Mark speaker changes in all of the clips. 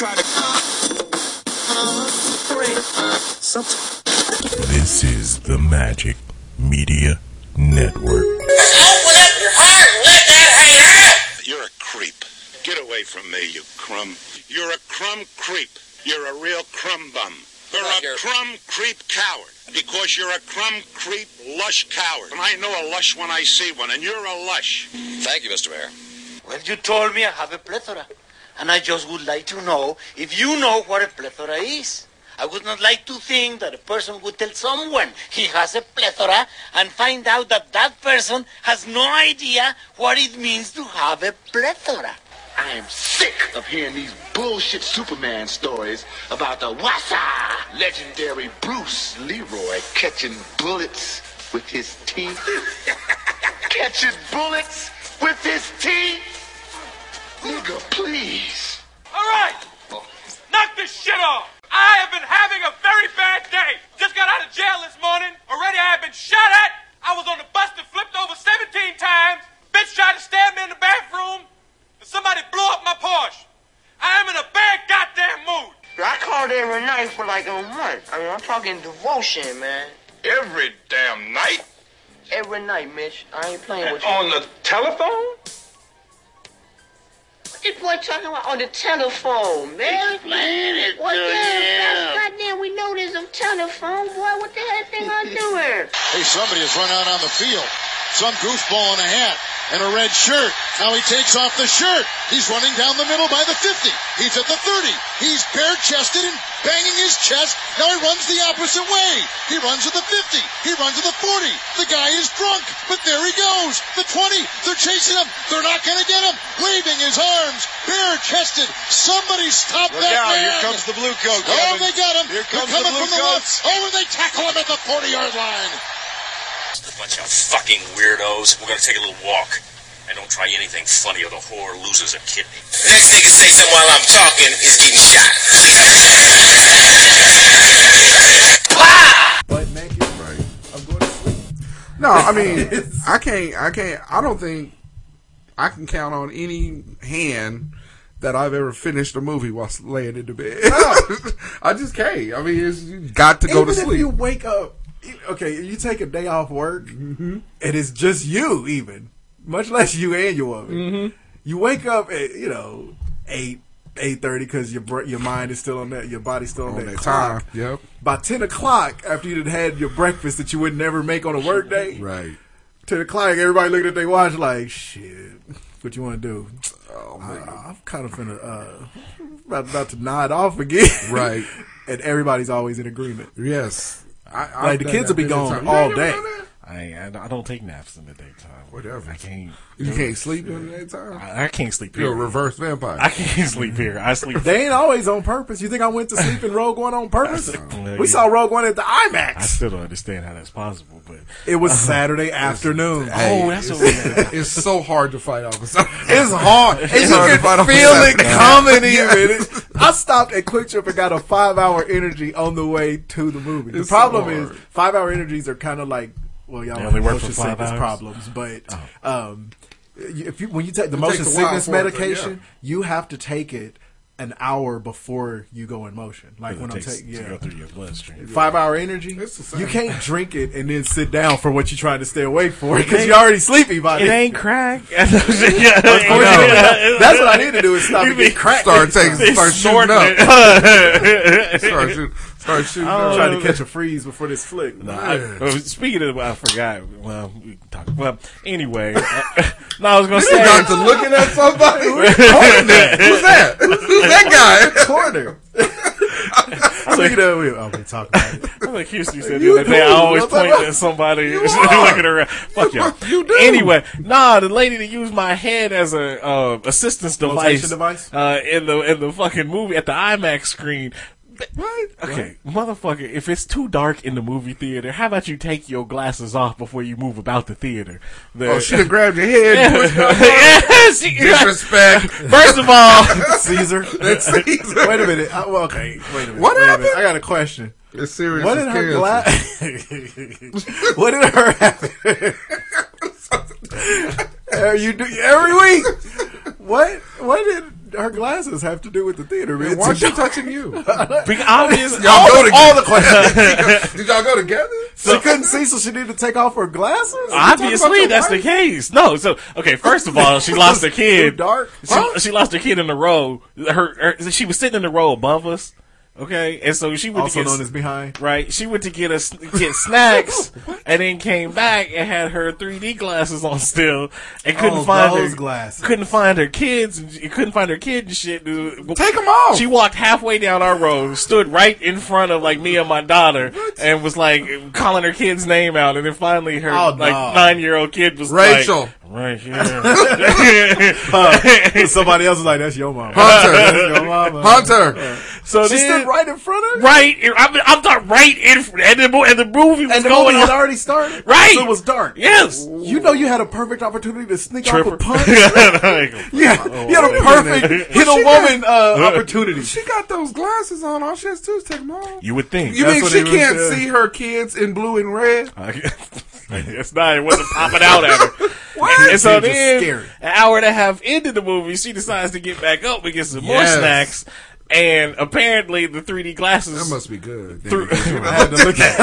Speaker 1: try to.
Speaker 2: This is the Magic Media Network.
Speaker 3: You're a creep. Get away from me, you crumb. You're a crumb creep. You're a real crumb bum. You're
Speaker 1: Right
Speaker 3: a
Speaker 1: here.
Speaker 3: crumb creep coward because you're a crumb creep lush coward. And I know a lush when I see one, and you're a lush.
Speaker 1: Thank you, Mr. Mayor.
Speaker 4: Well, you told me I have a plethora, and I just would like to know if you know what a plethora is. I would not like to think that a person would tell someone he has a plethora and find out that that person has no idea what it means to have a plethora.
Speaker 5: I am sick of hearing these bullshit Superman stories about the Wassa legendary Bruce Leroy catching bullets with his teeth. catching bullets with his teeth? Nigga, please.
Speaker 6: All right, knock this shit off. I have been having a very bad day. Just got out of jail this morning. Already I have been shot at. I was on the bus that flipped over 17 times. Bitch tried to stab me in the bathroom. And somebody blew up my Porsche. I am in a bad goddamn mood.
Speaker 7: I called every night for like a month. I mean, I'm talking devotion, man.
Speaker 8: Every damn night?
Speaker 7: Every night, Mitch. I ain't playing with you.
Speaker 5: Oh.
Speaker 8: On the telephone?
Speaker 7: What this boy talking about on the telephone, man?
Speaker 5: Explain it
Speaker 7: What
Speaker 5: to
Speaker 7: the hell?
Speaker 5: him.
Speaker 7: Goddamn, we know there's a telephone, boy. What the hell thing I doing?
Speaker 9: Hey, somebody has run out on the field. Some goofball in a hat and a red shirt. Now he takes off the shirt. He's running down the middle by the 50. He's at the 30. He's bare chested and banging his chest. Now he runs the opposite way. He runs to the 50. He runs to the 40. The guy is drunk, but there he goes. The 20. They're chasing him. They're not going to get him. Waving his arms, bare chested. Somebody stop
Speaker 10: Look
Speaker 9: that
Speaker 10: out,
Speaker 9: man.
Speaker 10: here comes the blue coat,
Speaker 9: Oh,
Speaker 10: Kevin.
Speaker 9: they got him.
Speaker 10: Here comes
Speaker 9: They're
Speaker 10: the blue
Speaker 9: coming from the
Speaker 10: coats.
Speaker 9: left. Oh, and they tackle him at the 40 yard line.
Speaker 1: Bunch of fucking weirdos. We're gonna take a little walk. And don't try anything funny or the whore loses a kidney. Next nigga say something while I'm talking is getting
Speaker 11: No, I mean, I can't. I can't. I don't think I can count on any hand that I've ever finished a movie whilst laying in the bed. I just can't. I mean, it's, you got to go
Speaker 12: even
Speaker 11: to
Speaker 12: If you
Speaker 11: sleep.
Speaker 12: wake up, e- okay, if you take a day off work,
Speaker 11: Mm-hmm.
Speaker 12: and it's just you, even much less you and your woman.
Speaker 11: Mm-hmm.
Speaker 12: You wake up at you know eight eight thirty because your br- your mind is still on that, your body's still on,
Speaker 11: On
Speaker 12: that,
Speaker 11: that
Speaker 12: clock.
Speaker 11: time, yep.
Speaker 12: By ten o'clock, after you'd had your breakfast that you would never make on a work day,
Speaker 11: Right.
Speaker 12: ten o'clock, everybody looking at their watch like shit. What you want to do? Oh, I'm kind of finna uh, about, about to nod off again,
Speaker 11: Right.
Speaker 12: and everybody's always in agreement.
Speaker 11: Yes. I, I've
Speaker 12: Like the
Speaker 11: done
Speaker 12: kids
Speaker 11: that
Speaker 12: will be
Speaker 11: many
Speaker 12: gone
Speaker 11: times.
Speaker 12: all
Speaker 11: You ain't
Speaker 12: day.
Speaker 11: never done that?
Speaker 10: I, I don't take naps in the daytime.
Speaker 11: Whatever.
Speaker 10: I can't.
Speaker 11: You can't sleep during that time.
Speaker 10: I, I can't sleep
Speaker 11: You're
Speaker 10: here.
Speaker 11: a reverse vampire.
Speaker 10: I can't sleep here. I sleep.
Speaker 12: They ain't always on purpose. You think I went to sleep in Rogue One on purpose? We saw Rogue One at the
Speaker 10: I
Speaker 12: IMAX.
Speaker 10: still don't understand how that's possible, but
Speaker 12: It was Saturday afternoon.
Speaker 10: oh, that's what we had.
Speaker 11: it's so hard to fight off. It's hard
Speaker 12: It's hard. And you
Speaker 11: to
Speaker 12: can
Speaker 11: fight off
Speaker 12: feel
Speaker 11: that.
Speaker 12: it coming even. It- I stopped at Quick Trip and got a five hour energy on the way to the movie. The
Speaker 11: It's
Speaker 12: problem
Speaker 11: so
Speaker 12: is
Speaker 11: hard.
Speaker 12: five hour energies are kind of like well, y'all
Speaker 10: They
Speaker 12: have
Speaker 10: only work
Speaker 12: motion
Speaker 10: for five
Speaker 12: sickness
Speaker 10: hours? Oh.
Speaker 12: problems, but um, you- if you when you take the
Speaker 11: It
Speaker 12: motion
Speaker 11: takes a while
Speaker 12: sickness
Speaker 11: for it to-
Speaker 12: medication,
Speaker 11: yeah.
Speaker 12: you have to take it an hour before you go in motion. Like when
Speaker 10: it
Speaker 12: I'm
Speaker 10: takes
Speaker 12: taking
Speaker 10: to
Speaker 12: yeah.
Speaker 10: go through your bloodstream.
Speaker 12: Five hour energy.
Speaker 11: It's the same.
Speaker 12: You can't drink it and then sit down for what you're trying to stay awake for because you're already sleepy by
Speaker 10: It
Speaker 12: then.
Speaker 10: ain't crack. yeah,
Speaker 12: Unfortunately, that's what I need to do is stop and get cracked.
Speaker 11: Start taking, start shooting up.
Speaker 10: up.
Speaker 11: Start shooting, start
Speaker 10: Oh,
Speaker 11: shooting
Speaker 12: I'm
Speaker 11: up.
Speaker 12: trying to catch a freeze before this flick.
Speaker 10: No, I, well, speaking of, I forgot. Well, we can talk. Well, anyway, uh, no, I was gonna
Speaker 11: You got to
Speaker 10: say.
Speaker 11: looking at somebody. Who's recording that? Who's that? Who's that guy?
Speaker 12: corner. Speaking of, we, oh, we talk about it.
Speaker 10: Like Houston said the
Speaker 12: You
Speaker 10: other day, I
Speaker 12: do.
Speaker 10: always
Speaker 12: That's what
Speaker 10: point
Speaker 12: I-
Speaker 10: at somebody
Speaker 11: You are.
Speaker 10: looking around. Fuck y'all.
Speaker 11: You do.
Speaker 10: Anyway, nah, the lady that used my head as a uh, assistance device,
Speaker 12: Flotation device?
Speaker 10: Uh, in the in the fucking movie at the IMAX screen. What? Okay, motherfucker. If it's too dark in the movie theater, how about you take your glasses off before you move about the theater? The-
Speaker 11: Oh, she done grabbed your head. and pushed you out.
Speaker 10: Yes, you-
Speaker 11: Disrespect.
Speaker 10: First of all,
Speaker 12: Caesar.
Speaker 11: That's Caesar.
Speaker 12: Wait a minute. I, well, okay. Wait a minute.
Speaker 11: What
Speaker 12: Wait a
Speaker 11: happened?
Speaker 12: minute. I got a question.
Speaker 11: It's serious.
Speaker 12: What
Speaker 11: as
Speaker 12: did her
Speaker 11: cancer.
Speaker 12: glass? what did her happen? Uh, you do every week. What? What did her glasses have to do with the theater?
Speaker 11: Man,
Speaker 12: It's
Speaker 11: why
Speaker 12: a
Speaker 11: is she
Speaker 12: dark-
Speaker 11: touching you?
Speaker 10: Because obviously,
Speaker 12: Y'all
Speaker 10: all,
Speaker 12: go
Speaker 10: the,
Speaker 12: together.
Speaker 10: all the questions.
Speaker 11: Did y'all go together?
Speaker 12: she couldn't see, so she needed to take off her glasses. You talking about
Speaker 10: Obviously,
Speaker 12: your
Speaker 10: that's the
Speaker 12: wife?
Speaker 10: case. No, so okay. First of all, she lost her kid.
Speaker 12: Dark?
Speaker 10: She, she lost her kid in the row. Her, her she was sitting in the row above us. Okay, and so she went
Speaker 12: Also
Speaker 10: to get
Speaker 12: known as behind.
Speaker 10: Right, she went to get us get snacks, and then came back and had her 3D glasses on still, and couldn't
Speaker 12: Oh,
Speaker 10: find
Speaker 12: those
Speaker 10: her
Speaker 12: glasses.
Speaker 10: Couldn't find her kids. And she, couldn't find her kid and shit. Take
Speaker 11: Take 'em off.
Speaker 10: She walked halfway down our road, stood right in front of like me and my daughter, and was like calling her kid's name out, and then finally her
Speaker 12: Oh,
Speaker 10: like
Speaker 12: no.
Speaker 10: nine year old kid was
Speaker 11: Rachel.
Speaker 10: like, right here.
Speaker 12: Uh, somebody else was like, "That's your mama."
Speaker 11: Hunter.
Speaker 12: That's your mama.
Speaker 11: Hunter.
Speaker 10: so
Speaker 12: She
Speaker 10: then-
Speaker 12: stood right in front of. her?
Speaker 10: Right, I'm, I'm not right in, fr- and the, mo- and the movie was
Speaker 12: And the
Speaker 10: going
Speaker 12: movie had
Speaker 10: on.
Speaker 12: already started.
Speaker 10: Right.
Speaker 12: So it was dark.
Speaker 10: Yes.
Speaker 12: You know you had a perfect opportunity to sneak off
Speaker 10: Tripper.
Speaker 12: a punch.
Speaker 10: yeah.
Speaker 12: Yeah, you had Oh, a perfect hit a woman uh, opportunity.
Speaker 11: She got those glasses on. All she has to do is take them off.
Speaker 10: You would think.
Speaker 11: You
Speaker 12: That's
Speaker 11: mean
Speaker 12: what
Speaker 11: she
Speaker 12: he was
Speaker 11: can't
Speaker 12: saying.
Speaker 11: see her kids in blue and red?
Speaker 10: I guess not. It wasn't popping out at her.
Speaker 11: What?
Speaker 10: And so
Speaker 12: Dude, it's
Speaker 10: then,
Speaker 12: scary.
Speaker 10: an hour and a half into the movie, she decides to get back up and get some more
Speaker 11: Yes.
Speaker 10: snacks. And apparently, the 3D glasses.
Speaker 11: That must be good.
Speaker 10: Through-
Speaker 12: I had to look at,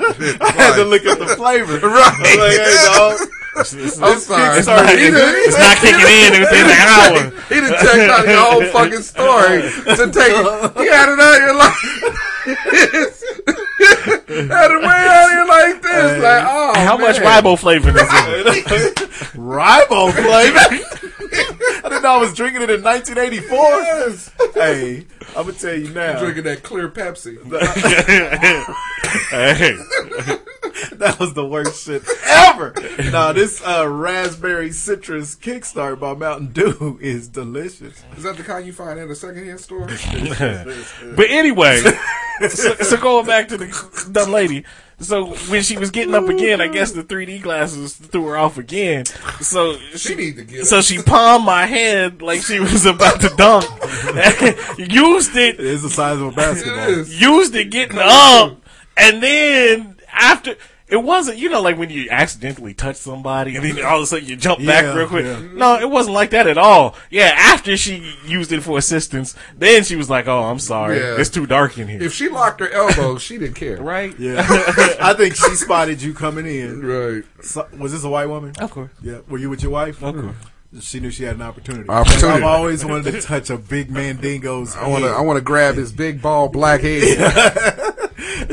Speaker 12: I had to look at the flavor.
Speaker 11: Right.
Speaker 12: I was like, hey, dog.
Speaker 11: I'm sorry.
Speaker 10: it's, not,
Speaker 11: He done-
Speaker 10: it's not kicking in within an hour.
Speaker 11: He done checked out your whole fucking story to take it. He had it out here like had it way out here like this. like, oh,
Speaker 10: How
Speaker 11: man.
Speaker 10: much ribo flavor is in it?
Speaker 12: Ribo flavor. I didn't know I was drinking it in 1984.
Speaker 11: Yes.
Speaker 12: Hey, I'm gonna tell you now.
Speaker 11: Drinking that clear Pepsi.
Speaker 10: Hey.
Speaker 12: That was the worst shit ever. now this uh, raspberry citrus kickstart by Mountain Dew is delicious.
Speaker 11: Is that the kind you find at a secondhand store?
Speaker 10: But anyway, so, so going back to the dumb lady. So when she was getting up again, I guess the 3D glasses threw her off again. So
Speaker 11: She need to get.
Speaker 10: So
Speaker 11: So
Speaker 10: she palmed my head like she was about to dunk. used
Speaker 12: It
Speaker 10: it,
Speaker 12: is the size of a basketball.
Speaker 11: It is.
Speaker 10: used it getting up, and then after it wasn't, you know, like when you accidentally touch somebody and then all of a sudden you jump
Speaker 12: Yeah,
Speaker 10: back real quick.
Speaker 12: yeah.
Speaker 10: No, it wasn't like that at all. Yeah, after she used it for assistance, then she was like, "Oh, I'm sorry,
Speaker 11: Yeah.
Speaker 10: it's too dark in here."
Speaker 11: if she locked her elbow, she didn't care.
Speaker 10: right?
Speaker 12: Yeah, I think she spotted you coming in.
Speaker 11: Right.
Speaker 12: So- was this a white woman?
Speaker 10: Of course.
Speaker 12: Yeah. Were you with your wife?
Speaker 10: Of course.
Speaker 12: She knew she had an opportunity.
Speaker 11: Opportunity.
Speaker 12: I've always wanted to touch a big mandingo's.
Speaker 11: I want to.
Speaker 12: head.
Speaker 11: I want to grab his big ball black head.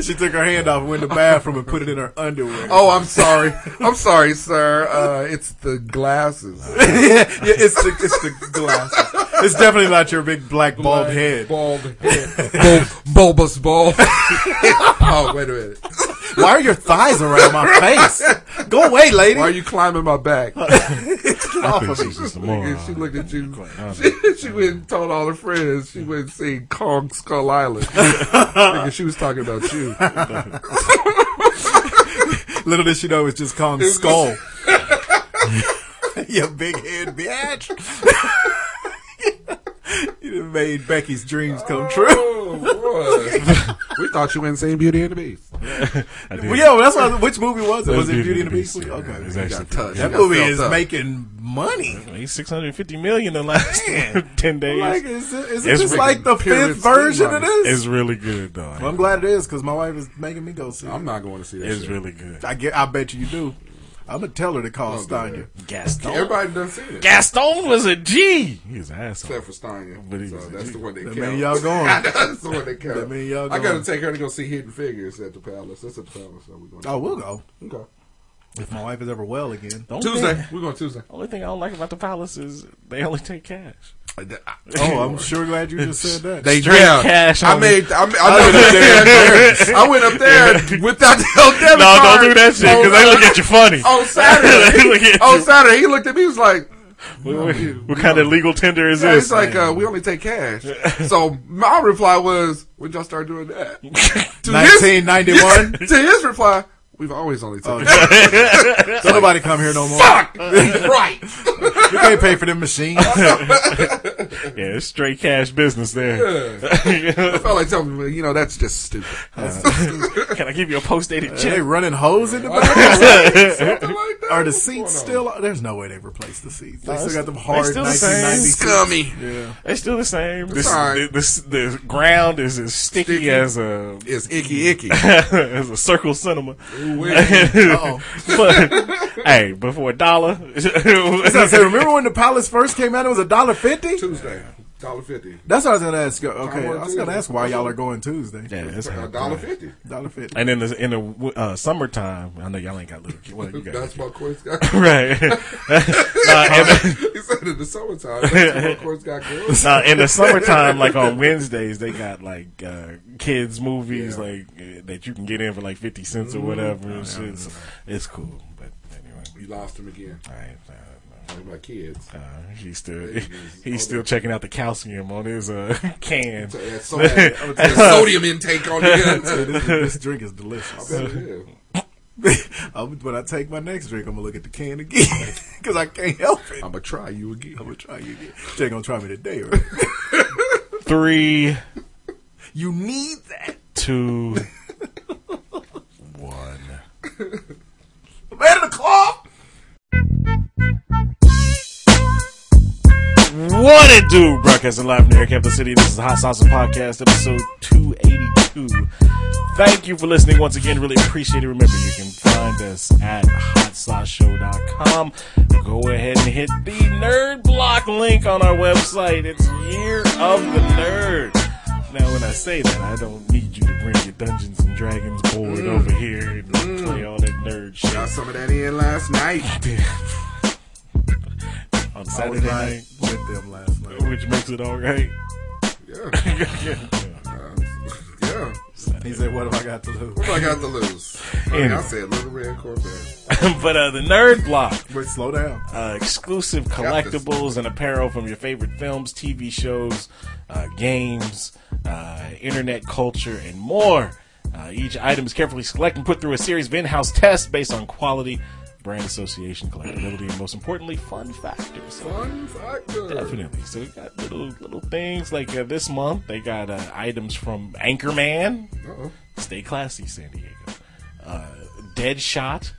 Speaker 12: She took her hand off, went to the bathroom, and put it in her underwear.
Speaker 11: Oh, I'm sorry. I'm sorry, sir. Uh, it's the glasses.
Speaker 12: yeah, it's the it's the glasses. It's definitely not your big black bald
Speaker 11: Black
Speaker 12: head.
Speaker 11: Bald head. Bul- bulbous ball. oh, wait a minute.
Speaker 12: Why are your thighs around my face? Go away, lady.
Speaker 11: Why are you climbing my back?
Speaker 10: I think she's just a moron.
Speaker 11: And she looked at you. She, she went and told all her friends she went and seen Kong Skull Island. Thinking she was talking about you.
Speaker 12: Little did she know it's just Kong
Speaker 11: It's
Speaker 12: skull. your big head bitch. you done made Becky's dreams come true.
Speaker 11: Oh, boy. we thought you went and seen Beauty and the Beast.
Speaker 10: I did.
Speaker 12: Well, yeah, well, that's what, I- which movie was it?
Speaker 10: That
Speaker 12: Was it Beauty and the Beast?
Speaker 10: yeah.
Speaker 12: Okay,
Speaker 10: It was
Speaker 11: You
Speaker 10: actually
Speaker 11: got touched.
Speaker 12: that
Speaker 11: You got
Speaker 12: movie
Speaker 11: felt
Speaker 12: is
Speaker 11: up.
Speaker 12: making money.
Speaker 10: He's 650 million in the last 10 days.
Speaker 12: Like, is it,
Speaker 10: It's
Speaker 12: is it just
Speaker 10: really
Speaker 12: like the
Speaker 11: period
Speaker 12: fifth version
Speaker 11: steam
Speaker 12: of this?
Speaker 10: it's really good, though.
Speaker 12: Well, I'm glad it is because my wife is making me go see it.
Speaker 11: I'm not going to see that.
Speaker 10: It's
Speaker 11: shit.
Speaker 10: really good.
Speaker 12: I get. I bet you you do. I'm gonna tell her to call Stanya.
Speaker 10: Gaston.
Speaker 11: Everybody done seen it.
Speaker 10: Gaston was a G. He was an asshole.
Speaker 11: Except for Stein.
Speaker 10: But he
Speaker 11: So
Speaker 10: was a
Speaker 11: that's
Speaker 10: G.
Speaker 11: the one they
Speaker 12: That
Speaker 11: count.
Speaker 12: mean y'all going.
Speaker 11: that's the one they count.
Speaker 12: That mean y'all
Speaker 11: I gotta
Speaker 12: going.
Speaker 11: take her to go see Hidden Figures at the Palace. That's at the Palace. So we're going.
Speaker 12: Oh, we'll go
Speaker 11: Okay.
Speaker 12: if my wife is ever well again.
Speaker 10: The only
Speaker 11: Tuesday.
Speaker 10: Thing,
Speaker 11: We're going Tuesday.
Speaker 10: only thing I don't like about the palace is they only take cash.
Speaker 12: Oh, I'm sure glad you just said that.
Speaker 11: They
Speaker 10: Straight
Speaker 11: yeah.
Speaker 10: cash
Speaker 11: I
Speaker 10: only.
Speaker 11: made. I, made, I, went up there. I went up there without the old debit
Speaker 10: No,
Speaker 11: card.
Speaker 10: don't do that shit because they look at you funny.
Speaker 11: on Saturday.
Speaker 10: They look at
Speaker 11: on
Speaker 10: you.
Speaker 11: Saturday, he looked at me. He was like,
Speaker 10: what, what kind of legal tender is
Speaker 11: yeah,
Speaker 10: this?
Speaker 11: "It's like uh, we only take cash." So my reply was, "When y'all start doing that?" To his,
Speaker 12: 1991.
Speaker 11: to his reply, "We've always only taken."
Speaker 12: Don't nobody come here no more.
Speaker 11: Fuck. right.
Speaker 12: You can't pay for them machines.
Speaker 10: yeah, it's straight cash business there.
Speaker 11: I felt like telling me, you know, that's just stupid.
Speaker 10: Can I give you a post dated
Speaker 12: they
Speaker 10: check?
Speaker 12: running hoes in the back.
Speaker 11: Something like that.
Speaker 12: are the seats still? There's no way they replaced the seats. They
Speaker 10: No,
Speaker 12: still
Speaker 10: it's-
Speaker 12: got them
Speaker 10: they
Speaker 12: hard
Speaker 10: still the same.
Speaker 12: 1990
Speaker 10: Scummy.
Speaker 12: Yeah,
Speaker 10: they still the same.
Speaker 12: It's
Speaker 10: This,
Speaker 12: alright.
Speaker 10: this, the ground is as sticky,
Speaker 12: Sticky.
Speaker 10: as a
Speaker 11: it's icky icky
Speaker 10: as a circle cinema.
Speaker 12: Ooh-wee. Uh-oh.
Speaker 10: but hey, but for a dollar,
Speaker 12: That's what I said. Remember when the pilots first came out? It was a dollar fifty. Tuesday.
Speaker 11: Dollar fifty.
Speaker 12: That's what I was gonna ask. you. Okay,
Speaker 11: Dollar
Speaker 12: I was gonna
Speaker 11: Tuesday.
Speaker 12: ask why y'all are going Tuesday.
Speaker 10: Yeah, that's how-
Speaker 11: Dollar fifty.
Speaker 12: Dollar fifty.
Speaker 10: And in the in the uh, summertime, I know y'all ain't got little kids. Well, you got
Speaker 11: That's my course guy.
Speaker 10: right. Nah, and-
Speaker 11: he said in the summertime. That's my course guy. girls.
Speaker 10: Nah, in the summertime, like on Wednesdays, they got like uh, kids movies like uh, that you can get in for like fifty cents or
Speaker 11: Mhm.
Speaker 10: whatever.
Speaker 11: Oh,
Speaker 10: and
Speaker 11: yeah.
Speaker 10: shit. It's, it's cool, but anyway,
Speaker 11: you lost him again.
Speaker 10: All right.
Speaker 11: my kids.
Speaker 10: Uh, he's still he's still checking out the calcium on his uh, can.
Speaker 11: So, yeah, so- I'm gonna tell you, sodium intake on
Speaker 12: Yeah,
Speaker 11: the-
Speaker 12: this, this drink is delicious.
Speaker 11: I bet it
Speaker 12: I'm- when I take my next drink, I'm gonna look at the can again because I can't help it. I'm
Speaker 11: gonna try you again.
Speaker 12: I'm gonna try you again. Jay gonna try me today, right?
Speaker 10: Three,
Speaker 12: you need that.
Speaker 10: two, one.
Speaker 12: Man of the cloth.
Speaker 10: What it do, broadcasting live near Capital City. This is the Hot Sauce Podcast, episode 282. Thank you for listening once again. Really appreciate it. Remember, you can find us at hotsauceshow.com. Go ahead and hit the nerd block link on our website. It's Year of the Nerd. Now, when I say that, I don't need you to bring your Dungeons and Dragons board
Speaker 11: Mm.
Speaker 10: over here and
Speaker 11: Mm.
Speaker 10: play all that nerd shit.
Speaker 11: Got some of that in last night.
Speaker 10: on Saturday night.
Speaker 12: with them last night,
Speaker 10: which makes it all right.
Speaker 11: Yeah. yeah.
Speaker 12: He said, "What have I got to lose?
Speaker 11: What do I got to lose? Like I
Speaker 10: Anyway.
Speaker 11: said, little red Corvette.
Speaker 10: but uh, the Nerd Block.
Speaker 12: Wait, slow down.
Speaker 10: Uh, exclusive collectibles and apparel from your favorite films, TV shows, uh, games, uh, internet culture, and more. Uh, each item is carefully selected and put through a series of in-house tests based on quality, brand association, collectability, and most importantly, fun factors. So-
Speaker 11: Fun factor.
Speaker 10: Definitely. So we got little little things like uh, this month they got uh, items from Anchorman.
Speaker 11: Uh-oh.
Speaker 10: Stay classy, San Diego. Uh, Deadshot,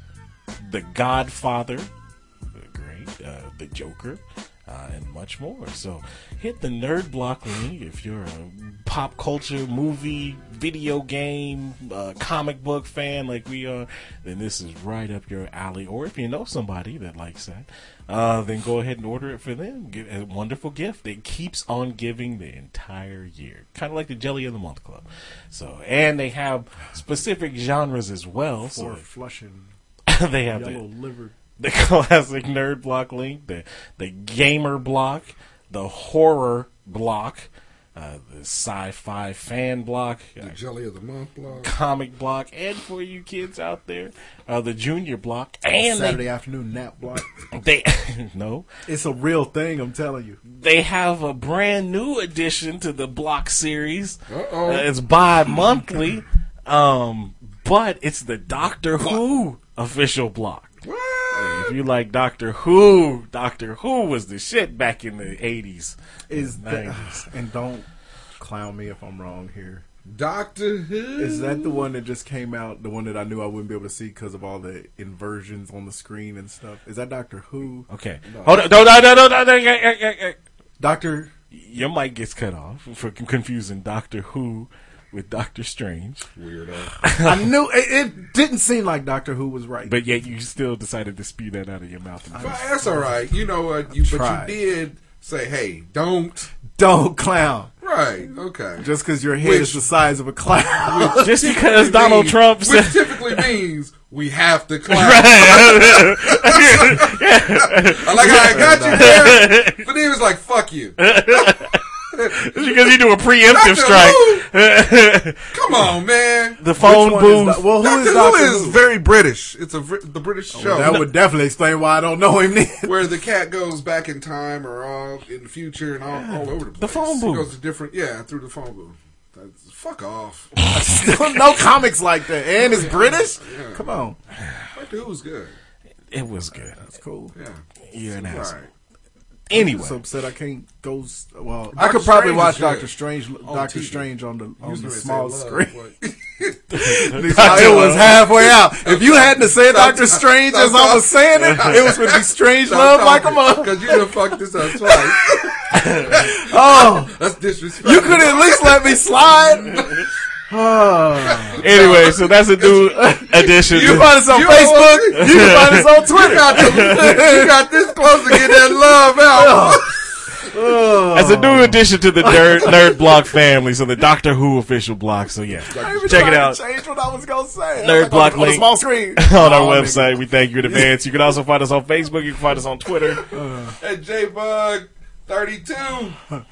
Speaker 10: The Godfather, the great, uh, The Joker, uh, and much more. So hit the nerd block link if you're a pop culture, movie, video game, uh, comic book fan like we are. Then this is right up your alley. Or if you know somebody that likes that, uh, then go ahead and order it for them. Give a wonderful gift. It keeps on giving the entire year, kind of like the Jelly of the Month Club. So, and they have specific genres as well. so
Speaker 12: For
Speaker 10: if-
Speaker 12: flushing,
Speaker 10: they have the-
Speaker 12: yellow liver.
Speaker 10: the classic nerd block link, the the gamer block, the horror block, uh, the sci-fi fan block, uh,
Speaker 11: The jelly of the month block.
Speaker 10: comic block, and for you kids out there, uh, the junior block, and
Speaker 12: Saturday afternoon nap block.
Speaker 10: they, they no,
Speaker 12: It's a real thing. I'm telling you.
Speaker 10: they have a brand new addition to the block series. Uh,
Speaker 11: Uh-oh.
Speaker 10: it's bi-monthly, um, but it's the Doctor Who official block. If you like Doctor Who, Doctor Who was the shit back in the eighties.
Speaker 12: Is that,
Speaker 10: 90s.
Speaker 12: and don't clown me if I'm wrong here.
Speaker 11: Doctor Who.
Speaker 12: Is that the one that just came out? The one that I knew I wouldn't be able to see because of all the inversions on the screen and stuff. Is that Doctor Who?
Speaker 10: Okay. Hold on, no, no, no, no, no, no, yeah, yeah, yeah, yeah.
Speaker 12: Doctor.
Speaker 10: Your mic gets cut off for con- confusing Doctor Who with Doctor Strange.
Speaker 11: Weirdo.
Speaker 12: I knew it, it didn't seem like Doctor Who was right.
Speaker 10: But yet you still decided to spew that out of your mouth.
Speaker 11: But that's all right. You know what? You
Speaker 12: tried.
Speaker 11: but you did say, hey, don't.
Speaker 12: Don't clown
Speaker 11: Right. Okay.
Speaker 12: just because your head is
Speaker 11: Which-
Speaker 12: the size of a clown.
Speaker 10: Just because Donald
Speaker 11: Means-
Speaker 10: Trump
Speaker 11: which
Speaker 10: said.
Speaker 11: typically means we have to clap. I like how I got you there, but he was like, "Fuck you."
Speaker 10: because you do a preemptive
Speaker 11: Doctor
Speaker 10: strike.
Speaker 11: Come on, man.
Speaker 10: the phone
Speaker 12: Which one
Speaker 10: booth.
Speaker 12: is Do- well, who
Speaker 11: Doctor
Speaker 12: is
Speaker 11: Who
Speaker 12: Doctor
Speaker 11: is
Speaker 12: Who?
Speaker 11: very British. It's a Brit- the British show.
Speaker 12: That would definitely explain why I don't know him. Then.
Speaker 11: where the cat goes back in time or all in the future and all, all over the place.
Speaker 10: The phone
Speaker 11: He
Speaker 10: booth.
Speaker 11: goes to different yeah through the phone booth. That's, fuck off.
Speaker 12: Still no comics like that, and it's British. Come on,
Speaker 11: Doctor Who was good.
Speaker 10: It was good.
Speaker 12: that's cool.
Speaker 11: Yeah,
Speaker 10: You're an
Speaker 11: All
Speaker 10: asshole.
Speaker 11: right.
Speaker 10: Anyway.
Speaker 12: I'm just upset I can't go. s- Well,
Speaker 11: I
Speaker 12: Doctor
Speaker 11: could probably
Speaker 12: Strange
Speaker 11: watch
Speaker 12: is
Speaker 11: Doctor
Speaker 12: good.
Speaker 11: Strange-
Speaker 12: On
Speaker 11: Doctor
Speaker 12: TV.
Speaker 11: Strange on the on
Speaker 12: Usually
Speaker 11: the
Speaker 12: I say
Speaker 11: small
Speaker 12: love,
Speaker 11: screen.
Speaker 12: but- it
Speaker 11: Love.
Speaker 12: was halfway out. If you hadn't have said
Speaker 11: Stop-
Speaker 12: Doctor Strange as I
Speaker 11: stop-
Speaker 12: was saying it, it was gonna be Strange
Speaker 11: Stop
Speaker 12: Love like a
Speaker 11: talking,
Speaker 12: mother.
Speaker 11: Cause you done fucked this up twice.
Speaker 12: Oh,
Speaker 11: that's disrespectful.
Speaker 12: you could at least let me slide. Oh.
Speaker 10: Anyway, so that's a new edition.
Speaker 12: You can find us on Facebook. You can find us on Twitter.
Speaker 11: You got, this, you got this close to getting that love out.
Speaker 10: As a
Speaker 12: Oh.
Speaker 10: new addition to the nerd, nerd block family, so the Doctor Who official block. So yeah, check it out.
Speaker 12: Change what I was gonna say.
Speaker 10: Nerd
Speaker 12: Like,
Speaker 10: block
Speaker 12: on, the- on the
Speaker 10: link
Speaker 12: small screen
Speaker 10: on our
Speaker 12: Oh, man.
Speaker 10: website. We thank you in advance. You can also find us on Facebook. You can find us on Twitter.
Speaker 11: At J Bug 32.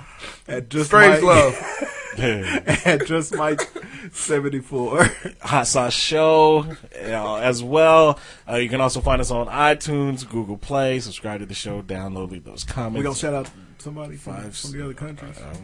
Speaker 12: At just
Speaker 11: Strange
Speaker 12: Mike,
Speaker 11: Love.
Speaker 12: at just Mike seventy four.
Speaker 10: Hot Sauce Show uh, as well. Uh, you can also find us on iTunes, Google Play. Subscribe to the show. Download. Leave those comments.
Speaker 12: We gonna shout out somebody from,
Speaker 10: Five,
Speaker 12: from the other countries.
Speaker 10: Uh,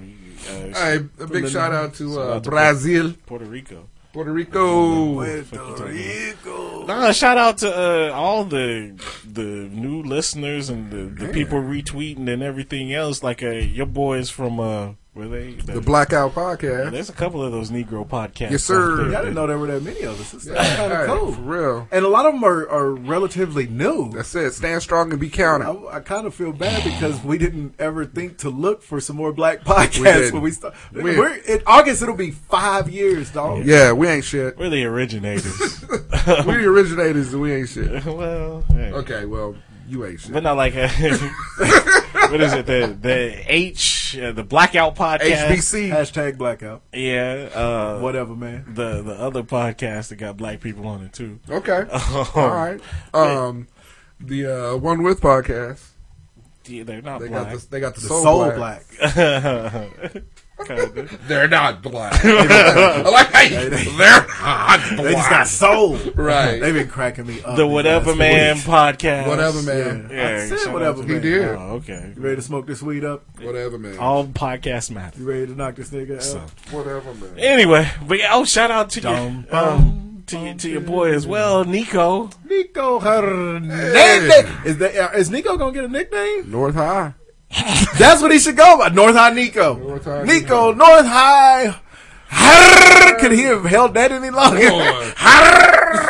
Speaker 11: All right, a big
Speaker 12: From
Speaker 11: shout
Speaker 12: the-
Speaker 11: out to
Speaker 10: shout
Speaker 11: uh,
Speaker 10: out to
Speaker 11: Brazil.
Speaker 10: Puerto Rico.
Speaker 11: Puerto Rico.
Speaker 10: Puerto Rico. Nah, shout out to uh, all the the new listeners and the, the people retweeting and everything else. Like uh, your boys from uh, were they
Speaker 11: The Blackout Podcast.
Speaker 10: Yeah, there's a couple of those Negro podcasts.
Speaker 11: Yes, sir.
Speaker 10: out there.
Speaker 12: Yeah, I didn't know there were that many of us. It's
Speaker 11: Yeah,
Speaker 12: kind of
Speaker 11: all right,
Speaker 12: cool.
Speaker 11: for real.
Speaker 12: And a lot of them are, are relatively new.
Speaker 11: That's it. Stand strong and be counted.
Speaker 12: I, I kind of feel bad because we didn't ever think to look for some more black
Speaker 11: We
Speaker 12: podcasts
Speaker 11: didn't.
Speaker 12: when we start.
Speaker 11: Weird.
Speaker 12: We're, in August, it'll be five years, dog.
Speaker 11: Yeah, we ain't shit.
Speaker 10: We're the originators.
Speaker 11: we the originators and we ain't shit.
Speaker 10: well, hey.
Speaker 11: Okay, well, you ain't shit.
Speaker 10: but not like uh, what is it? The the H uh, the Blackout podcast.
Speaker 11: HBC.
Speaker 12: Hashtag blackout.
Speaker 10: Yeah. Uh,
Speaker 12: Whatever, man.
Speaker 10: the the other podcast that got black people on it too.
Speaker 11: Okay. All right. Um, the uh, One With podcast.
Speaker 10: Yeah, they're not
Speaker 11: They got
Speaker 10: black.
Speaker 11: the, they got the,
Speaker 12: The
Speaker 11: soul,
Speaker 12: soul
Speaker 11: black.
Speaker 12: black.
Speaker 10: Kinda.
Speaker 11: They're not black. I like how you- they're not black.
Speaker 12: They just got soul.
Speaker 11: Right.
Speaker 12: They've been cracking me up.
Speaker 10: the
Speaker 12: these
Speaker 10: Whatever
Speaker 12: last
Speaker 10: Man
Speaker 12: weeks.
Speaker 10: podcast.
Speaker 11: whatever, man.
Speaker 10: Yeah,
Speaker 12: I said
Speaker 10: shout out
Speaker 12: whatever,
Speaker 10: to-
Speaker 12: man.
Speaker 11: He did.
Speaker 10: Oh, okay.
Speaker 12: You ready to smoke this weed up?
Speaker 11: Whatever, man.
Speaker 10: All podcasts matter.
Speaker 12: You ready to knock this nigga out?
Speaker 10: So.
Speaker 11: Whatever, man.
Speaker 10: Anyway, but yeah, oh, shout out to
Speaker 12: Dum,
Speaker 10: your um, to your, to your boy as well, Nico.
Speaker 12: Nico Hernandez. Is, that, uh, is Nico gonna get a nickname?
Speaker 11: North High.
Speaker 12: That's what he should go by. North High Nico.
Speaker 11: North High
Speaker 12: Nico, North High. Harrrr. Could he have held that any longer?
Speaker 11: Lord.
Speaker 12: Harrrr.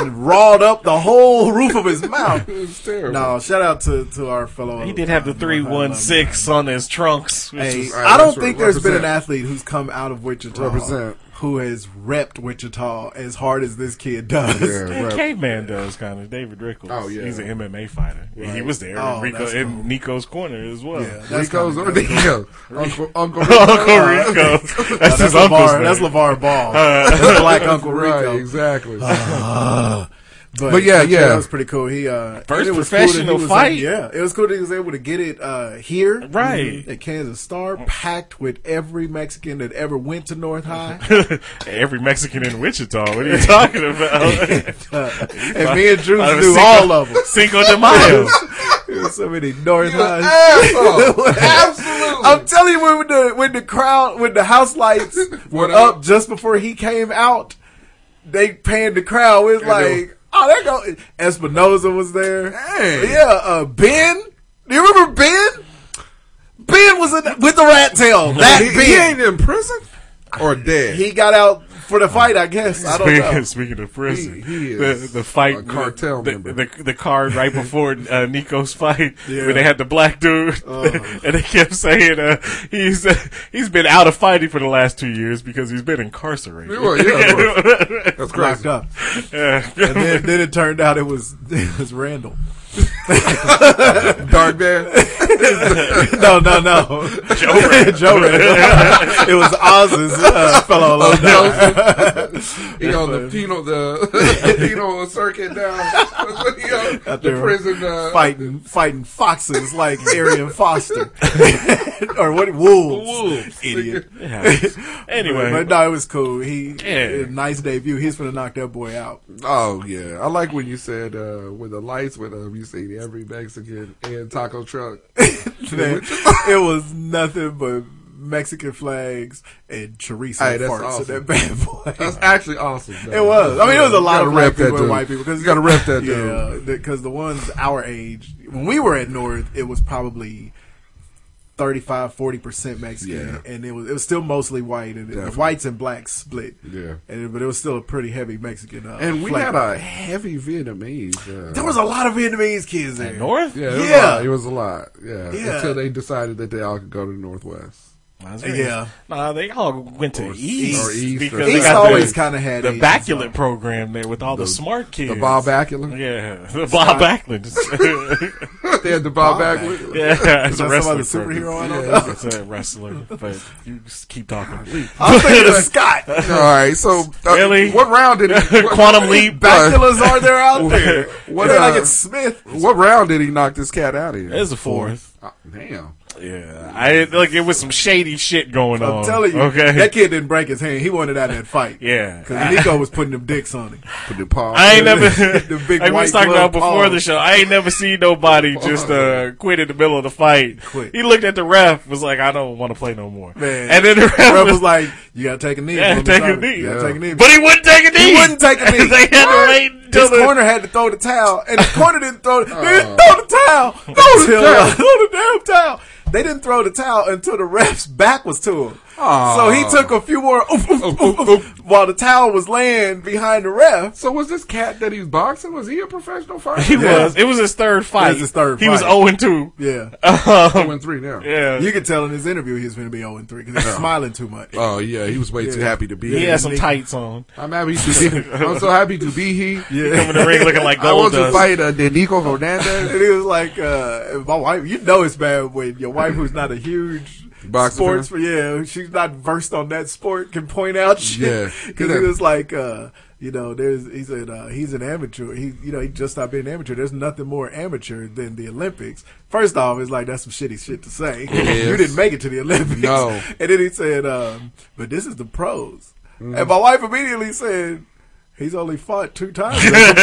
Speaker 12: And Rawed up the whole roof of his mouth.
Speaker 11: It was terrible.
Speaker 12: No, shout out to, to our fellow.
Speaker 10: He did have the
Speaker 12: um,
Speaker 10: three one six on his trunks. Which
Speaker 12: Hey,
Speaker 10: is,
Speaker 11: All right,
Speaker 12: I don't
Speaker 11: that's
Speaker 12: think
Speaker 11: right.
Speaker 12: there's been an
Speaker 11: Represent.
Speaker 12: athlete who's come out of Wichita
Speaker 11: Represent.
Speaker 12: who has repped Wichita as hard as this kid does.
Speaker 11: Yeah, right.
Speaker 10: Caveman does kind of David Rickles.
Speaker 11: Oh, yeah.
Speaker 10: he's an MMA fighter. He was there
Speaker 12: Oh,
Speaker 10: in, Rico,
Speaker 12: that's cool.
Speaker 10: in Nico's corner as well.
Speaker 12: Yeah, that's
Speaker 11: Rico's
Speaker 12: kinda
Speaker 11: or
Speaker 12: dope.
Speaker 11: Nico. Uncle, Uncle Rico.
Speaker 10: Uncle Rico, that's,
Speaker 12: No, that's
Speaker 10: his
Speaker 12: LeVar,
Speaker 10: uncle's name. Uh,
Speaker 12: That's LeVar Ball. that's Black Uncle
Speaker 11: Right,
Speaker 12: Rico.
Speaker 11: exactly.
Speaker 12: But,
Speaker 11: But yeah, yeah.
Speaker 12: that was pretty cool. He uh,
Speaker 10: First
Speaker 12: and it was
Speaker 10: professional
Speaker 12: cool that he was
Speaker 10: fight.
Speaker 12: able- yeah, it was cool that he was able to get it uh, here, Mm-hmm.
Speaker 10: Right.
Speaker 12: at Kansas Star, packed with every Mexican that ever went to North High.
Speaker 10: Every Mexican in Wichita. What are you talking about?
Speaker 12: and me and Drew
Speaker 10: Out
Speaker 12: knew
Speaker 10: Cinco-
Speaker 12: all of them.
Speaker 10: Cinco de Mayo.
Speaker 12: There was so many North
Speaker 11: You're an
Speaker 12: High.
Speaker 11: asshole. Oh, Absolutely.
Speaker 12: I'm telling you, when the when the crowd, when the house lights were
Speaker 11: Went
Speaker 12: up,
Speaker 11: up.
Speaker 12: just before he came out, they panned the crowd. It's
Speaker 11: And they
Speaker 12: like, oh, there go Espinoza was there.
Speaker 11: Dang.
Speaker 12: Yeah, uh, Ben. Do you remember Ben? Ben was in, with the rat tail. That
Speaker 11: he, he
Speaker 12: Ben.
Speaker 11: ain't in prison or dead.
Speaker 12: He got out for the fight, I guess. I don't know.
Speaker 10: Speaking, speaking of prison,
Speaker 11: He- he
Speaker 10: the,
Speaker 11: is
Speaker 10: the fight,
Speaker 11: a cartel
Speaker 10: the,
Speaker 11: member.
Speaker 10: the, the card right before uh, Nico's fight,
Speaker 12: Yeah. Uh-huh.
Speaker 10: where they had the black dude, and they kept saying uh, he's uh, he's been out of fighting for the last two years because he's been incarcerated.
Speaker 11: You are- yeah, of course. That's
Speaker 12: Locked
Speaker 11: crazy.
Speaker 12: up.
Speaker 10: Yeah.
Speaker 12: And then, then it turned out it was it was Randall.
Speaker 11: Dark man.
Speaker 12: No, no, no. Joe Randall. it was Oz's uh, fellow alumni.
Speaker 11: He on the penal the penal circuit down. That's what he on,
Speaker 12: out
Speaker 11: the
Speaker 12: there
Speaker 11: prison uh,
Speaker 12: fighting fighting foxes like Arian Foster or what wolves,
Speaker 11: Wolves.
Speaker 12: idiot.
Speaker 10: Anyway.
Speaker 12: but no, it was cool. He
Speaker 10: Yeah.
Speaker 12: a nice debut. He's gonna knock that boy out.
Speaker 11: Oh yeah, I like when you said uh, when the lights went up. You seen every Mexican in taco truck.
Speaker 12: That- it was nothing but Mexican flags and chorizo
Speaker 11: Hey, that's
Speaker 12: parts
Speaker 11: awesome.
Speaker 12: of that bad boy.
Speaker 11: That's actually awesome.
Speaker 12: It was. I mean, it was a
Speaker 11: You
Speaker 12: lot
Speaker 11: gotta
Speaker 12: of
Speaker 11: rep
Speaker 12: black
Speaker 11: that
Speaker 12: people and
Speaker 11: dude.
Speaker 12: white people. Cause,
Speaker 11: You gotta rep that dude.
Speaker 12: because the ones our age, when we were at North, it was probably 35, 40% Mexican.
Speaker 11: Yeah.
Speaker 12: And it was it was still mostly white. And the
Speaker 11: Definitely.
Speaker 12: whites and blacks split.
Speaker 11: Yeah.
Speaker 12: And, but it was still a pretty heavy Mexican. Uh,
Speaker 11: And we
Speaker 12: flavor.
Speaker 11: had a heavy Vietnamese. uh,
Speaker 12: There was a lot of Vietnamese kids there.
Speaker 10: North?
Speaker 11: Yeah, it was,
Speaker 12: Yeah.
Speaker 11: A lot. it was a lot. Yeah.
Speaker 12: Yeah.
Speaker 11: Until they decided that they all could go to the Northwest.
Speaker 10: That's right. Nah, they all went to East,
Speaker 11: or East
Speaker 10: because
Speaker 11: or-
Speaker 10: they
Speaker 11: East
Speaker 10: got
Speaker 11: always
Speaker 10: the-
Speaker 12: kinda had
Speaker 10: the
Speaker 12: Asians,
Speaker 10: baculate program there with all the,
Speaker 11: The-
Speaker 10: smart
Speaker 11: the
Speaker 10: kids.
Speaker 11: Bob Bacula?
Speaker 10: yeah, the Bob Backlund.
Speaker 11: They had the Bob Backlund?
Speaker 10: Yeah,
Speaker 11: Is
Speaker 10: it's
Speaker 11: that
Speaker 10: a
Speaker 11: some
Speaker 10: wrestler.
Speaker 11: other superhero
Speaker 10: program.
Speaker 11: I don't know?
Speaker 10: it's a wrestler, but you just keep talking.
Speaker 11: I'm thinking of
Speaker 12: Scott.
Speaker 11: All right, so uh,
Speaker 10: really,
Speaker 11: what round did he? What,
Speaker 10: Quantum Leap.
Speaker 12: Baculas are there out there?
Speaker 11: What,
Speaker 12: They're
Speaker 11: uh,
Speaker 12: like at Smith.
Speaker 11: What round did he knock this cat out in?
Speaker 10: It's the fourth.
Speaker 11: Oh, damn.
Speaker 10: Yeah, I look. It was some shady shit going
Speaker 12: I'm
Speaker 11: Oh,
Speaker 10: on.
Speaker 12: telling you,
Speaker 10: okay.
Speaker 12: that kid didn't break his hand. He wanted out of that fight.
Speaker 10: Yeah.
Speaker 12: because Nico was putting them dicks on him.
Speaker 11: Put the paw.
Speaker 10: I ain't never.
Speaker 12: The big
Speaker 10: like we was
Speaker 12: white
Speaker 10: talking
Speaker 12: glove
Speaker 10: about before
Speaker 12: paw.
Speaker 10: the show. I ain't never seen nobody just uh, quit in the middle of the fight.
Speaker 12: Quit.
Speaker 10: He looked at the ref, was like, "I don't want to play no more."
Speaker 12: Man,
Speaker 10: and then the ref,
Speaker 12: Ref
Speaker 10: was,
Speaker 12: was like, "You gotta take a knee.
Speaker 10: Yeah,
Speaker 12: Bobby
Speaker 10: take a
Speaker 12: Lashley.
Speaker 10: knee.
Speaker 12: You gotta
Speaker 10: Yeah.
Speaker 12: take a knee."
Speaker 10: But he wouldn't take a knee.
Speaker 12: He wouldn't take a knee.
Speaker 10: They had to
Speaker 12: What?
Speaker 10: wait until
Speaker 12: His
Speaker 10: the- Oh.
Speaker 12: corner had to throw the towel, and his corner didn't throw. The, they didn't throw the towel. Throw the
Speaker 11: Until-
Speaker 12: towel. Throw the damn towel. They didn't throw the towel until the ref's back was to him.
Speaker 11: Aw.
Speaker 12: So
Speaker 10: Oh.
Speaker 12: he took a few more oof, oof, oof, oof, while the towel was laying behind the ref.
Speaker 11: So was this cat that he was boxing? Was he a professional fighter?
Speaker 10: he was. It was his third fight.
Speaker 12: his third
Speaker 10: He was
Speaker 12: fight.
Speaker 10: zero and two.
Speaker 12: Yeah.
Speaker 11: Zero and three now.
Speaker 10: Yeah.
Speaker 12: You could tell in his interview he was going to be 0 3 because he was smiling too much.
Speaker 11: Oh yeah, he was way too
Speaker 12: Yeah.
Speaker 11: happy to be.
Speaker 10: he
Speaker 11: here.
Speaker 10: had some tights on.
Speaker 11: I'm happy to be. I'm so happy to be here.
Speaker 10: He come in the ring looking like
Speaker 11: I
Speaker 10: gold
Speaker 11: want to
Speaker 10: dust.
Speaker 11: fight uh, Denico Hernandez.
Speaker 12: And he was like, uh, my wife, you know it's bad when your wife, who's not a huge
Speaker 11: Boxing
Speaker 12: sports, yeah, she's not versed on that sport, can point out shit.
Speaker 11: Yeah.
Speaker 12: Because he was like, uh, you know, there's, he said, uh, he's an amateur. He, you know, he just stopped being an amateur. There's nothing more amateur than the Olympics. First off, it's like, that's some shitty shit to say.
Speaker 11: is.
Speaker 12: You didn't make it to the Olympics.
Speaker 11: No.
Speaker 12: And then he said, um, but this is the pros.
Speaker 11: Mm.
Speaker 12: And my wife immediately said, He's only fought two times as a pro,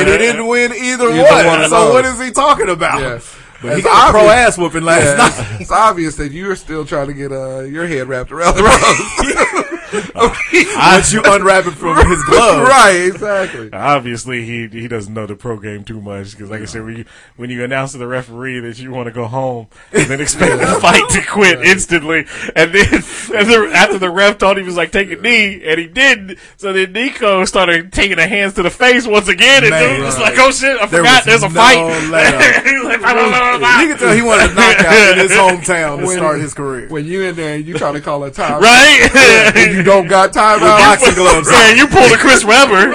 Speaker 12: and he didn't win either,
Speaker 11: Either
Speaker 12: one.
Speaker 11: one of
Speaker 12: so
Speaker 11: those.
Speaker 12: what is he talking about?
Speaker 11: Yeah.
Speaker 12: But he
Speaker 11: It's
Speaker 12: got a pro
Speaker 11: obvious-
Speaker 12: ass whooping last
Speaker 11: Yeah,
Speaker 12: night.
Speaker 11: it's- It's obvious that you're still trying to get uh, your head wrapped around the rose.
Speaker 12: Once you unwrap it from his glove,
Speaker 11: right, exactly.
Speaker 10: Obviously, he he doesn't know the pro game too much because, like I said, when you when you announce to the referee that you want to go home, and then expect the fight to quit instantly, and then and the, after the ref told him he was like take a knee, and he didn't, so then Nico started taking the hands to the face once again, and
Speaker 12: Man,
Speaker 10: dude was
Speaker 12: right.
Speaker 10: like, "Oh shit, I
Speaker 12: There
Speaker 10: forgot
Speaker 12: was
Speaker 10: there's a
Speaker 12: no
Speaker 10: fight."
Speaker 12: layup.
Speaker 10: He was like, "Blah, blah, blah, blah,
Speaker 12: you
Speaker 10: blah."
Speaker 12: can tell he wanted a knockout in his hometown to start his career.
Speaker 11: When you in there and you trying to call a timeout,
Speaker 10: Right?
Speaker 11: And you don't got timeout.
Speaker 12: boxing gloves on.
Speaker 10: Yeah, you pulled a Chris Webber, and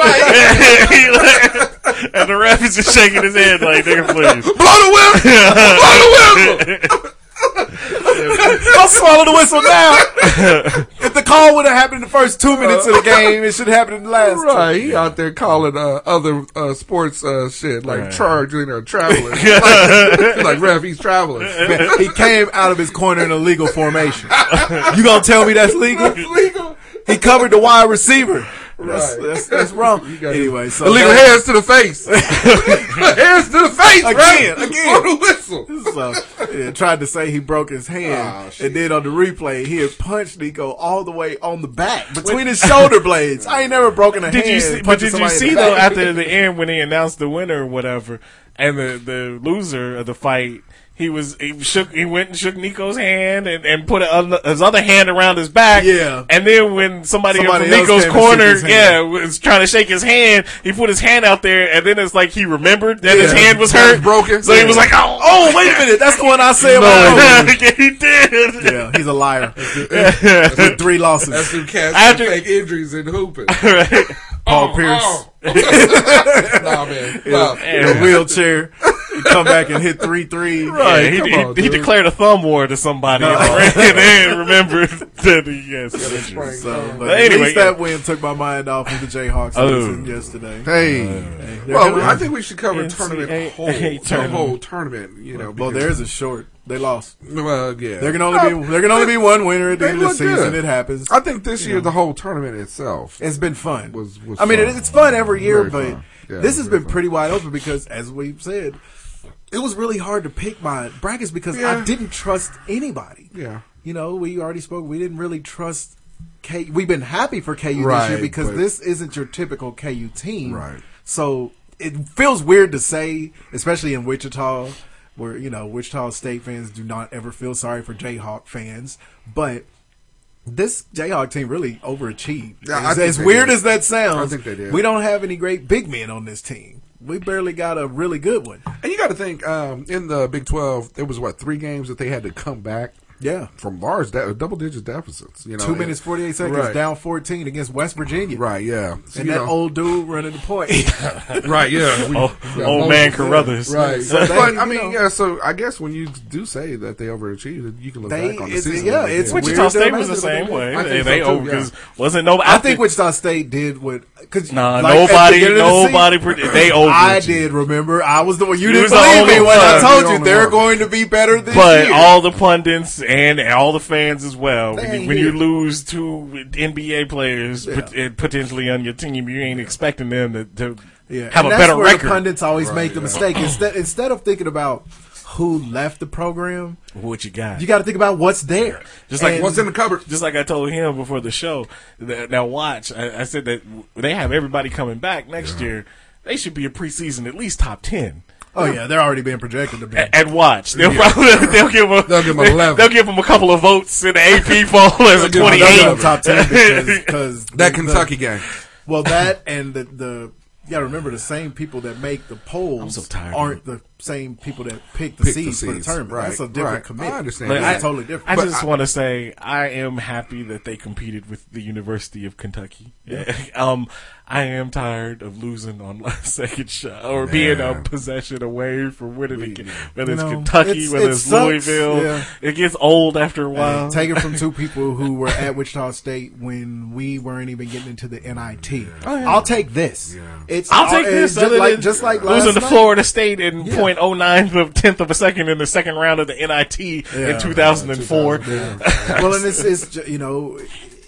Speaker 10: the ref is just shaking his head like, "Nigga, please."
Speaker 11: Blow the whistle! Blow the whistle!
Speaker 12: I'll swallow the whistle now. if the call would have happened in the first two minutes of the game, it should have happened in the last. two.
Speaker 11: Right, he out there calling uh, other uh, sports uh, shit like
Speaker 10: Right.
Speaker 11: charging or traveling. like, like ref, he's traveling.
Speaker 12: Man, he came out of his corner in a legal formation. you gonna tell me that's legal?
Speaker 11: Legal.
Speaker 12: He covered the wide receiver. That's,
Speaker 11: Right.
Speaker 12: that's, that's wrong.
Speaker 11: You got
Speaker 12: Anyway, so
Speaker 11: Illegal
Speaker 12: that-
Speaker 11: hands to the face. hands to the face,
Speaker 12: Again,
Speaker 11: ref.
Speaker 12: again.
Speaker 11: Blow the whistle.
Speaker 12: So, yeah, tried to say he broke his
Speaker 11: Oh,
Speaker 12: hand,
Speaker 11: shit.
Speaker 12: and then on the replay, he had punched Nico all the way on the back between his shoulder blades. I ain't never broken a
Speaker 10: did
Speaker 12: hand.
Speaker 10: you see, but
Speaker 12: punching
Speaker 10: did you
Speaker 12: somebody in
Speaker 10: see
Speaker 12: the
Speaker 10: though
Speaker 12: back.
Speaker 10: after the end when they announced the winner or whatever and the, the loser of the fight he was he shook he went and shook Nico's hand and, and put a, his other hand around his back
Speaker 12: Yeah.
Speaker 10: and then when somebody,
Speaker 12: Somebody
Speaker 10: from
Speaker 12: else
Speaker 10: Nico's
Speaker 12: came and shook
Speaker 10: corner
Speaker 12: his hand.
Speaker 10: yeah was trying to shake his hand he put his hand out there and then it's like he remembered that his
Speaker 12: Yeah.
Speaker 10: hand was
Speaker 11: It was
Speaker 10: hurt
Speaker 11: broken.
Speaker 10: so he was like oh,
Speaker 12: Oh wait a minute, that's the one I said about.
Speaker 10: oh, he did
Speaker 12: Yeah, he's a liar. With three losses.
Speaker 11: That's who cats
Speaker 10: After-
Speaker 11: who fake injuries in hooping.
Speaker 12: Paul Pierce
Speaker 10: Oh,
Speaker 11: nah, man. Nah.
Speaker 12: in a wheelchair. He come back and hit three threes.
Speaker 10: Yeah,
Speaker 11: Right,
Speaker 10: he,
Speaker 11: come
Speaker 10: he-
Speaker 11: on,
Speaker 10: he
Speaker 11: dude.
Speaker 10: declared a thumb war to somebody and then remembered that he yes,
Speaker 12: So, but
Speaker 10: But
Speaker 12: at
Speaker 10: anyway,
Speaker 12: least
Speaker 10: yeah.
Speaker 12: that win took my mind off of the Jayhawks
Speaker 10: Oh.
Speaker 12: losing yesterday.
Speaker 11: Hey.
Speaker 12: They're
Speaker 11: Well,
Speaker 12: gonna-
Speaker 11: I think we should cover
Speaker 10: NCAA
Speaker 11: tournament whole, the
Speaker 10: tournament.
Speaker 11: whole tournament. You know,
Speaker 12: well,
Speaker 11: because-
Speaker 12: there's a short. They lost.
Speaker 11: well, yeah.
Speaker 12: There can only be there can only be one winner at the
Speaker 11: They
Speaker 12: end of the
Speaker 11: look
Speaker 12: season.
Speaker 11: good.
Speaker 12: It happens.
Speaker 11: I think this year the whole tournament itself.
Speaker 12: It's been fun.
Speaker 11: Was- was
Speaker 12: I mean,
Speaker 11: fun.
Speaker 12: it it's fun every year,
Speaker 11: Very
Speaker 12: but
Speaker 11: fun. Yeah,
Speaker 12: this has
Speaker 11: very
Speaker 12: been
Speaker 11: fun.
Speaker 12: pretty wide open because, as we've said, it was really hard to pick my brackets because
Speaker 11: Yeah.
Speaker 12: I didn't trust anybody.
Speaker 11: Yeah.
Speaker 12: you know, we already spoke. We didn't really trust KU. We've been happy for KU this year
Speaker 11: Right,
Speaker 12: because
Speaker 11: but-
Speaker 12: this isn't your typical KU team.
Speaker 11: Right.
Speaker 12: So it feels weird to say, especially in Wichita, where you know Wichita State fans do not ever feel sorry for Jayhawk fans, but. This Jayhawk team really overachieved.
Speaker 11: Yeah, I
Speaker 12: as
Speaker 11: think
Speaker 12: as
Speaker 11: they
Speaker 12: weird
Speaker 11: did.
Speaker 12: as that sounds,
Speaker 11: I think they did.
Speaker 12: we don't have any great big men on this team. We barely got a really good one.
Speaker 11: And you got to think um, in the Big Twelve, there was what three games that they had to come back.
Speaker 12: Yeah,
Speaker 11: from large de- double digit deficits. You know,
Speaker 12: Two minutes forty eight seconds
Speaker 11: Right.
Speaker 12: down fourteen against West Virginia.
Speaker 11: Right, yeah, So,
Speaker 12: and
Speaker 11: you
Speaker 12: that
Speaker 11: know.
Speaker 12: old dude running the point.
Speaker 11: right, yeah. We-
Speaker 10: Oh,
Speaker 11: yeah,
Speaker 10: old
Speaker 11: most-
Speaker 10: man Carruthers.
Speaker 11: Right.
Speaker 10: So they-
Speaker 11: but, I
Speaker 12: you
Speaker 11: mean,
Speaker 12: know.
Speaker 11: yeah, so I guess when you do say that they overachieved, you can look
Speaker 12: They-
Speaker 11: back on the
Speaker 12: it's-
Speaker 11: season.
Speaker 12: yeah,
Speaker 11: and they
Speaker 12: it's
Speaker 11: did.
Speaker 10: Wichita
Speaker 12: weird
Speaker 10: State
Speaker 12: that
Speaker 10: was the
Speaker 12: they
Speaker 10: same
Speaker 12: did.
Speaker 10: way.
Speaker 11: I
Speaker 10: They,
Speaker 11: think
Speaker 10: they
Speaker 11: so, too,
Speaker 10: over because
Speaker 11: yeah.
Speaker 10: wasn't nobody.
Speaker 12: I think Wichita State did what because
Speaker 10: Nah, nobody- nobody predi- they
Speaker 12: I
Speaker 10: overachieved.
Speaker 12: did remember. I was the one you
Speaker 10: You
Speaker 12: didn't
Speaker 10: was the
Speaker 12: believe
Speaker 10: only
Speaker 12: me when I
Speaker 10: one.
Speaker 12: told
Speaker 10: You
Speaker 12: you
Speaker 10: only
Speaker 12: they're
Speaker 10: one.
Speaker 12: going to be better this
Speaker 10: But
Speaker 12: year.
Speaker 10: all the pundits and all the fans as well. When,
Speaker 12: ain't
Speaker 10: you, when you
Speaker 12: here.
Speaker 10: lose two NBA players pot- and potentially on your team, you ain't expecting them to, to
Speaker 12: yeah.
Speaker 10: have
Speaker 12: and
Speaker 10: a
Speaker 12: that's
Speaker 10: better
Speaker 12: where
Speaker 10: record.
Speaker 12: The pundits always
Speaker 10: Right,
Speaker 12: make the
Speaker 10: yeah.
Speaker 12: mistake instead instead of thinking about who left the program.
Speaker 10: what you got?
Speaker 12: You got to think about what's there.
Speaker 10: Just like
Speaker 12: And-
Speaker 10: cupboard. Just like I told him before the show. that- now watch. I, I said that w- they have everybody coming back next year. They should be a preseason at least top ten.
Speaker 12: Oh yeah, they're already being projected to be.
Speaker 10: A- And watch, they'll
Speaker 12: Yeah.
Speaker 10: probably they'll give them
Speaker 12: They'll give 'em 11.
Speaker 10: They'll give 'em a couple of votes in the AP poll as a
Speaker 12: They'll
Speaker 10: twenty
Speaker 12: give 'em
Speaker 10: eight
Speaker 12: another top ten because- 'cause
Speaker 11: That
Speaker 12: the-
Speaker 11: Kentucky
Speaker 12: the-
Speaker 11: game.
Speaker 12: Well, that and the the you got to remember the same people that make the polls
Speaker 11: I'm so tired.
Speaker 12: aren't the same people that pick the
Speaker 11: Pick the
Speaker 12: seeds for the
Speaker 11: seeds,
Speaker 12: tournament.
Speaker 11: right,
Speaker 12: That's a different
Speaker 11: right.
Speaker 12: committee.
Speaker 11: I understand.
Speaker 10: But
Speaker 12: That's
Speaker 11: Yeah.
Speaker 10: I,
Speaker 12: totally different.
Speaker 10: I
Speaker 12: But
Speaker 10: just
Speaker 12: I-
Speaker 10: want to say I am happy that they competed with the University of Kentucky. um, I am tired of losing on last second shot or being a
Speaker 11: Man.
Speaker 10: possession away from winning. it, whether it's
Speaker 12: You know,
Speaker 10: Kentucky,
Speaker 12: it's-
Speaker 10: whether
Speaker 12: it
Speaker 10: it's
Speaker 12: sucks,
Speaker 10: Louisville,
Speaker 12: yeah.
Speaker 10: it gets old after a while.
Speaker 12: Hey, take it from two people who were at Wichita State when we weren't even getting into the NIT.
Speaker 10: Oh, yeah.
Speaker 12: I'll take this. It's
Speaker 10: I'll take this.
Speaker 12: Just
Speaker 10: other
Speaker 12: like
Speaker 10: than
Speaker 12: just like
Speaker 10: losing
Speaker 12: last
Speaker 10: to
Speaker 12: night.
Speaker 10: Florida State in point oh nine of tenth of a second in the second round of the NIT in two thousand and four.
Speaker 12: well, and it's, it's ju- you know,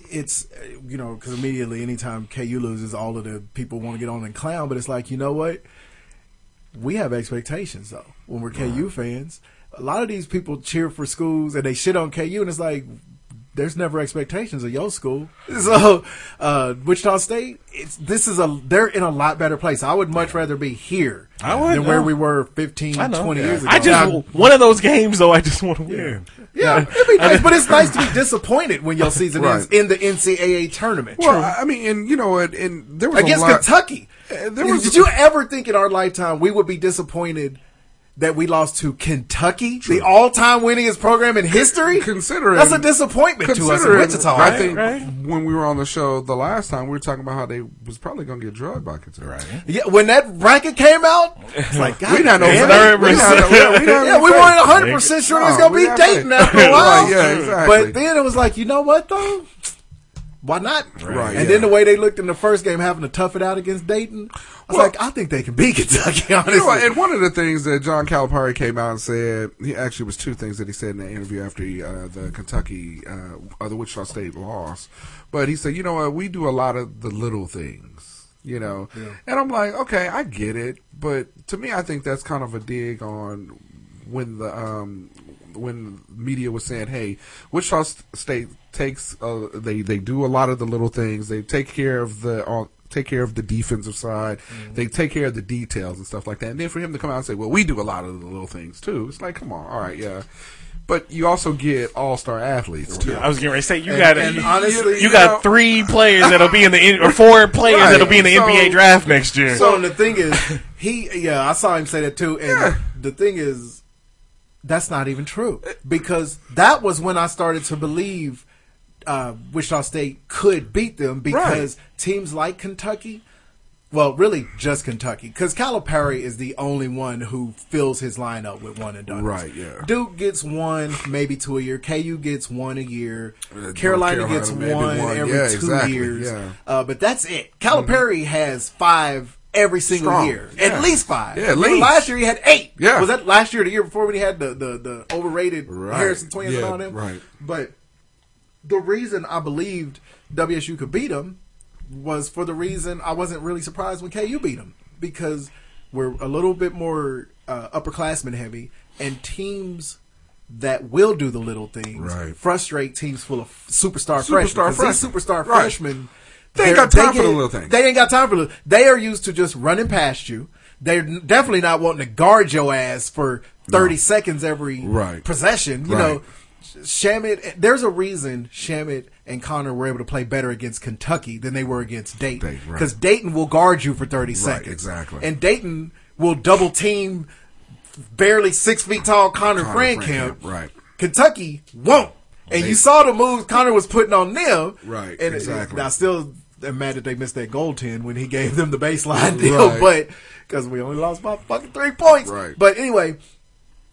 Speaker 12: it's uh, you know, because immediately anytime KU loses, all of the people want to get on and clown. But it's like you know what, we have expectations though when we're KU fans. A lot of these people cheer for schools and they shit on KU, and it's like. There's never expectations of your school, so uh, Wichita State. It's this is a they're in a lot better place. I would much rather be here
Speaker 10: I would,
Speaker 12: than where
Speaker 10: yeah.
Speaker 12: we were 15,
Speaker 10: I know.
Speaker 12: 20 years ago.
Speaker 10: I just one of those games though. I just want to win.
Speaker 12: Yeah, it'd be nice, but it's nice to be disappointed when your season
Speaker 11: Right.
Speaker 12: ends in the NCAA tournament.
Speaker 11: Well, I I mean, and you know what? And there was
Speaker 12: against
Speaker 11: a lot,
Speaker 12: Kentucky.
Speaker 11: Uh, there was
Speaker 12: Did you ever think in our lifetime we would be disappointed that we lost to Kentucky, the all-time winningest program in history?
Speaker 11: Considering
Speaker 12: that's a disappointment to us in
Speaker 11: Considering,
Speaker 12: Wichita.
Speaker 11: I think when we were on the show the last time, we were talking about how they was probably going to get drugged by Kentucky. Right.
Speaker 12: Yeah, when that bracket came out, it's like God
Speaker 11: we not know.
Speaker 12: damn it.
Speaker 11: We not, we not, we not
Speaker 12: yeah, we weren't hundred percent sure it was
Speaker 11: No,
Speaker 12: gonna
Speaker 11: we
Speaker 12: be
Speaker 11: not
Speaker 12: Dayton
Speaker 11: ready.
Speaker 12: after a while.
Speaker 11: Right, yeah, exactly.
Speaker 12: But then it was like, you know what though? Why not?
Speaker 11: Right,
Speaker 12: And
Speaker 11: yeah.
Speaker 12: then the way they looked in the first game, having to tough it out against Dayton, I was like, I think they can beat Kentucky. Honestly,
Speaker 11: You know what, and one of the things that John Calipari came out and said, he actually was two things that he said in the interview after he, uh, the Kentucky, uh, or the Wichita State loss. But he said, you know what, we do a lot of the little things, you know. And I'm like, okay, I get it, but to me, I think that's kind of a dig on when the um, when media was saying, "Hey, Wichita S- State takes uh, they they do a lot of the little things. They take care of the all." Take care of the defensive side.
Speaker 12: Mm-hmm.
Speaker 11: They take care of the details and stuff like that. And then for him to come out and say, "Well, we do a lot of the little things too," it's like, come on, all right, yeah. But you also get all-star athletes. Too.
Speaker 10: I was getting ready to say you
Speaker 11: And-
Speaker 10: got
Speaker 11: and
Speaker 10: you,
Speaker 11: honestly,
Speaker 10: you,
Speaker 11: you
Speaker 10: got
Speaker 11: know-
Speaker 10: three players that'll be in the N- or four players
Speaker 11: Right,
Speaker 10: that'll be in the
Speaker 11: so-
Speaker 10: NBA draft next year.
Speaker 12: So the thing is, he yeah, I saw him say that too. And the thing is, that's not even true because that was when I started to believe uh, Wichita State could beat them because teams like Kentucky. Well, really, just Kentucky, because Calipari is the only one who fills his lineup with one and done.
Speaker 11: Right, yeah.
Speaker 12: Duke gets one, maybe two a year. KU gets one a year.
Speaker 11: Uh,
Speaker 12: Carolina,
Speaker 11: Carolina
Speaker 12: gets
Speaker 11: maybe
Speaker 12: one,
Speaker 11: one.
Speaker 12: every
Speaker 11: Yeah,
Speaker 12: two
Speaker 11: exactly,
Speaker 12: years.
Speaker 11: yeah.
Speaker 12: Uh, but that's it. Calipari has five every single
Speaker 11: Mm-hmm. Strong.
Speaker 12: year,
Speaker 11: Yeah.
Speaker 12: at least five.
Speaker 11: Yeah, at
Speaker 12: Remember
Speaker 11: least.
Speaker 12: Last year he had eight.
Speaker 11: Yeah.
Speaker 12: was that last year? or The year before when he had the the, the overrated
Speaker 11: Right.
Speaker 12: Harrison twins and
Speaker 11: Yeah,
Speaker 12: all them.
Speaker 11: right.
Speaker 12: But the reason I believed WSU could beat them was for the reason I wasn't really surprised when KU beat them because we're a little bit more uh, upperclassmen heavy and teams that will do the little things,
Speaker 11: Right.
Speaker 12: frustrate teams full of superstar,
Speaker 11: Superstar
Speaker 12: freshmen. 'Cause
Speaker 11: freshmen.
Speaker 12: These superstar
Speaker 11: Right.
Speaker 12: freshmen,
Speaker 11: They ain't
Speaker 12: they're-
Speaker 11: got time for the
Speaker 12: get-
Speaker 11: little things.
Speaker 12: They ain't got time for little. They are used to just running past you. They're n- definitely not wanting to guard your ass for thirty seconds every
Speaker 11: Right.
Speaker 12: possession. You
Speaker 11: Right.
Speaker 12: know, Shamit. eh, There's a reason Shamit and Connor were able to play better against Kentucky than they were against Dayton
Speaker 11: right.
Speaker 12: because Dayton will guard you for thirty seconds
Speaker 11: exactly.
Speaker 12: and Dayton will double team barely six feet tall Connor,
Speaker 11: Connor Frankamp,
Speaker 12: Frankamp.
Speaker 11: right.
Speaker 12: Kentucky won't. And
Speaker 11: They-
Speaker 12: you saw the moves Connor was putting on them.
Speaker 11: Right,
Speaker 12: And
Speaker 11: exactly.
Speaker 12: and I still am mad that they missed that goal 10 when he gave them the baseline deal,
Speaker 11: Right.
Speaker 12: but because we only lost by fucking three points.
Speaker 11: Right.
Speaker 12: But anyway,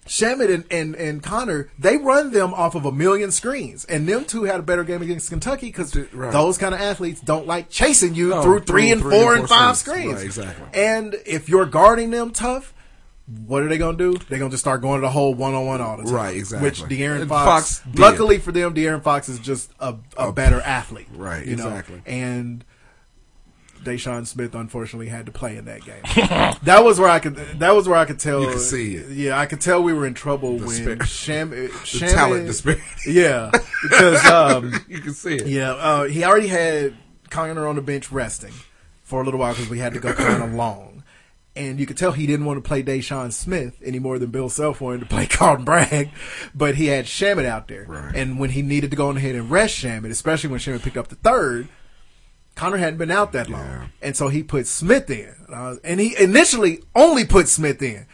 Speaker 12: Shamit and, and, and Connor, they run them off of a million screens. And them two had a better game against Kentucky because
Speaker 11: right.
Speaker 12: those kind of athletes don't like chasing you
Speaker 11: No,
Speaker 12: through three
Speaker 11: through
Speaker 12: and
Speaker 11: three
Speaker 12: four
Speaker 11: and
Speaker 12: and
Speaker 11: four
Speaker 12: five
Speaker 11: screens.
Speaker 12: screens.
Speaker 11: Right, exactly.
Speaker 12: And if you're guarding them tough, what are they going to do? They're going to just start going to the whole one on one all the time.
Speaker 11: Right, exactly.
Speaker 12: Which De'Aaron
Speaker 11: And
Speaker 12: Fox,
Speaker 11: Fox did.
Speaker 12: luckily for them, De'Aaron Fox is just a, a better athlete.
Speaker 11: Right,
Speaker 12: you know?
Speaker 11: exactly.
Speaker 12: And Deshaun Smith unfortunately had to play in that game. that was where I could. That was where I could tell.
Speaker 11: You could see it.
Speaker 12: Yeah, I could tell we were in trouble when
Speaker 11: Despair.
Speaker 12: Sham, Sham
Speaker 11: talent disparity.
Speaker 12: Yeah, because um,
Speaker 11: You can see it.
Speaker 12: Yeah, uh, he already had Connor on the bench resting for a little while because we had to go kind of long. And you could tell he didn't want to play Deshaun Smith any more than Bill Self wanted to play Carlton Bragg, but he had Shamit out there.
Speaker 11: Right.
Speaker 12: And when he needed to go on ahead and rest Shamit, especially when Shamit picked up the third, Connor hadn't been out that long, and so he put Smith in, and, I was- and he initially only put Smith in.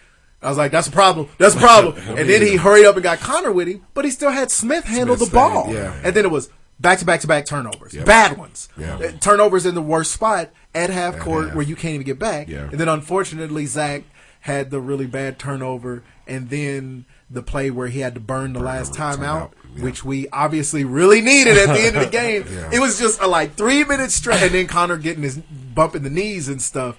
Speaker 12: I was like, "That's a problem. That's a problem." and then he hurried up and got Connor with him, but he still had Smith handle
Speaker 11: Smith
Speaker 12: the ball.
Speaker 11: stayed, yeah.
Speaker 12: And then it was back to back to back turnovers,
Speaker 11: Yep.
Speaker 12: bad ones,
Speaker 11: Yeah.
Speaker 12: Uh, turnovers in the worst spot at half
Speaker 11: At
Speaker 12: court
Speaker 11: half.
Speaker 12: where you can't even get back.
Speaker 11: Yeah.
Speaker 12: And then unfortunately, Zach had the really bad turnover, and then the play where he had to burn the last timeout, which we obviously really needed at the end of the game.
Speaker 11: Yeah.
Speaker 12: It was just a like three minute stretch, and then Connor getting his bumping the knees and stuff.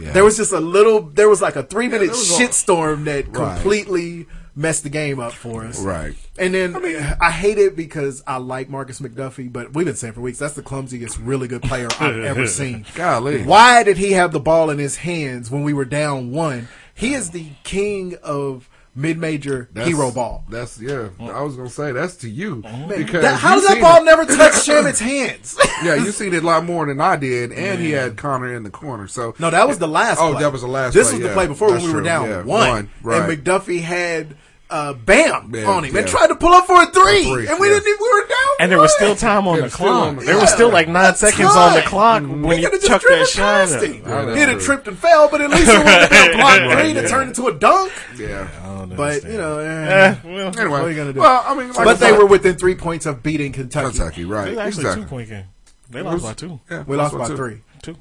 Speaker 11: Yeah.
Speaker 12: There was just a little. There was like a three minute
Speaker 11: was a-
Speaker 12: shitstorm that
Speaker 11: Right.
Speaker 12: completely messed the game up for us.
Speaker 11: Right.
Speaker 12: And then I, hate it because I like Marcus McDuffie, but we've been saying for weeks that's the clumsiest, really good player I've ever seen.
Speaker 11: Golly.
Speaker 12: Why did he have the ball in his hands when we were down one? He is the king of mid major
Speaker 11: That's-
Speaker 12: hero ball. Uh-huh.
Speaker 11: That's yeah. I was gonna say that's to you because
Speaker 12: That, how
Speaker 11: you
Speaker 12: does that
Speaker 11: seen
Speaker 12: ball
Speaker 11: it.
Speaker 12: never touch Shamit's hands?
Speaker 11: yeah, you seen it a lot more than I did, and he had Connor in the corner. So
Speaker 12: No, that was the last.
Speaker 11: Oh,
Speaker 12: play.
Speaker 11: that was the last.
Speaker 12: This
Speaker 11: play,
Speaker 12: was
Speaker 11: yeah.
Speaker 12: the play before when
Speaker 11: That's
Speaker 12: we were
Speaker 11: true,
Speaker 12: down
Speaker 11: yeah.
Speaker 12: one,
Speaker 11: right.
Speaker 12: and McDuffie had uh, Bam
Speaker 11: Yeah,
Speaker 12: on him and
Speaker 11: yeah.
Speaker 12: tried to pull up for a three,
Speaker 11: A three,
Speaker 12: and we
Speaker 11: yeah.
Speaker 12: didn't. Even, we were down,
Speaker 10: And there was
Speaker 12: one.
Speaker 10: still time on
Speaker 11: Yeah,
Speaker 10: the
Speaker 11: still
Speaker 10: clock.
Speaker 11: on the-
Speaker 10: there was still like nine seconds on the
Speaker 12: time.
Speaker 10: clock when
Speaker 12: We
Speaker 10: you
Speaker 12: could have just
Speaker 10: chucked that
Speaker 12: driven
Speaker 10: shot.
Speaker 12: past him.
Speaker 10: up.
Speaker 11: Yeah, that's
Speaker 12: He'd have
Speaker 11: true.
Speaker 12: tripped and fell, but at least it wouldn't have been a block
Speaker 10: Right,
Speaker 12: three to
Speaker 10: yeah.
Speaker 12: turn into a dunk.
Speaker 11: yeah.
Speaker 12: But you know, eh,
Speaker 10: Eh, well,
Speaker 11: Anyway,
Speaker 12: what are you gonna do?
Speaker 11: well, I mean, like I
Speaker 12: but they
Speaker 11: said-
Speaker 12: were within three points of beating Kentucky.
Speaker 11: Kentucky,
Speaker 10: it
Speaker 11: right?
Speaker 10: was actually
Speaker 11: exactly.
Speaker 10: a two point game. They
Speaker 11: was-
Speaker 10: lost by two.
Speaker 11: Yeah,
Speaker 12: We lost
Speaker 11: one,
Speaker 12: by
Speaker 11: two.
Speaker 12: three.
Speaker 10: Two.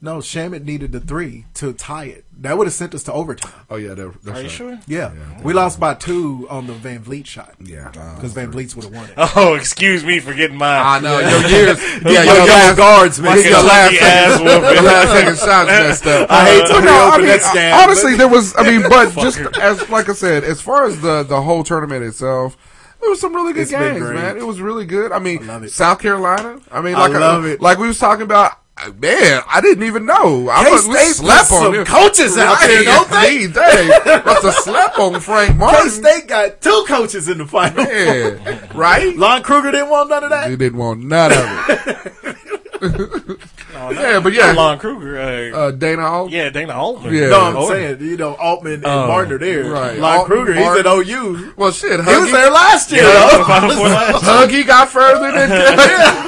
Speaker 12: No, Shamit needed the three to tie it. That would have sent us to overtime.
Speaker 11: Oh yeah, that, that's
Speaker 10: Are
Speaker 11: right.
Speaker 10: you sure?
Speaker 12: Yeah, we lost by two on the Van Vliet shot.
Speaker 11: Yeah,
Speaker 12: because Van Vliet's would have won it.
Speaker 10: Oh, excuse me for getting mine.
Speaker 11: I know your years. Yeah,
Speaker 10: Your
Speaker 11: your last guards,
Speaker 10: man.
Speaker 11: Your last
Speaker 10: Kentucky ass
Speaker 11: second,
Speaker 10: whooping.
Speaker 11: your last second shots messed up.
Speaker 12: Uh,
Speaker 10: I hate to
Speaker 11: But
Speaker 10: reopen
Speaker 11: I mean,
Speaker 10: that scam,
Speaker 11: uh,
Speaker 10: but-
Speaker 11: Honestly, there was. I mean, but just as like I said, as far as the the whole tournament itself. There was some really good
Speaker 12: It's been
Speaker 11: games,
Speaker 12: great.
Speaker 11: man. It was really good. I mean,
Speaker 12: love it.
Speaker 11: South Carolina. I mean,
Speaker 12: I
Speaker 11: like uh,
Speaker 12: love it.
Speaker 11: Like we was talking about, uh, man. I didn't even know. I was
Speaker 12: K-State
Speaker 11: slap
Speaker 12: put
Speaker 11: on
Speaker 12: some
Speaker 11: him.
Speaker 12: coaches out there, don't they?
Speaker 11: Indeed, they must have slap on Frank
Speaker 12: K
Speaker 11: Martin.
Speaker 12: State got two coaches in the final.
Speaker 11: Yeah, right.
Speaker 12: Lon Kruger didn't want none of that.
Speaker 11: You didn't want none of it. yeah, but yeah,
Speaker 10: Lon Kruger. Uh,
Speaker 11: Ah. uh, Dana Hall.
Speaker 10: yeah, Dana Altman.
Speaker 11: Yeah.
Speaker 12: No, I'm
Speaker 10: Oh,
Speaker 12: saying you know Altman and Martin are there.
Speaker 11: right.
Speaker 12: Lon
Speaker 11: Altman,
Speaker 12: Kruger, he's
Speaker 11: Martin.
Speaker 12: at OU.
Speaker 11: Well, shit,
Speaker 12: He was
Speaker 11: Huggy,
Speaker 12: there last year.
Speaker 10: yeah,
Speaker 12: though.
Speaker 10: Final Four last year.
Speaker 11: Huggy got further than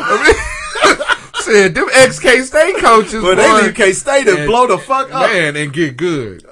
Speaker 11: I mean, shit. Them XK State coaches,
Speaker 12: But they
Speaker 11: boy,
Speaker 12: leave K State and
Speaker 11: Yeah.
Speaker 12: blow the fuck up.
Speaker 11: man, and get good,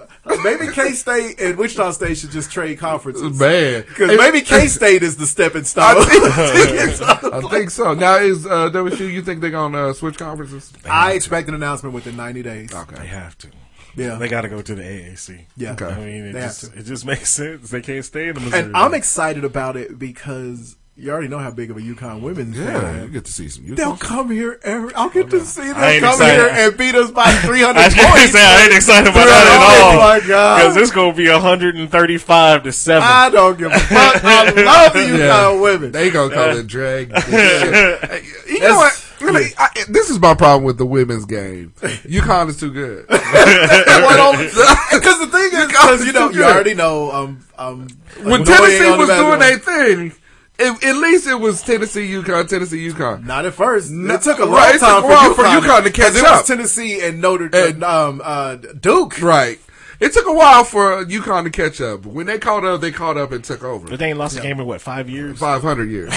Speaker 12: Maybe K State and Wichita State should just trade conferences.
Speaker 11: man.
Speaker 12: Because maybe K State is the stepping stone.
Speaker 11: I think so. Now is uh, WSU? You think they're gonna uh, switch conferences?
Speaker 12: I expect an announcement within 90 days.
Speaker 10: They
Speaker 11: Okay,
Speaker 10: have to.
Speaker 12: Yeah.
Speaker 10: They got to go to the AAC.
Speaker 12: Yeah.
Speaker 11: Okay.
Speaker 10: I mean, it
Speaker 12: They
Speaker 10: just
Speaker 12: have
Speaker 10: it just makes sense. They can't stay in the Missouri.
Speaker 12: And I'm excited about it because you already know how big of a UConn women's fan I
Speaker 11: yeah,
Speaker 12: am.
Speaker 11: you get to see some. you-
Speaker 12: They'll come here every. I'll get to see them
Speaker 10: Oh, I ain't
Speaker 12: come
Speaker 10: excited.
Speaker 12: here and beat us by 300
Speaker 10: I was gonna
Speaker 12: points.
Speaker 10: say I ain't excited about
Speaker 12: Oh
Speaker 10: that at all
Speaker 12: my God.
Speaker 10: because it's gonna be 135 to seven.
Speaker 12: I don't give a fuck. I love the UConn
Speaker 11: Yeah.
Speaker 12: women.
Speaker 11: They gonna call it drag. You know
Speaker 12: That's-
Speaker 11: what? I mean, I- this is my problem with the women's game. UConn is too good.
Speaker 12: Because the thing is, because you know, you already know. Um, um,
Speaker 11: when Tennessee was doing their thing, it, at least it was Tennessee, UConn, Tennessee, UConn.
Speaker 12: Not at first.
Speaker 11: No,
Speaker 12: it took a long
Speaker 11: right, it took
Speaker 12: time
Speaker 11: a
Speaker 12: for
Speaker 11: while for UConn
Speaker 12: UConn,
Speaker 11: to Eh.
Speaker 12: 'cause
Speaker 11: catch
Speaker 12: it
Speaker 11: up.
Speaker 12: was Tennessee and Notre and, um, uh, Duke.
Speaker 11: Right. It took a while for UConn to catch up. When they caught up, they caught up and took over. But
Speaker 10: they ain't lost a game in what five years?
Speaker 11: Five hundred years.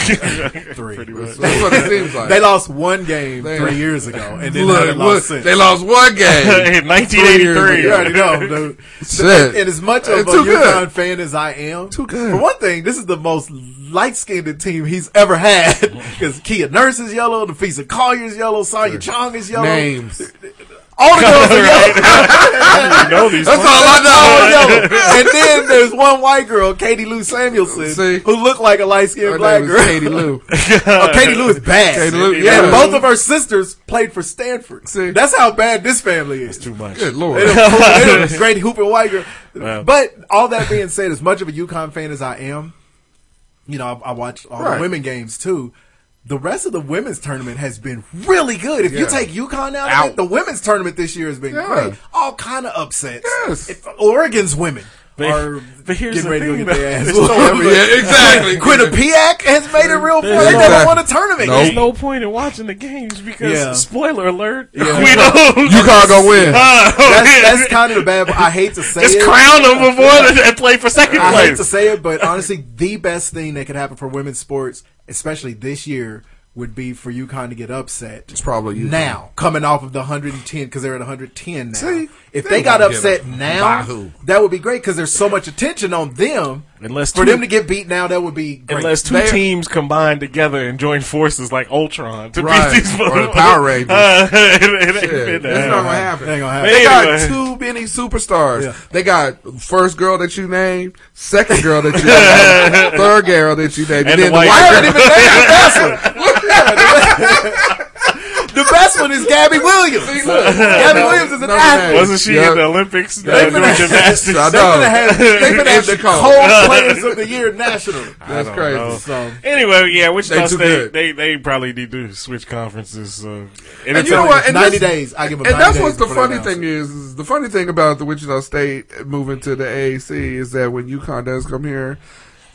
Speaker 10: Three. Pretty much.
Speaker 11: That's what it seems like.
Speaker 12: They lost one game
Speaker 11: They-
Speaker 12: three years ago, and then
Speaker 11: Look,
Speaker 12: haven't
Speaker 11: look,
Speaker 12: lost since.
Speaker 11: they lost one game.
Speaker 12: Three years ago. You already know. dude.
Speaker 11: Shit.
Speaker 12: And as much of a
Speaker 11: It's too good.
Speaker 12: UConn fan as I am, too good. for one thing, this is the most light-skinned team he's ever had. Because Kia Nurse is yellow, Nafisa Collier's yellow, Sonya Chong is yellow.
Speaker 11: Names.
Speaker 12: All the girls are yellow.
Speaker 10: know these
Speaker 12: That's
Speaker 10: ones.
Speaker 12: all
Speaker 11: Oh,
Speaker 12: I know. All yellow. Oh, and then there's one white girl, Katie Lou Samuelson, who looked like a light skinned black
Speaker 11: name is
Speaker 12: girl.
Speaker 11: Katie Lou.
Speaker 12: oh, Katie Lou is bad.
Speaker 11: Katie Lou,
Speaker 12: yeah,
Speaker 11: yeah.
Speaker 12: both of her sisters played for Stanford. That's how bad this family is.
Speaker 10: too much.
Speaker 11: Good lord.
Speaker 12: They done- they done great hooping white girl.
Speaker 10: Wow.
Speaker 12: But all that being said, as much of a UConn fan as I am, you know, I, I watch all
Speaker 11: Right.
Speaker 12: the women games too. The rest of the women's tournament has been really good. If you
Speaker 11: Yeah.
Speaker 12: take UConn out,
Speaker 11: Out.
Speaker 12: of it, the women's tournament this year has been
Speaker 11: Yeah.
Speaker 12: great. All kind of upsets. If Oregon's women
Speaker 10: But-
Speaker 12: are
Speaker 10: but here's
Speaker 12: getting
Speaker 10: the
Speaker 12: ready to
Speaker 10: thing
Speaker 12: go get their
Speaker 10: about
Speaker 12: ass
Speaker 10: this
Speaker 12: whooped.
Speaker 10: tournament. Yeah, exactly.
Speaker 12: Quinnipiac has made it real fun. They
Speaker 10: There's
Speaker 12: never
Speaker 10: no-
Speaker 12: won a tournament.
Speaker 10: There's no point in watching the games because
Speaker 12: Yeah.
Speaker 10: spoiler alert,
Speaker 12: Yeah.
Speaker 10: we don't.
Speaker 11: UConn gonna win.
Speaker 10: Ah,
Speaker 12: that's, that's kind of the bad. I hate to say
Speaker 10: Just
Speaker 12: it.
Speaker 10: crown them before they play for second
Speaker 12: I hate
Speaker 10: place.
Speaker 12: to say it, but honestly, the best thing that could happen for women's sports, especially this year, would be for UConn to get upset.
Speaker 11: It's probably UConn.
Speaker 12: now coming off of the 110 because they're at 110 now.
Speaker 11: See?
Speaker 12: if
Speaker 11: They
Speaker 12: they, got
Speaker 11: won't get
Speaker 12: upset
Speaker 11: them. By
Speaker 12: now,
Speaker 11: who?
Speaker 12: that would be great because there's so much attention on them.
Speaker 10: Unless
Speaker 12: for
Speaker 10: two-
Speaker 12: them to get beat now, that would be great.
Speaker 10: Unless two
Speaker 12: They're-
Speaker 10: teams combine together and join forces like Ultron to
Speaker 11: Right.
Speaker 10: beat these
Speaker 11: Or the Power Rangers.
Speaker 10: Uh, it, it ain't
Speaker 11: Shit,
Speaker 10: been
Speaker 11: that's
Speaker 10: that.
Speaker 11: not gonna happen.
Speaker 12: Ain't gonna happen.
Speaker 11: They got
Speaker 10: Anyway.
Speaker 11: too many superstars.
Speaker 12: Yeah.
Speaker 11: They got first girl that you named, second girl that you named, third girl that you named, and,
Speaker 10: And
Speaker 11: then
Speaker 10: the
Speaker 11: the
Speaker 10: white
Speaker 11: white
Speaker 10: girl.
Speaker 11: girl. even named.
Speaker 12: The best one is Gabby Williams. Gabby Williams is an
Speaker 11: Another
Speaker 12: athlete.
Speaker 11: name.
Speaker 10: Wasn't she
Speaker 11: Yep.
Speaker 10: in the Olympics uh,
Speaker 12: They
Speaker 10: doing
Speaker 12: finna-
Speaker 10: gymnastics?
Speaker 11: I
Speaker 12: They
Speaker 11: know.
Speaker 12: finna have, they finna have
Speaker 11: It's
Speaker 12: the
Speaker 11: cold.
Speaker 12: cold players of the year national.
Speaker 11: That's
Speaker 10: know.
Speaker 11: crazy.
Speaker 12: So
Speaker 10: Anyway, yeah, Wichita
Speaker 11: They too
Speaker 10: State,
Speaker 11: good.
Speaker 10: they, they probably need to switch conferences. Uh, and
Speaker 11: And
Speaker 10: it's
Speaker 11: you know
Speaker 10: only-
Speaker 11: what? And
Speaker 12: 90
Speaker 11: that's-
Speaker 12: days. I give them
Speaker 11: And
Speaker 12: 90
Speaker 11: that's
Speaker 12: days
Speaker 11: what's the
Speaker 12: before they
Speaker 11: funny
Speaker 12: announce
Speaker 11: thing is, is the funny thing about the Wichita State moving to the AAC is that when UConn does come here,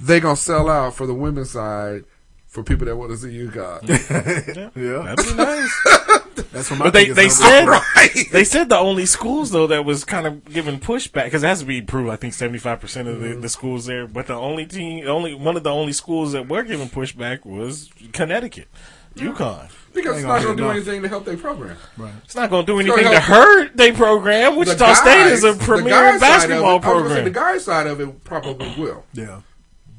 Speaker 11: they gonna sell out for the women's side for people that want to see UConn.
Speaker 12: it. Yeah,
Speaker 10: That'd be nice.
Speaker 12: that's what my
Speaker 10: But they,
Speaker 12: biggest
Speaker 10: they
Speaker 12: number-
Speaker 10: said they said the only schools though that was kind of giving pushback because it has to be approved. I think seventy five percent of
Speaker 11: Mm-hmm.
Speaker 10: the, the schools there, but the only team, only one of the only schools that were giving pushback was Connecticut, UConn.
Speaker 11: because it's not gonna do anything to help their program.
Speaker 10: It's not going to do
Speaker 11: gonna
Speaker 10: anything to
Speaker 11: help-
Speaker 10: hurt they program.
Speaker 11: The
Speaker 10: Wichita State is a
Speaker 11: guys- the
Speaker 10: premier
Speaker 11: guys side of
Speaker 10: basketball
Speaker 11: it- I was gonna say,
Speaker 10: program.
Speaker 11: The guys side of it probably will.
Speaker 12: Yeah.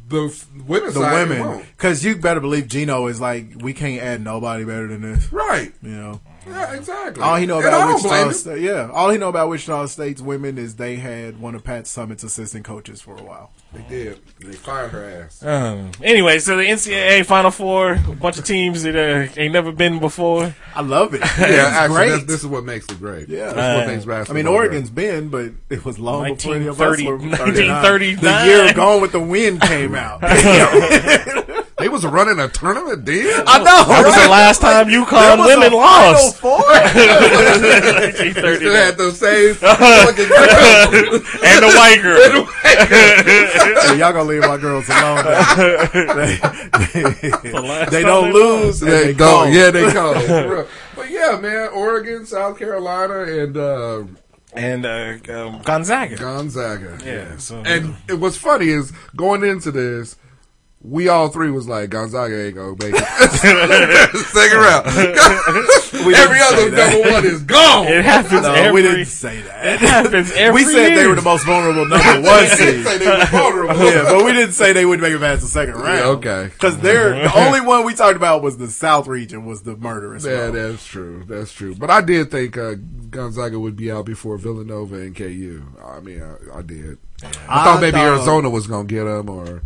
Speaker 11: The f- women's
Speaker 12: The
Speaker 11: side it
Speaker 12: women,
Speaker 11: won't.
Speaker 12: because you better believe Gino is like, we can't add nobody better than this.
Speaker 11: Right.
Speaker 12: You know,
Speaker 11: Yeah, exactly.
Speaker 12: all he know
Speaker 11: And I
Speaker 12: about
Speaker 11: don't blame
Speaker 12: Wichita
Speaker 11: him.
Speaker 12: State, yeah, all he know about Wichita State's women is they had one of Pat Summit's assistant coaches for a while.
Speaker 11: They did. They fired her ass.
Speaker 10: Um, anyway, so the NCAA Final Four, a bunch of teams that uh, ain't never been before.
Speaker 12: I love it.
Speaker 11: Yeah,
Speaker 12: it's
Speaker 11: actually, that's,
Speaker 12: great.
Speaker 11: this is what makes it great.
Speaker 12: Yeah.
Speaker 11: This is what
Speaker 10: Uh,
Speaker 11: makes
Speaker 12: I
Speaker 11: basketball.
Speaker 12: mean, Oregon's been, but it was long before any of us were
Speaker 10: 1930
Speaker 12: The year Gone with the Wind came out.
Speaker 11: great. they was running a tournament, then.
Speaker 12: I know.
Speaker 10: That was the last time
Speaker 12: There
Speaker 10: UConn
Speaker 12: was
Speaker 10: women
Speaker 12: a
Speaker 10: lost.
Speaker 12: Final Four.
Speaker 11: They
Speaker 10: 1930.
Speaker 11: still had those same fucking girls.
Speaker 10: and the white girl.
Speaker 12: Hey, y'all gonna leave my girls alone.
Speaker 10: The
Speaker 12: They,
Speaker 10: last
Speaker 12: they
Speaker 10: time
Speaker 12: don't lose. and
Speaker 11: They,
Speaker 12: they
Speaker 11: go,
Speaker 12: cold.
Speaker 11: yeah, they go. but yeah, man, Oregon, South Carolina, and uh,
Speaker 10: And uh, um, Gonzaga.
Speaker 11: Gonzaga.
Speaker 10: yeah. So,
Speaker 11: And it, what's funny is going into this, we all three was like Gonzaga ain't gonna make it. Second round, every other number one is gone.
Speaker 10: it happens
Speaker 12: No,
Speaker 10: every.
Speaker 12: we didn't say that.
Speaker 10: It happens every
Speaker 12: we said they
Speaker 10: year.
Speaker 12: were the most vulnerable number one
Speaker 11: They
Speaker 12: seed.
Speaker 11: say they were vulnerable.
Speaker 12: Yeah, but we didn't say they wouldn't make it past the second round.
Speaker 11: Yeah, okay.
Speaker 12: because they're the only one we talked about was the South region was the murderous.
Speaker 11: Yeah,
Speaker 12: one.
Speaker 11: that's true. That's true. But I did think uh, Gonzaga would be out before Villanova and KU. I mean, I, I did. I, thought maybe
Speaker 12: thought-
Speaker 11: Arizona was going to get them, or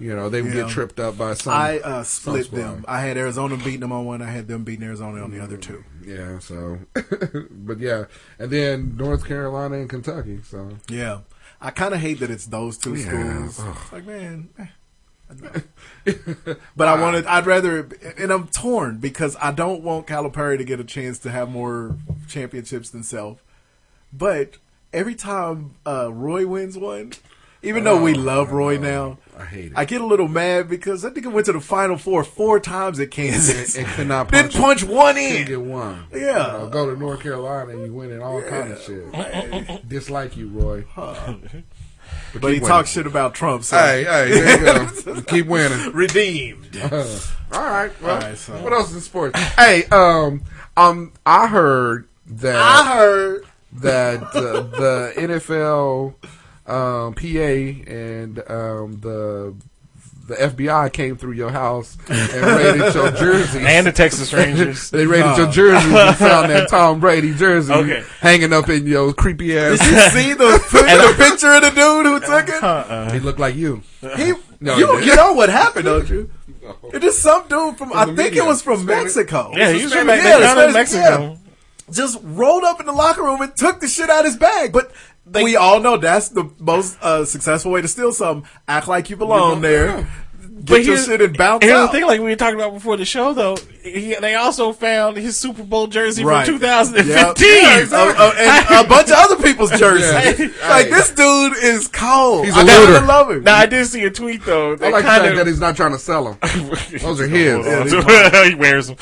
Speaker 11: you know, they would
Speaker 12: Yeah.
Speaker 11: get tripped up by some.
Speaker 12: I uh, split
Speaker 11: Sounds
Speaker 12: them. I had Arizona beating them on one. I had them beating Arizona on the other two.
Speaker 11: yeah. So, but yeah, and then North Carolina and Kentucky. So
Speaker 12: Yeah, I kind of hate that it's those two
Speaker 11: Yeah.
Speaker 12: schools.
Speaker 11: Ugh.
Speaker 12: Like man, eh, But I wanted. I'd rather, and I'm torn because I don't want Calipari to get a chance to have more championships than self. But every time uh, Roy wins one, even though we
Speaker 11: Oh,
Speaker 12: love Roy
Speaker 11: oh,
Speaker 12: now,
Speaker 11: I hate it.
Speaker 12: I get a little mad because that nigga went to the Final Four four times at Kansas
Speaker 11: And could not
Speaker 12: didn't punch one
Speaker 11: Couldn't
Speaker 12: in.
Speaker 11: Get one.
Speaker 12: Yeah.
Speaker 11: You know, go to North Carolina and you win in all kind of shit. Dislike you, Roy.
Speaker 12: But,
Speaker 11: keep
Speaker 12: he
Speaker 11: winning.
Speaker 12: talks shit about Trump. So.
Speaker 11: Hey, hey, there you go. Keep winning.
Speaker 12: Redeemed.
Speaker 11: all right. Well,
Speaker 12: All right, so-
Speaker 11: what else in sports? hey, um, um, I heard that
Speaker 12: I heard.
Speaker 11: that uh, the NFL um, PA and um, the the FBI came through your house and raided your jerseys
Speaker 10: And the Texas Rangers.
Speaker 11: they raided your
Speaker 10: Oh.
Speaker 11: jerseys and found that Tom Brady jersey
Speaker 10: Okay.
Speaker 11: hanging up in your creepy ass.
Speaker 12: Did you see the, the picture of the dude who took it?
Speaker 10: Uh-huh.
Speaker 11: He looked like you.
Speaker 12: He,
Speaker 11: No, he
Speaker 12: you,
Speaker 11: didn't.
Speaker 12: you know what happened, don't you? It is some dude from, I
Speaker 11: the
Speaker 12: think
Speaker 11: media.
Speaker 12: it was from
Speaker 11: Hispanic.
Speaker 12: Mexico.
Speaker 10: Yeah, he was from
Speaker 12: Hispanic.
Speaker 10: Mexico. They
Speaker 12: the
Speaker 10: found him in
Speaker 12: Spanish-
Speaker 10: Mexico.
Speaker 12: yeah. Just rolled up in the locker room and took the shit out of his bag. But we all know that's the most uh, successful way to steal something. Act like you belong there. Get your
Speaker 10: here's-
Speaker 12: shit and bounce
Speaker 10: here's
Speaker 12: out.
Speaker 10: the thing, like we were talking about before the show, though, he, they also found his Super Bowl jersey
Speaker 12: Right.
Speaker 10: from 2015.
Speaker 12: Yep. Yeah, exactly. Oh, oh, and a bunch of other people's jerseys.
Speaker 10: Yeah.
Speaker 12: Like this dude is cold.
Speaker 11: He's a
Speaker 12: I gotta
Speaker 11: looter.
Speaker 12: love him.
Speaker 10: Now I did see a tweet though.
Speaker 11: I
Speaker 10: That
Speaker 11: like the
Speaker 10: kind
Speaker 11: fact
Speaker 10: of
Speaker 11: that he's not trying to sell them. Those are his.
Speaker 10: he wears them.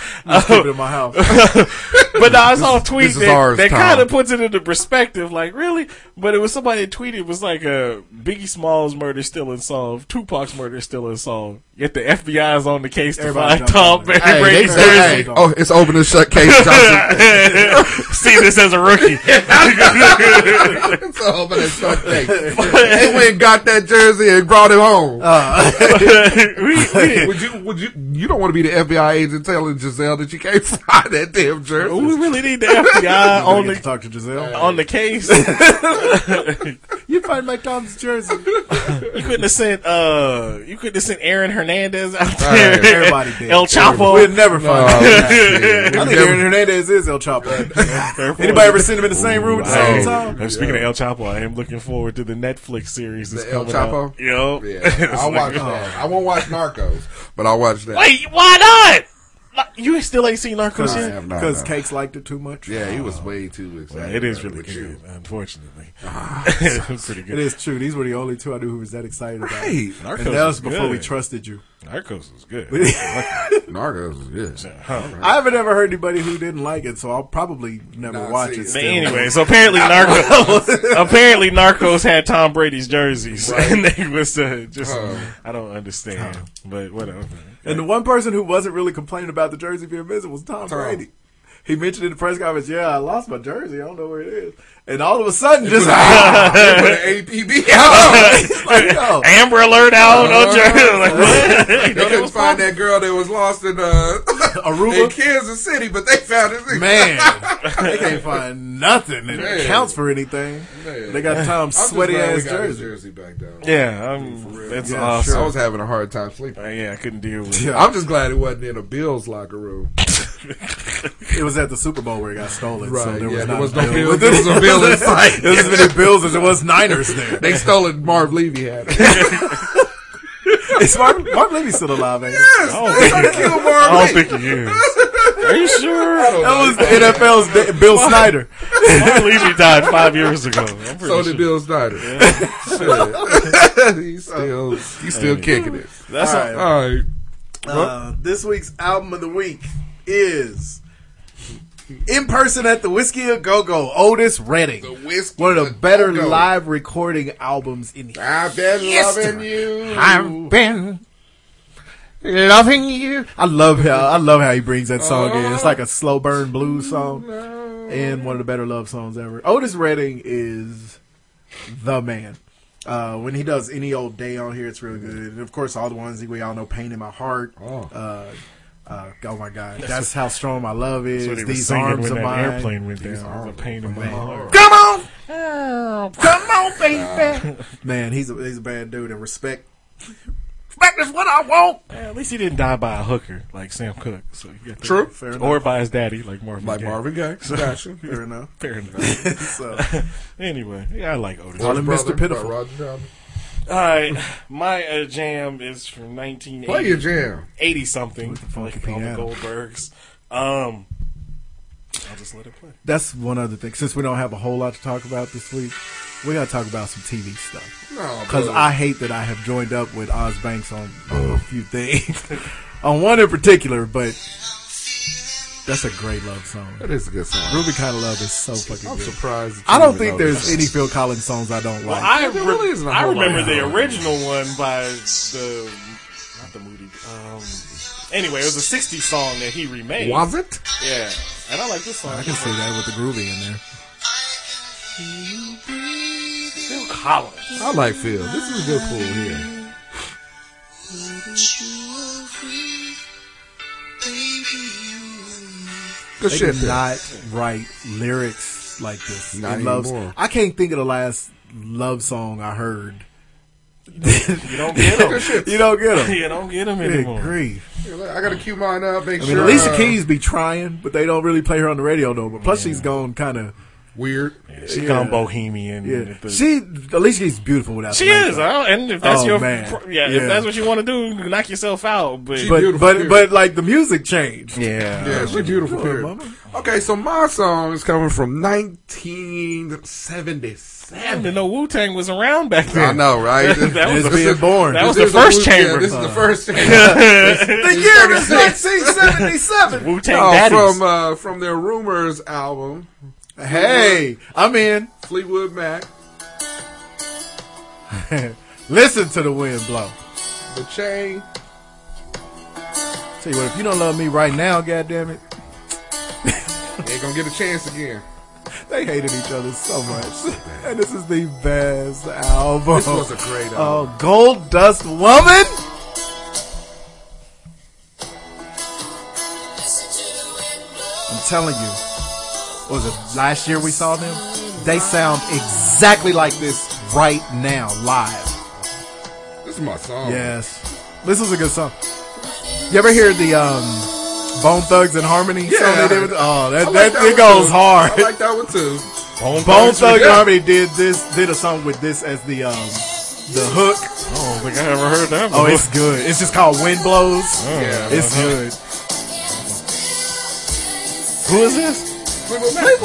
Speaker 12: Just keep it in my house.
Speaker 10: but no, I saw a tweet
Speaker 11: this is
Speaker 10: that,
Speaker 11: ours,
Speaker 10: that
Speaker 11: Tom.
Speaker 10: kind of puts it into perspective. Like, really? But it was somebody that tweeted it was like uh, Biggie Smalls' murder still unsolved, Tupac's murder still unsolved. Yet the FBI is on the case to find
Speaker 12: Everybody jumped on
Speaker 10: Tom
Speaker 12: it.
Speaker 10: Brady.
Speaker 11: Hey, they
Speaker 10: Brady's
Speaker 11: say, hey,
Speaker 10: jersey.
Speaker 11: oh, it's open and shut case Johnson.
Speaker 10: See this as a rookie.
Speaker 11: it's open and shut case. They went and got that jersey and brought it home.
Speaker 10: We- we-
Speaker 11: would you? Would you? You don't want to be the FBI agent telling Giselle that you can't find that damn jersey. Oh,
Speaker 10: we really need the FBI
Speaker 12: I
Speaker 10: on
Speaker 12: get to
Speaker 10: the
Speaker 12: talk to Giselle.
Speaker 10: on the case. you
Speaker 12: You find my Tom's jersey.
Speaker 10: couldn't have sent uh, you couldn't have sent Aaron Hernandez out there.
Speaker 11: right,
Speaker 12: Everybody did.
Speaker 10: El Chapo.
Speaker 12: We'll never
Speaker 11: Oh,
Speaker 12: find out.
Speaker 11: shit.
Speaker 12: I think Aaron Hernandez is El Chapo. Anybody ever seen him in the same room at the same time?
Speaker 10: I'm speaking of El Chapo, I am looking forward to the Netflix series. that's
Speaker 11: The El
Speaker 10: coming
Speaker 11: Chapo?
Speaker 10: Out. You know?
Speaker 11: Yeah,
Speaker 10: It's
Speaker 11: I'll
Speaker 10: like,
Speaker 11: watch that. I won't watch Narcos, but I'll watch that.
Speaker 10: Wait, why not? Like, You still ain't seen Narcos
Speaker 11: I
Speaker 10: yet?
Speaker 11: have not,
Speaker 12: Because
Speaker 11: no.
Speaker 12: Cakes liked it too much.
Speaker 11: Yeah, he was way too excited.
Speaker 10: It is really
Speaker 11: with you.
Speaker 10: good, unfortunately. It's pretty
Speaker 12: Ah. It
Speaker 10: good.
Speaker 12: is true. These were the only two I knew who was that excited about. it.
Speaker 11: Hey,
Speaker 10: Narcos
Speaker 12: And that was
Speaker 10: is
Speaker 12: before we
Speaker 10: good.
Speaker 12: trusted you.
Speaker 10: Narcos was good.
Speaker 11: Narcos is good.
Speaker 12: I haven't ever heard anybody who didn't like it, so I'll probably never
Speaker 11: Nah,
Speaker 12: watch
Speaker 11: see,
Speaker 12: it.
Speaker 11: it's
Speaker 10: But
Speaker 12: Still.
Speaker 10: anyway, so apparently Narcos apparently Narcos had Tom Brady's jerseys, and they was uh, just I don't understand, but whatever.
Speaker 12: And the one person who wasn't really complaining about the jersey being missing was Tom,
Speaker 11: Tom.
Speaker 12: Brady. He mentioned in the press conference, "Yeah, I lost my jersey. I don't know where it is." And all of a sudden, just
Speaker 11: Ah, they put an APB out.
Speaker 12: It's like, yo,
Speaker 10: Amber Alert out on jersey. Like, what?
Speaker 11: They couldn't find that girl that was lost in uh, in
Speaker 12: Aruba,
Speaker 11: Kansas City, but they found it.
Speaker 12: man, they can't find nothing that
Speaker 11: Man.
Speaker 12: counts for anything.
Speaker 11: Man.
Speaker 12: They got Tom's
Speaker 11: I'm just
Speaker 12: sweaty
Speaker 11: glad we
Speaker 12: ass
Speaker 11: got his jersey
Speaker 12: jersey.
Speaker 11: back down.
Speaker 10: Yeah, I'm, that's
Speaker 12: Yeah,
Speaker 10: awesome.
Speaker 11: I was having a hard time sleeping.
Speaker 10: Uh, yeah, I couldn't deal with it.
Speaker 12: Yeah.
Speaker 11: I'm just glad it wasn't in a Bills locker room.
Speaker 12: It was at the Super Bowl where it got stolen. so
Speaker 11: Right,
Speaker 12: there
Speaker 11: yeah, there
Speaker 12: was, not
Speaker 11: was
Speaker 12: a
Speaker 11: no
Speaker 12: Bill.
Speaker 11: Bills- there was no Bill in sight.
Speaker 12: There was as many Bills as there was Niners there.
Speaker 11: They stole it. Marv Levy had it. Yes,
Speaker 12: It's Mark, Mark Levy's still alive, ain't he?
Speaker 11: they tried to kill Marv
Speaker 10: I don't
Speaker 11: Levy.
Speaker 10: think he is. Are you sure?
Speaker 12: That was the NFL's da- Bill Snyder.
Speaker 10: I believe he died five years ago. I'm pretty sure.
Speaker 11: So did Bill Snyder. Shit. he's still he's still kicking it.
Speaker 12: That's all right.
Speaker 11: All right.
Speaker 12: Uh, this week's album of the week is In Person at the Whiskey A Go Go, Otis Redding.
Speaker 11: The Whiskey
Speaker 12: One of
Speaker 11: A
Speaker 12: the better
Speaker 11: Go-Go.
Speaker 12: live recording albums in here.
Speaker 11: I've been
Speaker 12: Yes,
Speaker 11: loving
Speaker 12: sir.
Speaker 11: you.
Speaker 12: I've been loving you. Oh. I love how I love how he brings that song in. It's like a slow burn blues song, and one of the better love songs ever. Otis Redding is the man. Uh, when he does any old day on here, it's real good. And of course, all the ones that we all know, "Pain in My Heart."
Speaker 11: Oh.
Speaker 12: Uh, uh, oh my God, that's, how strong my love
Speaker 10: That's
Speaker 12: is.
Speaker 10: what he was
Speaker 12: These
Speaker 10: singing
Speaker 12: arms
Speaker 10: when
Speaker 12: of
Speaker 10: that
Speaker 12: mine.
Speaker 10: airplane went down. It was a pain in my heart.
Speaker 12: Come on, come on, baby. Man, he's a, he's a bad dude, and respect respect is what I want.
Speaker 10: Yeah, at least he didn't die by a hooker like Sam Cooke. So you got that.
Speaker 11: True.
Speaker 12: Fair enough.
Speaker 10: Or by his daddy like Marvin.
Speaker 11: Like
Speaker 10: Gaye.
Speaker 11: Marvin Gaye. Gotcha.
Speaker 12: Fair enough.
Speaker 10: Fair enough.
Speaker 12: So
Speaker 10: anyway, yeah, I like Otis.
Speaker 12: Call him
Speaker 11: Brother
Speaker 12: Mr.
Speaker 11: by
Speaker 12: Pitiful.
Speaker 11: Roger Daltrey.
Speaker 10: All right, my uh, jam is from 1980.
Speaker 11: Play your jam.
Speaker 10: 80 something, like all the Goldbergs. Um, I'll just let it play.
Speaker 12: That's one other thing. Since we don't have a whole lot to talk about this week, we gotta talk about some TV stuff.
Speaker 11: No,
Speaker 12: because
Speaker 11: boo.
Speaker 12: I hate that I have joined up with Oz Banks on a few things, on one in particular. But that's a great love song.
Speaker 11: That is a good song.
Speaker 12: Ruby Kind of Love is so fucking.
Speaker 11: I'm
Speaker 12: good.
Speaker 11: surprised that
Speaker 12: I
Speaker 11: you
Speaker 12: don't
Speaker 11: even
Speaker 12: think
Speaker 11: know
Speaker 12: there's
Speaker 11: that.
Speaker 12: any Phil Collins songs I don't
Speaker 10: Well,
Speaker 12: like.
Speaker 10: I,
Speaker 11: there
Speaker 10: re-
Speaker 11: really isn't a
Speaker 10: I
Speaker 11: whole lot
Speaker 10: remember the
Speaker 11: of-
Speaker 10: original one by the not the Moody. Um, anyway, it was a '60s song that he remade.
Speaker 12: Was it?
Speaker 10: Yeah, and I like this song.
Speaker 12: I can see that with the groovy in there.
Speaker 10: Phil Collins.
Speaker 11: I like Phil. This is a good pool here. Good
Speaker 12: they
Speaker 11: shit,
Speaker 12: did
Speaker 11: Phil.
Speaker 12: not write lyrics like this.
Speaker 11: Not
Speaker 12: in love-
Speaker 11: anymore.
Speaker 12: I can't think of the last love song I heard.
Speaker 10: You don't get him.
Speaker 12: you don't get them.
Speaker 10: you don't get him
Speaker 12: Good
Speaker 10: anymore.
Speaker 12: grief.
Speaker 11: Here, look, I gotta cue mine up. Make
Speaker 12: I mean,
Speaker 11: sure.
Speaker 12: Alicia
Speaker 11: uh,
Speaker 12: Keys be trying, but they don't really play her on the radio no more. Plus, she's gone kind of.
Speaker 11: Weird.
Speaker 10: She
Speaker 12: Yeah.
Speaker 10: gone bohemian.
Speaker 12: Yeah,
Speaker 10: at the-
Speaker 12: she Alicia Keys is beautiful without.
Speaker 10: She
Speaker 12: the makeup.
Speaker 10: is, I don't- and if that's
Speaker 12: Oh,
Speaker 10: your,
Speaker 12: man.
Speaker 10: pr- yeah,
Speaker 12: Yeah.
Speaker 10: if that's what you want to do, knock yourself out. But,
Speaker 11: She
Speaker 12: But
Speaker 11: Beautiful
Speaker 12: but
Speaker 11: period.
Speaker 12: but like the music changed.
Speaker 10: yeah,
Speaker 11: Yeah, she's beautiful.
Speaker 12: Come on,
Speaker 11: Period.
Speaker 12: mama.
Speaker 11: Okay, so my song is coming from
Speaker 10: I
Speaker 11: 1977.
Speaker 10: didn't even know Wu Tang was around back
Speaker 11: I
Speaker 10: then.
Speaker 11: know, right?
Speaker 10: That was
Speaker 12: It's
Speaker 10: the-
Speaker 12: being born.
Speaker 10: that was
Speaker 11: This
Speaker 10: the
Speaker 11: is
Speaker 10: first
Speaker 11: yeah,
Speaker 10: chamber.
Speaker 11: This is the first chamber.
Speaker 12: the year is 1977.
Speaker 10: Wu Tang
Speaker 11: no,
Speaker 10: Daddies.
Speaker 11: from uh, from their Rumors album,
Speaker 12: hey, I'm in.
Speaker 11: Fleetwood Mac.
Speaker 12: Listen to the wind blow.
Speaker 11: The chain.
Speaker 12: Tell you what, if you don't love me right now, goddamn it,
Speaker 11: Ain't gonna get a chance again.
Speaker 12: they hated each other so much. And this is the best album.
Speaker 11: This was a great album.
Speaker 12: Oh, Gold Dust Woman. I'm telling you, what was it last year we saw them? They sound exactly like this right now, live.
Speaker 11: This is my song.
Speaker 12: Yes. This was a good song. You ever hear the um, Bone Thugs and Harmony
Speaker 11: Yeah.
Speaker 12: song they did with Oh,
Speaker 11: I
Speaker 12: that,
Speaker 11: like
Speaker 12: that, it
Speaker 11: one
Speaker 12: goes
Speaker 11: too.
Speaker 12: hard.
Speaker 11: I like that one too.
Speaker 10: Bone
Speaker 12: Bone Thugs and
Speaker 11: yeah.
Speaker 12: Harmony did this did a song with this as the um, the hook.
Speaker 10: I don't think I ever heard that.
Speaker 12: Oh,
Speaker 10: before.
Speaker 12: it's good. It's just called Wind Blows.
Speaker 11: Yeah.
Speaker 10: Uh-huh.
Speaker 12: It's good.
Speaker 10: who is this?
Speaker 11: Fleetwood Mac.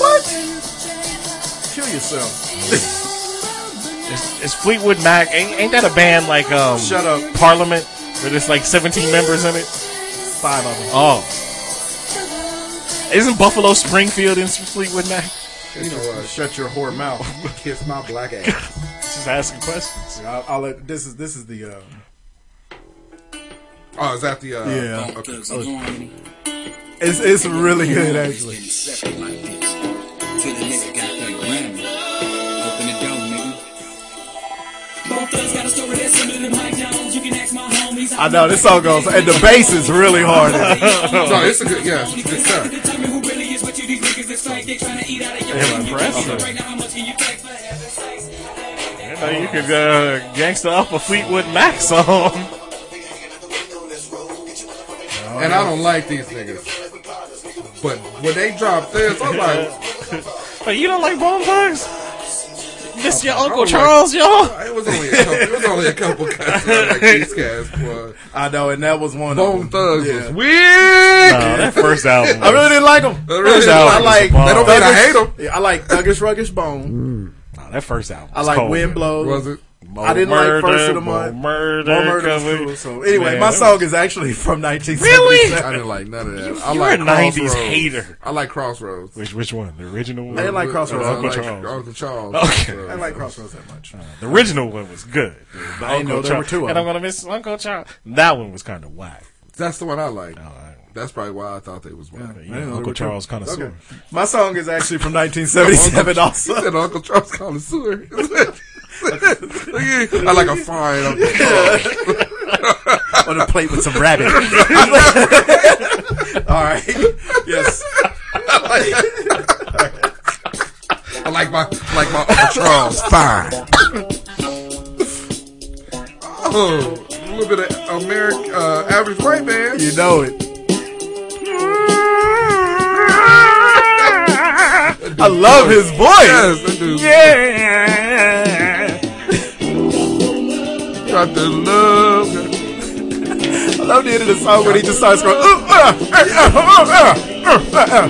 Speaker 12: what? Kill yourself.
Speaker 10: It's, it's Fleetwood Mac. Ain't, ain't that a band like um
Speaker 12: Shut up.
Speaker 10: Parliament? Where there's like 17 members in it.
Speaker 12: Five of them.
Speaker 10: Oh, isn't Buffalo Springfield in Fleetwood Mac?
Speaker 11: You know what?
Speaker 12: Shut your whore mouth.
Speaker 11: Kiss my black ass.
Speaker 10: Just asking questions.
Speaker 12: I'll, I'll let, this is this is the uh,
Speaker 11: Oh, is that the uh,
Speaker 12: yeah.
Speaker 11: Okay.
Speaker 12: It's it's really good actually. I know this song goes, and the bass is really hard. in it.
Speaker 11: No, it's a good. Yeah, it's a good song.
Speaker 10: Impressive. I know you could uh, gangsta up a Fleetwood Mac song.
Speaker 12: Oh,
Speaker 11: and I don't like these niggas. But when they drop this, I'm like,
Speaker 10: But you don't like Bone Thugs? This your Uncle
Speaker 11: don't like-
Speaker 10: Charles, y'all?
Speaker 11: it was only a couple. It was only a couple guys. I like these guys, boy.
Speaker 12: I know, and that was one.
Speaker 11: Bone
Speaker 12: of them.
Speaker 11: Thugs was
Speaker 12: Yeah.
Speaker 11: weird.
Speaker 10: No, that first album.
Speaker 12: I really didn't like them.
Speaker 11: I really didn't
Speaker 12: I
Speaker 11: like
Speaker 12: like.
Speaker 11: 'em. They don't mean I hate 'em.
Speaker 12: Yeah, I like Thuggish Ruggish Bone.
Speaker 10: No, that first album.
Speaker 12: I like Wind Blows.
Speaker 11: Was it?
Speaker 12: I didn't
Speaker 10: murder,
Speaker 12: like First of the
Speaker 10: Mo
Speaker 12: Month.
Speaker 10: murder,
Speaker 12: Mo Murder was
Speaker 10: coming.
Speaker 12: cool, so anyway,
Speaker 10: Man,
Speaker 12: my
Speaker 10: that
Speaker 12: song is actually from 1977.
Speaker 11: I didn't like none of that. I
Speaker 10: you're
Speaker 11: like
Speaker 10: a 90s
Speaker 11: Crossroads.
Speaker 10: hater.
Speaker 11: I like Crossroads.
Speaker 10: Which which one? The original one.
Speaker 12: I didn't like Crossroads.
Speaker 11: I
Speaker 10: Uncle
Speaker 11: like
Speaker 10: Charles.
Speaker 11: Uncle Charles.
Speaker 10: Okay.
Speaker 11: So-
Speaker 12: I didn't like Crossroads that much.
Speaker 10: The original one was good. The
Speaker 12: I didn't
Speaker 10: Uncle
Speaker 12: know there were
Speaker 10: Charles-
Speaker 12: two of
Speaker 10: And I'm
Speaker 12: them.
Speaker 10: gonna miss Uncle Charles. That one was kind of whack.
Speaker 11: That's the one I like.
Speaker 10: All right.
Speaker 11: That's probably why I thought they was one.
Speaker 10: You
Speaker 12: I didn't know
Speaker 10: know,
Speaker 12: there were
Speaker 10: Uncle
Speaker 12: two.
Speaker 10: Charles kind of
Speaker 12: Okay. My song is actually from 1977
Speaker 11: He
Speaker 12: also.
Speaker 11: said Uncle Charles connoisseur. I like a fine Uncle
Speaker 12: on a plate with some rabbit. All right. Yes.
Speaker 11: I like my like my Uncle Charles fine. oh, a little bit of American uh, average white man.
Speaker 12: You know it. I love his voice.
Speaker 11: Yes, that dude.
Speaker 10: Yeah.
Speaker 11: start to love.
Speaker 12: I love the end of the song when he just starts going. "Ooh, ah, ah, ah, ah, ah, ah, ah."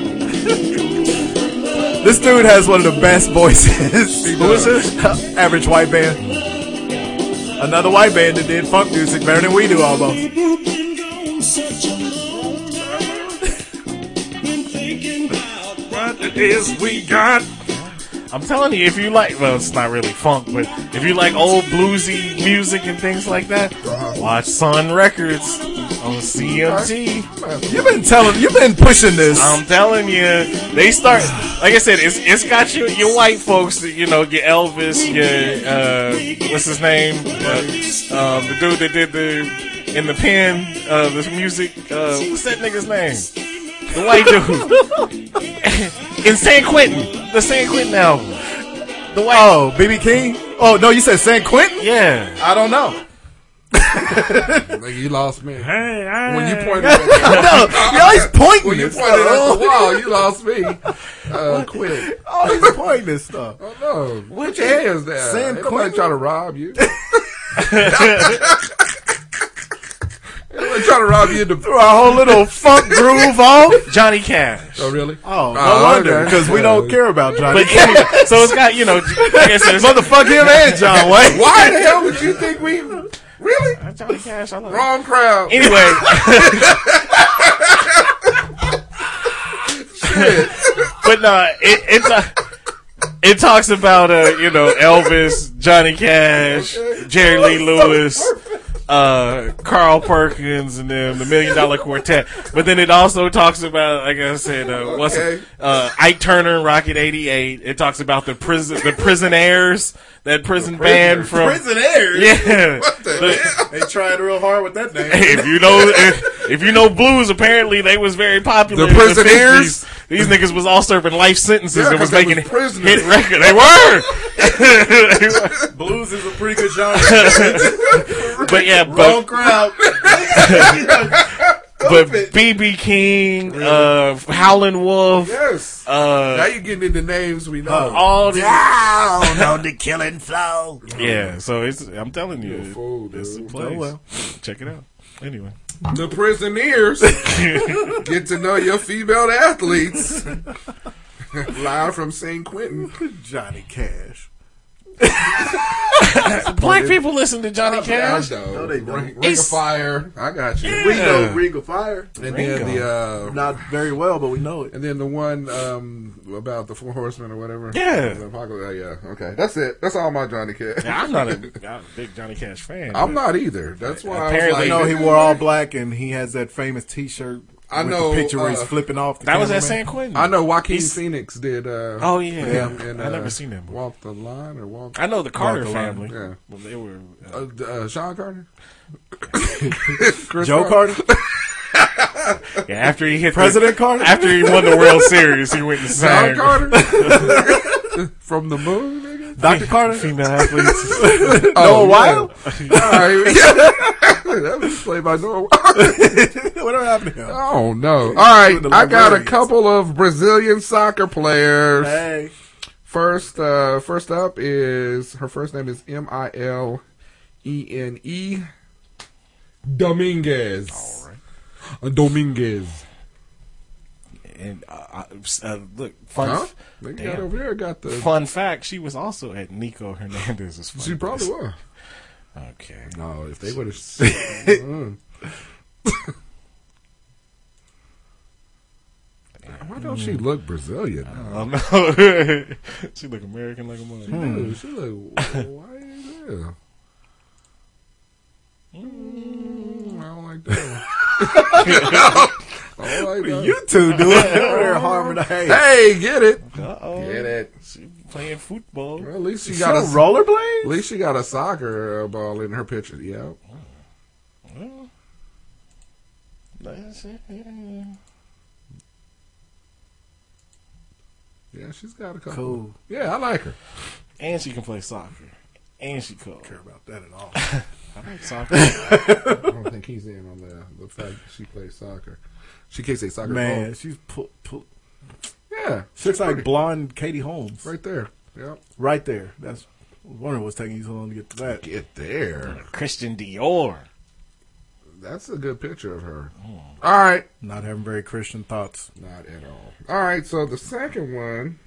Speaker 12: This dude has one of the best voices. Who is this? Average white band. Another white band that did funk music better than we do almost.
Speaker 10: What it is we got? I'm telling you, if you like, well, it's not really funk, but if you like old bluesy music and things like that,
Speaker 12: Uh-huh.
Speaker 10: watch Sun Records on CMT.
Speaker 12: You've been telling, you've been pushing this.
Speaker 10: I'm telling you, they start. Like I said, it's it's got your your white folks, you know, your Elvis, your uh, what's his name, uh, uh, the dude that did the in the pen, uh, this music. Uh, what's that nigga's name? The white dude in San Quentin, the San Quentin album. The white.
Speaker 12: Oh, BB King? Oh, no, you said San Quentin?
Speaker 10: Yeah.
Speaker 12: I don't know.
Speaker 11: Nigga, you lost me.
Speaker 10: Hey,
Speaker 11: When you pointed at the
Speaker 12: no, you always pointing
Speaker 11: when you
Speaker 12: this
Speaker 11: pointed at the
Speaker 12: stuff.
Speaker 11: wall, you lost me. Uh, quick.
Speaker 12: always pointing this stuff.
Speaker 11: Oh, no. Put your hands down.
Speaker 12: Sam
Speaker 11: Ain't nobody
Speaker 12: Quentin?
Speaker 11: trying to rob you. Everybody trying to rob you. in The-
Speaker 12: Threw our whole little funk groove off.
Speaker 10: Johnny Cash.
Speaker 11: oh, really?
Speaker 12: Oh, no
Speaker 11: Oh,
Speaker 12: wonder,
Speaker 11: okay.
Speaker 12: because we don't care about Johnny.
Speaker 10: But anyway, so it's got you know, like I said, it's-
Speaker 12: Motherfuck him and John Wayne.
Speaker 11: Why the hell would you think we? Really?
Speaker 10: Johnny Cash. I love it.
Speaker 11: Wrong crowd.
Speaker 10: Anyway, but no, it, it's a. It talks about uh, you know Elvis, Johnny Cash, Jerry Lee Lewis, uh, Carl Perkins, and then the Million Dollar Quartet. But then it also talks about, like I said, uh, what's
Speaker 11: Okay.
Speaker 10: uh, Ike Turner and Rocket '88. It talks about the prison, the prisoners, that prison band from
Speaker 12: Prisoners.
Speaker 10: yeah, The-
Speaker 12: They tried real hard with that name.
Speaker 10: Hey, if you know if, if you know blues, apparently they was very popular.
Speaker 11: The
Speaker 10: in
Speaker 11: Prisoners?
Speaker 10: 50s. These niggas was all serving life sentences
Speaker 11: Yeah,
Speaker 10: and was
Speaker 11: 'cause they
Speaker 10: making
Speaker 11: was prisoners.
Speaker 10: hit record. They were. They were.
Speaker 12: Blues is a pretty good genre.
Speaker 10: but yeah,
Speaker 12: Wrong
Speaker 10: but
Speaker 12: crowd.
Speaker 10: but BB King, uh, Howlin' Wolf,
Speaker 11: Yes. now
Speaker 10: uh,
Speaker 11: you're getting into names we know.
Speaker 12: Uh,
Speaker 10: all these.
Speaker 12: Down on the killing flow.
Speaker 10: Yeah, so it's. I'm telling you, it-
Speaker 11: fool,
Speaker 10: it's a
Speaker 11: dude.
Speaker 10: place.
Speaker 11: Oh, well.
Speaker 10: Check it out. Anyway,
Speaker 11: The prisoners get to know your female athletes. Live from San Quentin.
Speaker 12: Johnny Cash.
Speaker 10: black people listen to Johnny
Speaker 11: I
Speaker 10: Cash.
Speaker 11: know.
Speaker 12: No, they don't.
Speaker 11: Ring, Ring of
Speaker 10: It's-
Speaker 11: Fire. I got you.
Speaker 12: We know Ring of Fire.
Speaker 11: And then the uh,
Speaker 12: Not very well, but we know it.
Speaker 11: and then the one um, about the Four Horsemen or whatever.
Speaker 10: Yeah.
Speaker 11: The apocalypse. Oh, Yeah. Okay. That's it. That's all my Johnny Cash.
Speaker 10: Yeah, I'm not a, I'm a big Johnny Cash fan.
Speaker 11: I'm
Speaker 10: but-
Speaker 11: not either. That's why
Speaker 10: Apparently-
Speaker 12: I
Speaker 11: I
Speaker 12: know
Speaker 11: was
Speaker 12: he
Speaker 11: like,
Speaker 12: wore all black, and he has that famous T-shirt.
Speaker 11: I
Speaker 12: with
Speaker 11: know,
Speaker 12: the picture where he's
Speaker 11: uh,
Speaker 12: flipping off. The
Speaker 10: That was at San
Speaker 12: cameraman.
Speaker 10: Quentin.
Speaker 11: I know Joaquin
Speaker 10: He's-
Speaker 11: Phoenix did. Uh,
Speaker 10: Oh yeah,
Speaker 11: him in,
Speaker 10: I
Speaker 11: uh,
Speaker 10: never seen that movie.
Speaker 11: Walk the line or walk.
Speaker 10: I know the Carter
Speaker 12: Walk the Line,
Speaker 10: family.
Speaker 11: yeah.
Speaker 10: Well, they were. Uh,
Speaker 11: Uh, d- uh, Sean Carter. Chris
Speaker 12: Joe
Speaker 11: Rock?
Speaker 12: Carter,
Speaker 10: yeah, after he hit
Speaker 12: President
Speaker 10: the,
Speaker 12: Carter.
Speaker 10: after he won the World Series, he went and signed
Speaker 11: John Carter from the moon. Nigga?
Speaker 12: Doctor Carter,
Speaker 10: female athletes.
Speaker 11: Oh,
Speaker 12: Noah Wild.
Speaker 11: All right. that was played by Noah. Wild.
Speaker 12: Whatever happened to him?
Speaker 11: oh no! All right,
Speaker 12: the
Speaker 11: I got a
Speaker 12: librarians.
Speaker 11: couple of Brazilian soccer players.
Speaker 12: Hey,
Speaker 11: First, uh, first up is her first name is M I L E N E Dominguez. Dominguez.
Speaker 10: and uh, I- uh, look, fun,
Speaker 11: Huh? They got
Speaker 10: damn.
Speaker 11: over here got the.
Speaker 10: fun fact: she was also at Nico Hernandez's.
Speaker 11: She
Speaker 10: fundraiser.
Speaker 11: probably was.
Speaker 10: Okay.
Speaker 11: No, if they would have. mm. Why don't she look Brazilian?
Speaker 10: Oh no, Um, she look American like a mother.
Speaker 11: Dude, she look. Why is that? Mm, I don't like that. I don't like that.
Speaker 12: you two do it. They're harmonizing.
Speaker 11: Hey, get it.
Speaker 10: Uh
Speaker 11: Get
Speaker 10: oh,
Speaker 11: it.
Speaker 10: she playing football.
Speaker 11: Well, at least she
Speaker 12: You
Speaker 11: got
Speaker 12: got
Speaker 11: a
Speaker 12: a rollerblade?
Speaker 11: at least she got a soccer uh, ball in her picture. Yeah.
Speaker 10: Well, that's it.
Speaker 11: Yeah, she's got a couple.
Speaker 12: Cool.
Speaker 11: Yeah, I like her.
Speaker 10: And she can play soccer. And she could.
Speaker 12: Care about that at all?
Speaker 10: I like soccer.
Speaker 11: I don't think he's in on the the fact that she plays soccer. She can't say soccer.
Speaker 12: Man,
Speaker 11: Oh,
Speaker 12: she's pu- pu-
Speaker 11: yeah,
Speaker 12: she looks like
Speaker 11: pretty.
Speaker 12: blonde Katie Holmes
Speaker 11: right there. Yep.
Speaker 12: right there. That's was wondering what's taking you so long to get to that.
Speaker 11: Get there.
Speaker 10: Christian Dior.
Speaker 11: That's a good picture of her.
Speaker 12: All right. Not having very Christian thoughts.
Speaker 11: Not at all. All right, so the second one.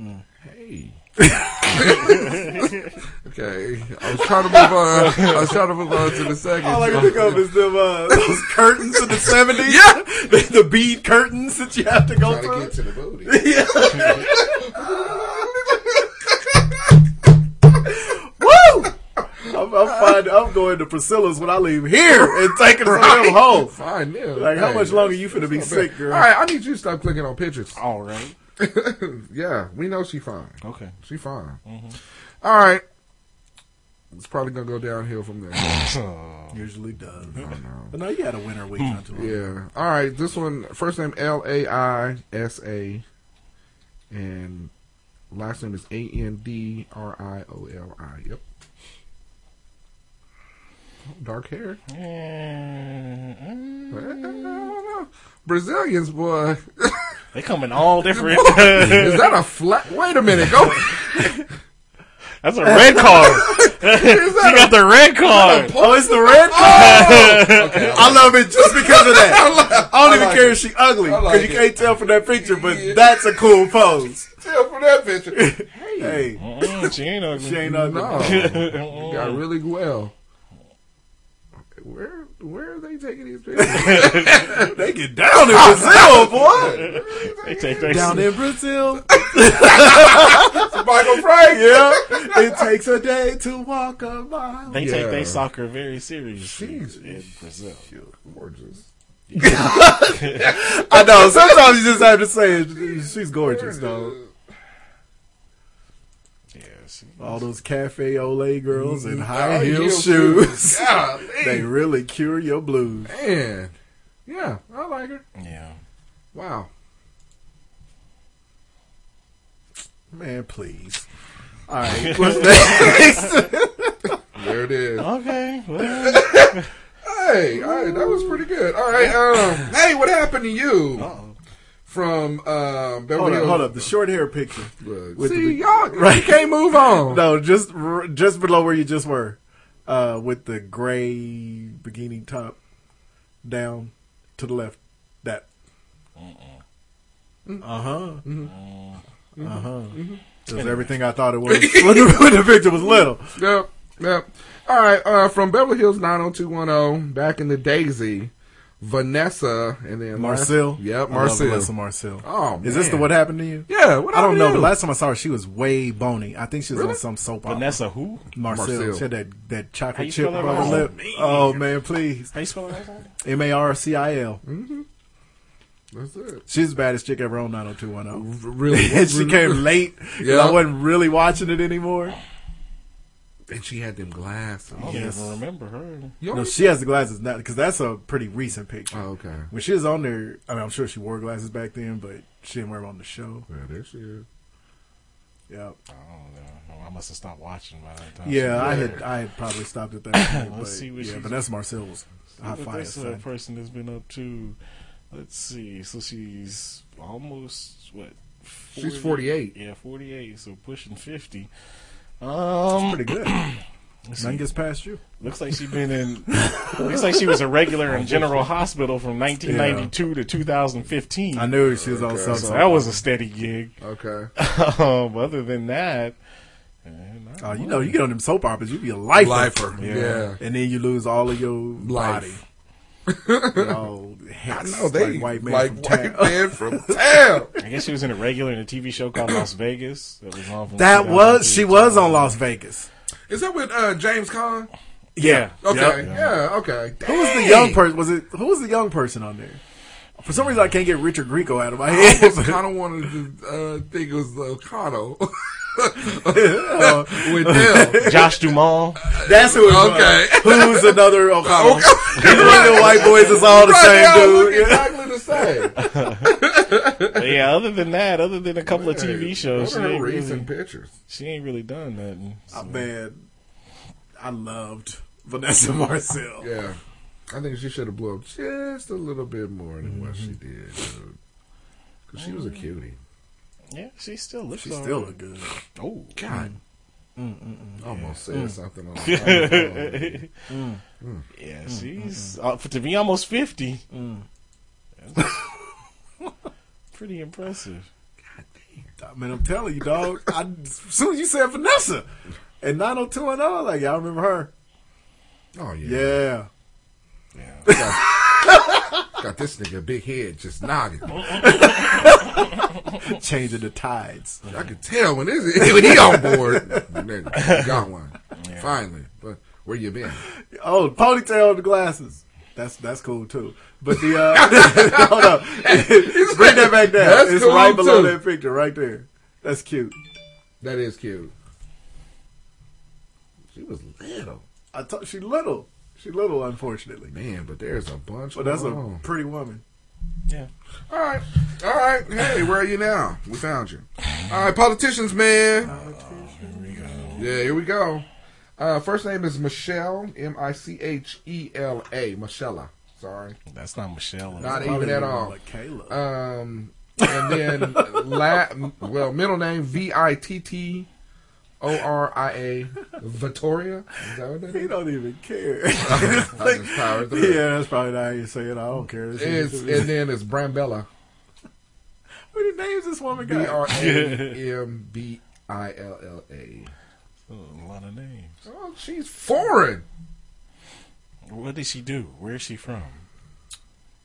Speaker 10: Mm.
Speaker 11: Hey. okay, I was trying to move on. I was trying to move on to the second.
Speaker 12: All I can think of is them uh, those curtains in the seventies.
Speaker 11: Yeah.
Speaker 12: the, the bead curtains that you have to go
Speaker 11: Trying to
Speaker 12: through.
Speaker 11: get to the booty.
Speaker 12: Woo! I'm, I'm, fine, I'm going to Priscilla's when I leave here and taking some of them home.
Speaker 11: Fine, yeah.
Speaker 12: Like, how
Speaker 11: Hey,
Speaker 12: much longer you
Speaker 11: that's-
Speaker 12: finna be
Speaker 11: that's not bad.
Speaker 12: sick, girl?
Speaker 11: All right, I need you to stop clicking on pictures.
Speaker 10: All right.
Speaker 11: yeah, we know she fine.
Speaker 10: Okay. Mm-hmm.
Speaker 11: She fine. All right. It's probably gonna go downhill from there.
Speaker 12: Usually does. But no, you had a winter week not too long.
Speaker 11: yeah. All right. This one, first name L A I S A, and last name is A N D R I O L I. Yep. Dark hair. Brazilians, boy.
Speaker 10: They come in all different.
Speaker 11: is that a flat? Wait a minute. Go.
Speaker 10: That's a red card. she got the red card.
Speaker 12: Oh, it's the red card. I love it just because of that. Oh! I don't even care if she ugly because you can't tell from that picture, but that's a cool pose.
Speaker 11: Tell from that picture.
Speaker 12: Hey, uh,
Speaker 10: Mm, she ain't ugly. Mm.
Speaker 12: she ain't ugly.
Speaker 11: No, you got really well. Where where are they taking these pictures?
Speaker 12: They get down in Brazil, boy.
Speaker 10: They take their
Speaker 12: Down in Brazil,
Speaker 11: Michael Frank.
Speaker 12: yeah. It takes a day to walk a mile.
Speaker 10: They take
Speaker 11: Yeah.
Speaker 10: their soccer very seriously
Speaker 11: Jeez.
Speaker 10: in Brazil.
Speaker 11: Gorgeous.
Speaker 12: I know. Sometimes you just have to say it. She's gorgeous, though.
Speaker 10: Yeah, she,
Speaker 12: All those cafe ole girls in high heel
Speaker 11: High-heel
Speaker 12: shoes.
Speaker 11: Golly.
Speaker 12: They really cure your blues.
Speaker 11: Man. Yeah, I like her.
Speaker 10: yeah.
Speaker 11: Wow.
Speaker 12: Man, please. All right. What's next?
Speaker 11: There it is.
Speaker 10: Uh-huh. Okay. Well,
Speaker 11: Hey, all right, that was pretty good. All right, um, hey, what happened to you? From um, Beverly
Speaker 12: hold up,
Speaker 11: Hills.
Speaker 12: Oh, hold up. The short hair picture.
Speaker 11: Look,
Speaker 12: With
Speaker 11: see,
Speaker 12: the-
Speaker 11: y'all, right? Can't move on.
Speaker 12: No, just r- just below where you just were, uh, with the gray bikini top down to the left. That. Uh huh.
Speaker 10: Mm-hmm.
Speaker 12: Uh huh. That's everything I thought it was when the, when the picture was little.
Speaker 11: Yep, yep. All right, uh, from Beverly Hills 90210, oh, back in the Daisy, Vanessa, and then last-
Speaker 12: Marcel.
Speaker 11: Yep,
Speaker 12: I love
Speaker 11: Marcel.
Speaker 12: Melissa Marcel.
Speaker 11: Oh,
Speaker 12: is this
Speaker 11: man.
Speaker 12: the what happened to you?
Speaker 11: Yeah, what
Speaker 12: I don't
Speaker 11: happened
Speaker 12: know,
Speaker 11: to
Speaker 12: but
Speaker 11: you?
Speaker 12: last time I saw her, she was way bony. I think she was on some soap opera.
Speaker 10: Vanessa, who?
Speaker 12: Marcel.
Speaker 11: Marcel.
Speaker 12: She had that, that
Speaker 10: How you
Speaker 12: chocolate chip
Speaker 10: spell
Speaker 12: on
Speaker 10: that
Speaker 12: her
Speaker 10: wrong?
Speaker 12: lip. Oh, man, please.
Speaker 10: How you spell that?
Speaker 12: M A R C I L.
Speaker 11: That's it.
Speaker 12: She's the baddest chick ever on 90210.
Speaker 11: Really,
Speaker 12: and she came late. Yeah.
Speaker 11: Yeah.
Speaker 12: I wasn't really watching it anymore.
Speaker 11: and she had them glasses.
Speaker 10: I don't
Speaker 12: Yes.
Speaker 10: even remember her.
Speaker 11: You
Speaker 12: No,
Speaker 11: only-
Speaker 12: she has the glasses now because that's a pretty recent picture.
Speaker 11: oh, okay.
Speaker 12: When she was on there, I mean, I'm sure she wore glasses back then, but she didn't wear them on the show.
Speaker 11: Yeah, there she is.
Speaker 12: Yeah,
Speaker 10: I don't know. I must have stopped watching by that time.
Speaker 12: yeah, I had I had probably stopped at that.
Speaker 10: Let's
Speaker 12: Point, but,
Speaker 10: see what
Speaker 12: yeah,
Speaker 10: she's-
Speaker 12: Vanessa Marcel was hot
Speaker 10: But
Speaker 12: fire.
Speaker 10: this uh,
Speaker 12: son.
Speaker 10: person has been up to, let's see, so she's almost what? 40,
Speaker 11: She's 48.
Speaker 10: Yeah, forty-eight. So pushing fifty. Um,
Speaker 12: Pretty good. None gets past you.
Speaker 10: looks like she's been in. looks like she was a regular in General Hospital from 1992 to 2015.
Speaker 12: I knew she was on something.
Speaker 10: So that was a steady gig.
Speaker 11: Okay.
Speaker 10: um, other than that, man, I
Speaker 12: Oh, you know, you get on them soap operas, you be a lifer.
Speaker 11: Lifer, yeah.
Speaker 12: And then you lose all of your
Speaker 11: Life.
Speaker 12: body. You're all
Speaker 11: I
Speaker 12: hits,
Speaker 11: know they
Speaker 12: like white man
Speaker 11: like
Speaker 12: from
Speaker 11: white
Speaker 12: town.
Speaker 11: man from town.
Speaker 10: I guess she was in a regular in a TV show called Las Vegas. That was on. From
Speaker 12: That was,
Speaker 10: 2002
Speaker 12: she
Speaker 10: to
Speaker 12: was on Las Vegas.
Speaker 11: Is that with uh, James Caan?
Speaker 10: Yeah.
Speaker 11: Okay.
Speaker 12: Yep.
Speaker 11: Yeah. Okay.
Speaker 12: Who was the
Speaker 11: Dang.
Speaker 12: young person? Was it, who was the young person on there? For some reason, I can't get Richard Grieco out of my
Speaker 11: I
Speaker 12: head.
Speaker 11: almost kind of wanted to uh, think it was O'Connell. uh, with them.
Speaker 10: Josh Duhamel.
Speaker 12: That's who it was.
Speaker 11: Oh, Okay.
Speaker 12: Who's another O'Connell?
Speaker 11: Okay.
Speaker 12: Every one of the white boys is all the
Speaker 11: Right, y'all
Speaker 12: same
Speaker 11: look
Speaker 12: dude. Yeah.
Speaker 11: exactly the same.
Speaker 10: But yeah, other than that, other than a couple of
Speaker 11: Hey,
Speaker 10: TV shows, she
Speaker 11: What are her
Speaker 10: ain't, really,
Speaker 11: recent pictures?
Speaker 10: she ain't really done nothing.
Speaker 12: Oh, man, I loved Vanessa Marcel.
Speaker 11: Yeah. I think she should have blew up just a little bit more than what she did. Because she was a cutie.
Speaker 10: Yeah, she still looks.
Speaker 12: She
Speaker 10: all
Speaker 12: still
Speaker 10: right.
Speaker 12: looked good.
Speaker 10: Oh
Speaker 11: God Almost
Speaker 10: Mm.
Speaker 11: said something. On
Speaker 10: Mm. Yeah,
Speaker 11: Mm.
Speaker 10: she's uh, to be almost fifty. That's pretty impressive.
Speaker 12: I mean, I'm telling you, dog. I, as soon as you said Vanessa and 90210, like, y'all remember her?
Speaker 11: Oh, yeah.
Speaker 12: Yeah.
Speaker 11: Got this nigga big head just nodding.
Speaker 12: Changing the tides.
Speaker 11: I could tell when this when he on board. Nigga, Got one finally. But where you been?
Speaker 12: Oh, ponytail and the glasses. That's that's cool too. But the uh, hold up, bring that back down.
Speaker 11: That's
Speaker 12: it's
Speaker 11: cool,
Speaker 12: right below
Speaker 11: too.
Speaker 12: that picture, right there. That's cute.
Speaker 11: That is cute. She was little,
Speaker 12: I told she little. She little, unfortunately.
Speaker 11: man, Oh. but there's a bunch.
Speaker 12: But that's
Speaker 11: going
Speaker 12: a
Speaker 11: on.
Speaker 12: pretty woman.
Speaker 10: Yeah.
Speaker 11: All right, all right. Hey, where are you now? We found you. All right, politicians, man. Yeah, here we go. Uh, first name is Michelle, M I C H E L A, Michelle. Sorry,
Speaker 10: That's not Michelle.
Speaker 11: not
Speaker 12: Probably
Speaker 11: even at all.
Speaker 12: Like Kayla.
Speaker 11: Um, and then la- well, middle name V I T T O R I A Vittoria. Is that what that
Speaker 12: he
Speaker 11: is?
Speaker 12: don't even care.
Speaker 11: I just powered through. it.
Speaker 12: yeah, that's probably not how you say it. I don't care. This is-
Speaker 11: It's, and then it's Brambella.
Speaker 12: what are the names this woman
Speaker 11: B
Speaker 12: got?
Speaker 11: R A M B I L L A.
Speaker 10: Oh, a lot of names.
Speaker 11: Oh, she's foreign.
Speaker 10: What did she do? Where is she from?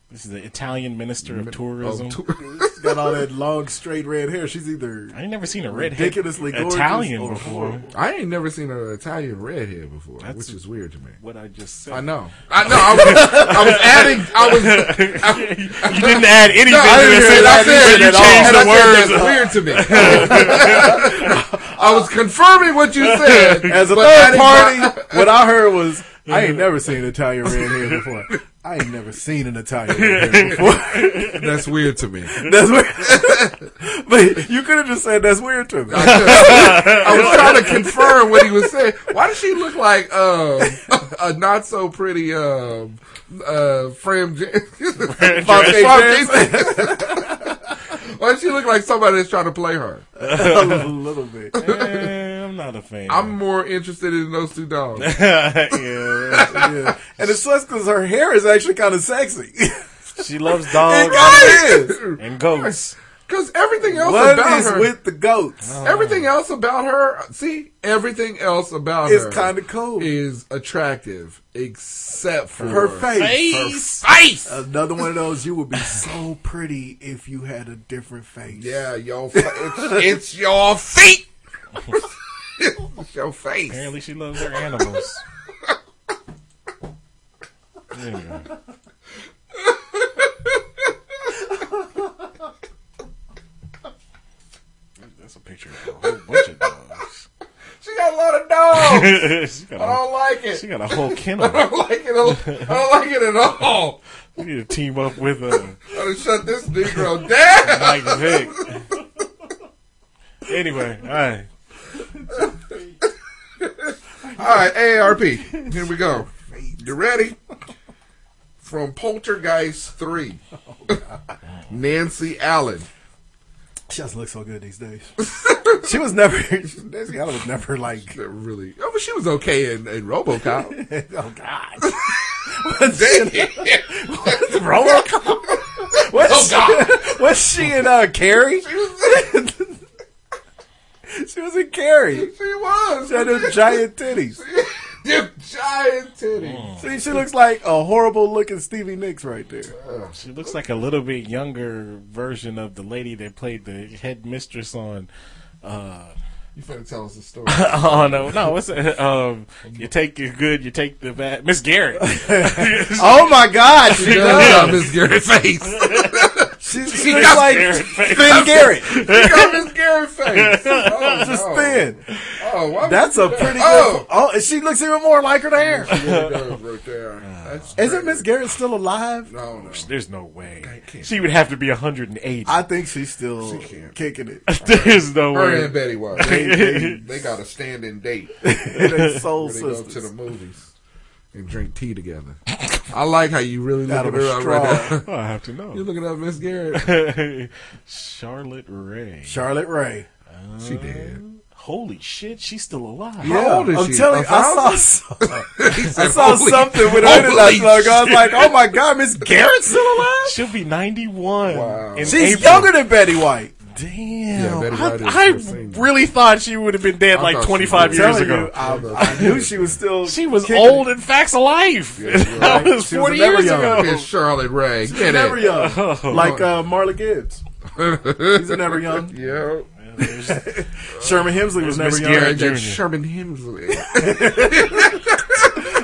Speaker 10: This is the Italian minister of tourism.
Speaker 11: Oh, tou-
Speaker 12: She's got all that long, straight red hair. She's either
Speaker 10: I ain't never seen a redhead
Speaker 12: ridiculously gorgeous
Speaker 11: Oh,
Speaker 10: Italian
Speaker 12: or
Speaker 10: before.
Speaker 12: horrible.
Speaker 11: I ain't never seen an Italian redhead before,
Speaker 10: That's-
Speaker 11: which is weird to me.
Speaker 10: What I just said.
Speaker 11: I know. I know. I was, I was adding. I was.
Speaker 10: you didn't add anything.
Speaker 11: No, I
Speaker 10: to
Speaker 11: didn't
Speaker 10: that
Speaker 11: hear that. I
Speaker 10: sentence, but you changed the
Speaker 11: said
Speaker 10: words.
Speaker 11: I said that's weird to me. I was confirming what you said.
Speaker 12: As a
Speaker 11: but
Speaker 12: third
Speaker 11: adding
Speaker 12: party,
Speaker 11: my-
Speaker 12: what I heard was, I ain't never seen an Italian red hair before. I ain't never seen an Italian red hair before.
Speaker 11: that's weird to me.
Speaker 12: That's weird. but you could have just said that's weird to me.
Speaker 11: I was trying to confirm what he was saying. Why does she look like um, a not so pretty um, uh, Fram J- Fram
Speaker 12: Dress.
Speaker 11: James? Why does she look like somebody that's trying to play her?
Speaker 12: a little bit.
Speaker 10: Eh, I'm not a fan.
Speaker 11: I'm more interested in those two dogs.
Speaker 10: yeah,
Speaker 12: Yeah. And it sucks because her hair is actually kind of sexy.
Speaker 10: she loves dogs
Speaker 12: it is.
Speaker 10: and goats.
Speaker 11: Because everything else
Speaker 12: What
Speaker 11: about
Speaker 12: is
Speaker 11: her,
Speaker 12: with the goats?
Speaker 11: everything else about her, see, everything else about
Speaker 12: It's
Speaker 11: her
Speaker 12: kinda cool.
Speaker 11: is attractive except for
Speaker 12: Her face.
Speaker 10: Face.
Speaker 11: face.
Speaker 12: Another one of those. You would be so pretty if you had a different face.
Speaker 11: Yeah, your fa- it's, it's your feet. it's your face.
Speaker 10: Apparently, she loves her animals. Anyway. That's a picture of a whole bunch of dogs.
Speaker 11: She got a lot of dogs.
Speaker 10: she, got
Speaker 11: I
Speaker 10: a,
Speaker 11: don't like
Speaker 10: she
Speaker 11: it.
Speaker 10: got a whole kennel.
Speaker 11: I don't like it. at- I don't like it at all.
Speaker 10: We need to team up with uh,
Speaker 11: I done shut this negro down.
Speaker 10: Mike Vick. Anyway, all right.
Speaker 11: All right, AARP. Here we go. You ready? From Poltergeist 3, Nancy Allen.
Speaker 12: She doesn't look so good these days. she was never. Nancy Allen was never like.
Speaker 11: That really, oh, but she was okay in, in Robocop.
Speaker 12: Oh God.
Speaker 11: Damn.
Speaker 12: Robocop. What's,
Speaker 11: Oh,
Speaker 12: she, what's she in uh, Carrie? she was in Carrie.
Speaker 11: she was.
Speaker 12: She had those giant titties.
Speaker 11: Them giant titties.
Speaker 12: See, she looks like a horrible looking Stevie Nicks right there.
Speaker 10: She looks like a little bit younger version of the lady that played the headmistress on. Uh,
Speaker 11: You finna tell us a story.
Speaker 10: oh no, no! What's that? um? You take the good, you take the bad. Miss Garrett.
Speaker 12: Oh my God, she
Speaker 11: She
Speaker 12: does.
Speaker 11: got Miss Garrett face. She
Speaker 12: She, she,
Speaker 11: She
Speaker 12: looks
Speaker 11: got
Speaker 12: like
Speaker 10: Garrett face.
Speaker 12: Thin Garrett.
Speaker 11: got Miss Garrett face. Oh,
Speaker 12: Just
Speaker 11: no.
Speaker 12: thin.
Speaker 11: Oh, why would
Speaker 12: That's
Speaker 11: you
Speaker 12: a
Speaker 11: do
Speaker 12: pretty good.
Speaker 11: that?
Speaker 12: Oh, and she looks even more like her there.
Speaker 11: Oh, she really does right there. That's
Speaker 12: Isn't
Speaker 11: great.
Speaker 12: Miss Garrett still alive?
Speaker 11: No, no.
Speaker 10: There's no way. She would have to be 180.
Speaker 12: I think she's still
Speaker 11: can't.
Speaker 12: kicking it.
Speaker 10: There's no
Speaker 11: Her and
Speaker 10: way.
Speaker 11: Betty was. They, they, they got a standing date.
Speaker 12: they soul
Speaker 11: where they go to
Speaker 12: sisters.
Speaker 11: the movies and drink tea together. I like how you really
Speaker 12: Out
Speaker 11: looking
Speaker 12: of
Speaker 11: her
Speaker 12: a
Speaker 11: up right
Speaker 12: straw.
Speaker 11: now.
Speaker 10: Oh, I have to
Speaker 11: You're
Speaker 10: know.
Speaker 11: looking up Miss Garrett.
Speaker 10: Charlotte Ray.
Speaker 12: Charlotte Ray.
Speaker 11: She did.
Speaker 10: holy shit, she's still alive.
Speaker 12: Yeah, How old is I'm she? telling you, A I saw I saw something with her in it. I was like, oh my god, Miss Garrett's still alive.
Speaker 10: She'll be 91. Wow.
Speaker 12: She's younger than Betty White.
Speaker 10: Damn, I, I really thought she would have been dead
Speaker 12: I
Speaker 10: like
Speaker 12: thought she
Speaker 10: 25
Speaker 12: was-
Speaker 10: years
Speaker 12: Telling
Speaker 10: ago.
Speaker 12: you, I- I knew she was still.
Speaker 10: She was
Speaker 12: kicking
Speaker 10: old and facts alive. that was
Speaker 12: She was
Speaker 10: 40
Speaker 12: never
Speaker 10: years
Speaker 12: young.
Speaker 10: ago.
Speaker 11: It's Charlotte Ray.
Speaker 12: She's
Speaker 11: Get
Speaker 12: never
Speaker 11: it. Oh,
Speaker 12: young, like uh, Marla Gibbs. She's never young.
Speaker 11: yeah.
Speaker 12: Sherman Hemsley was never
Speaker 11: Miss
Speaker 12: young.
Speaker 11: Garrett, that Sherman Hemsley.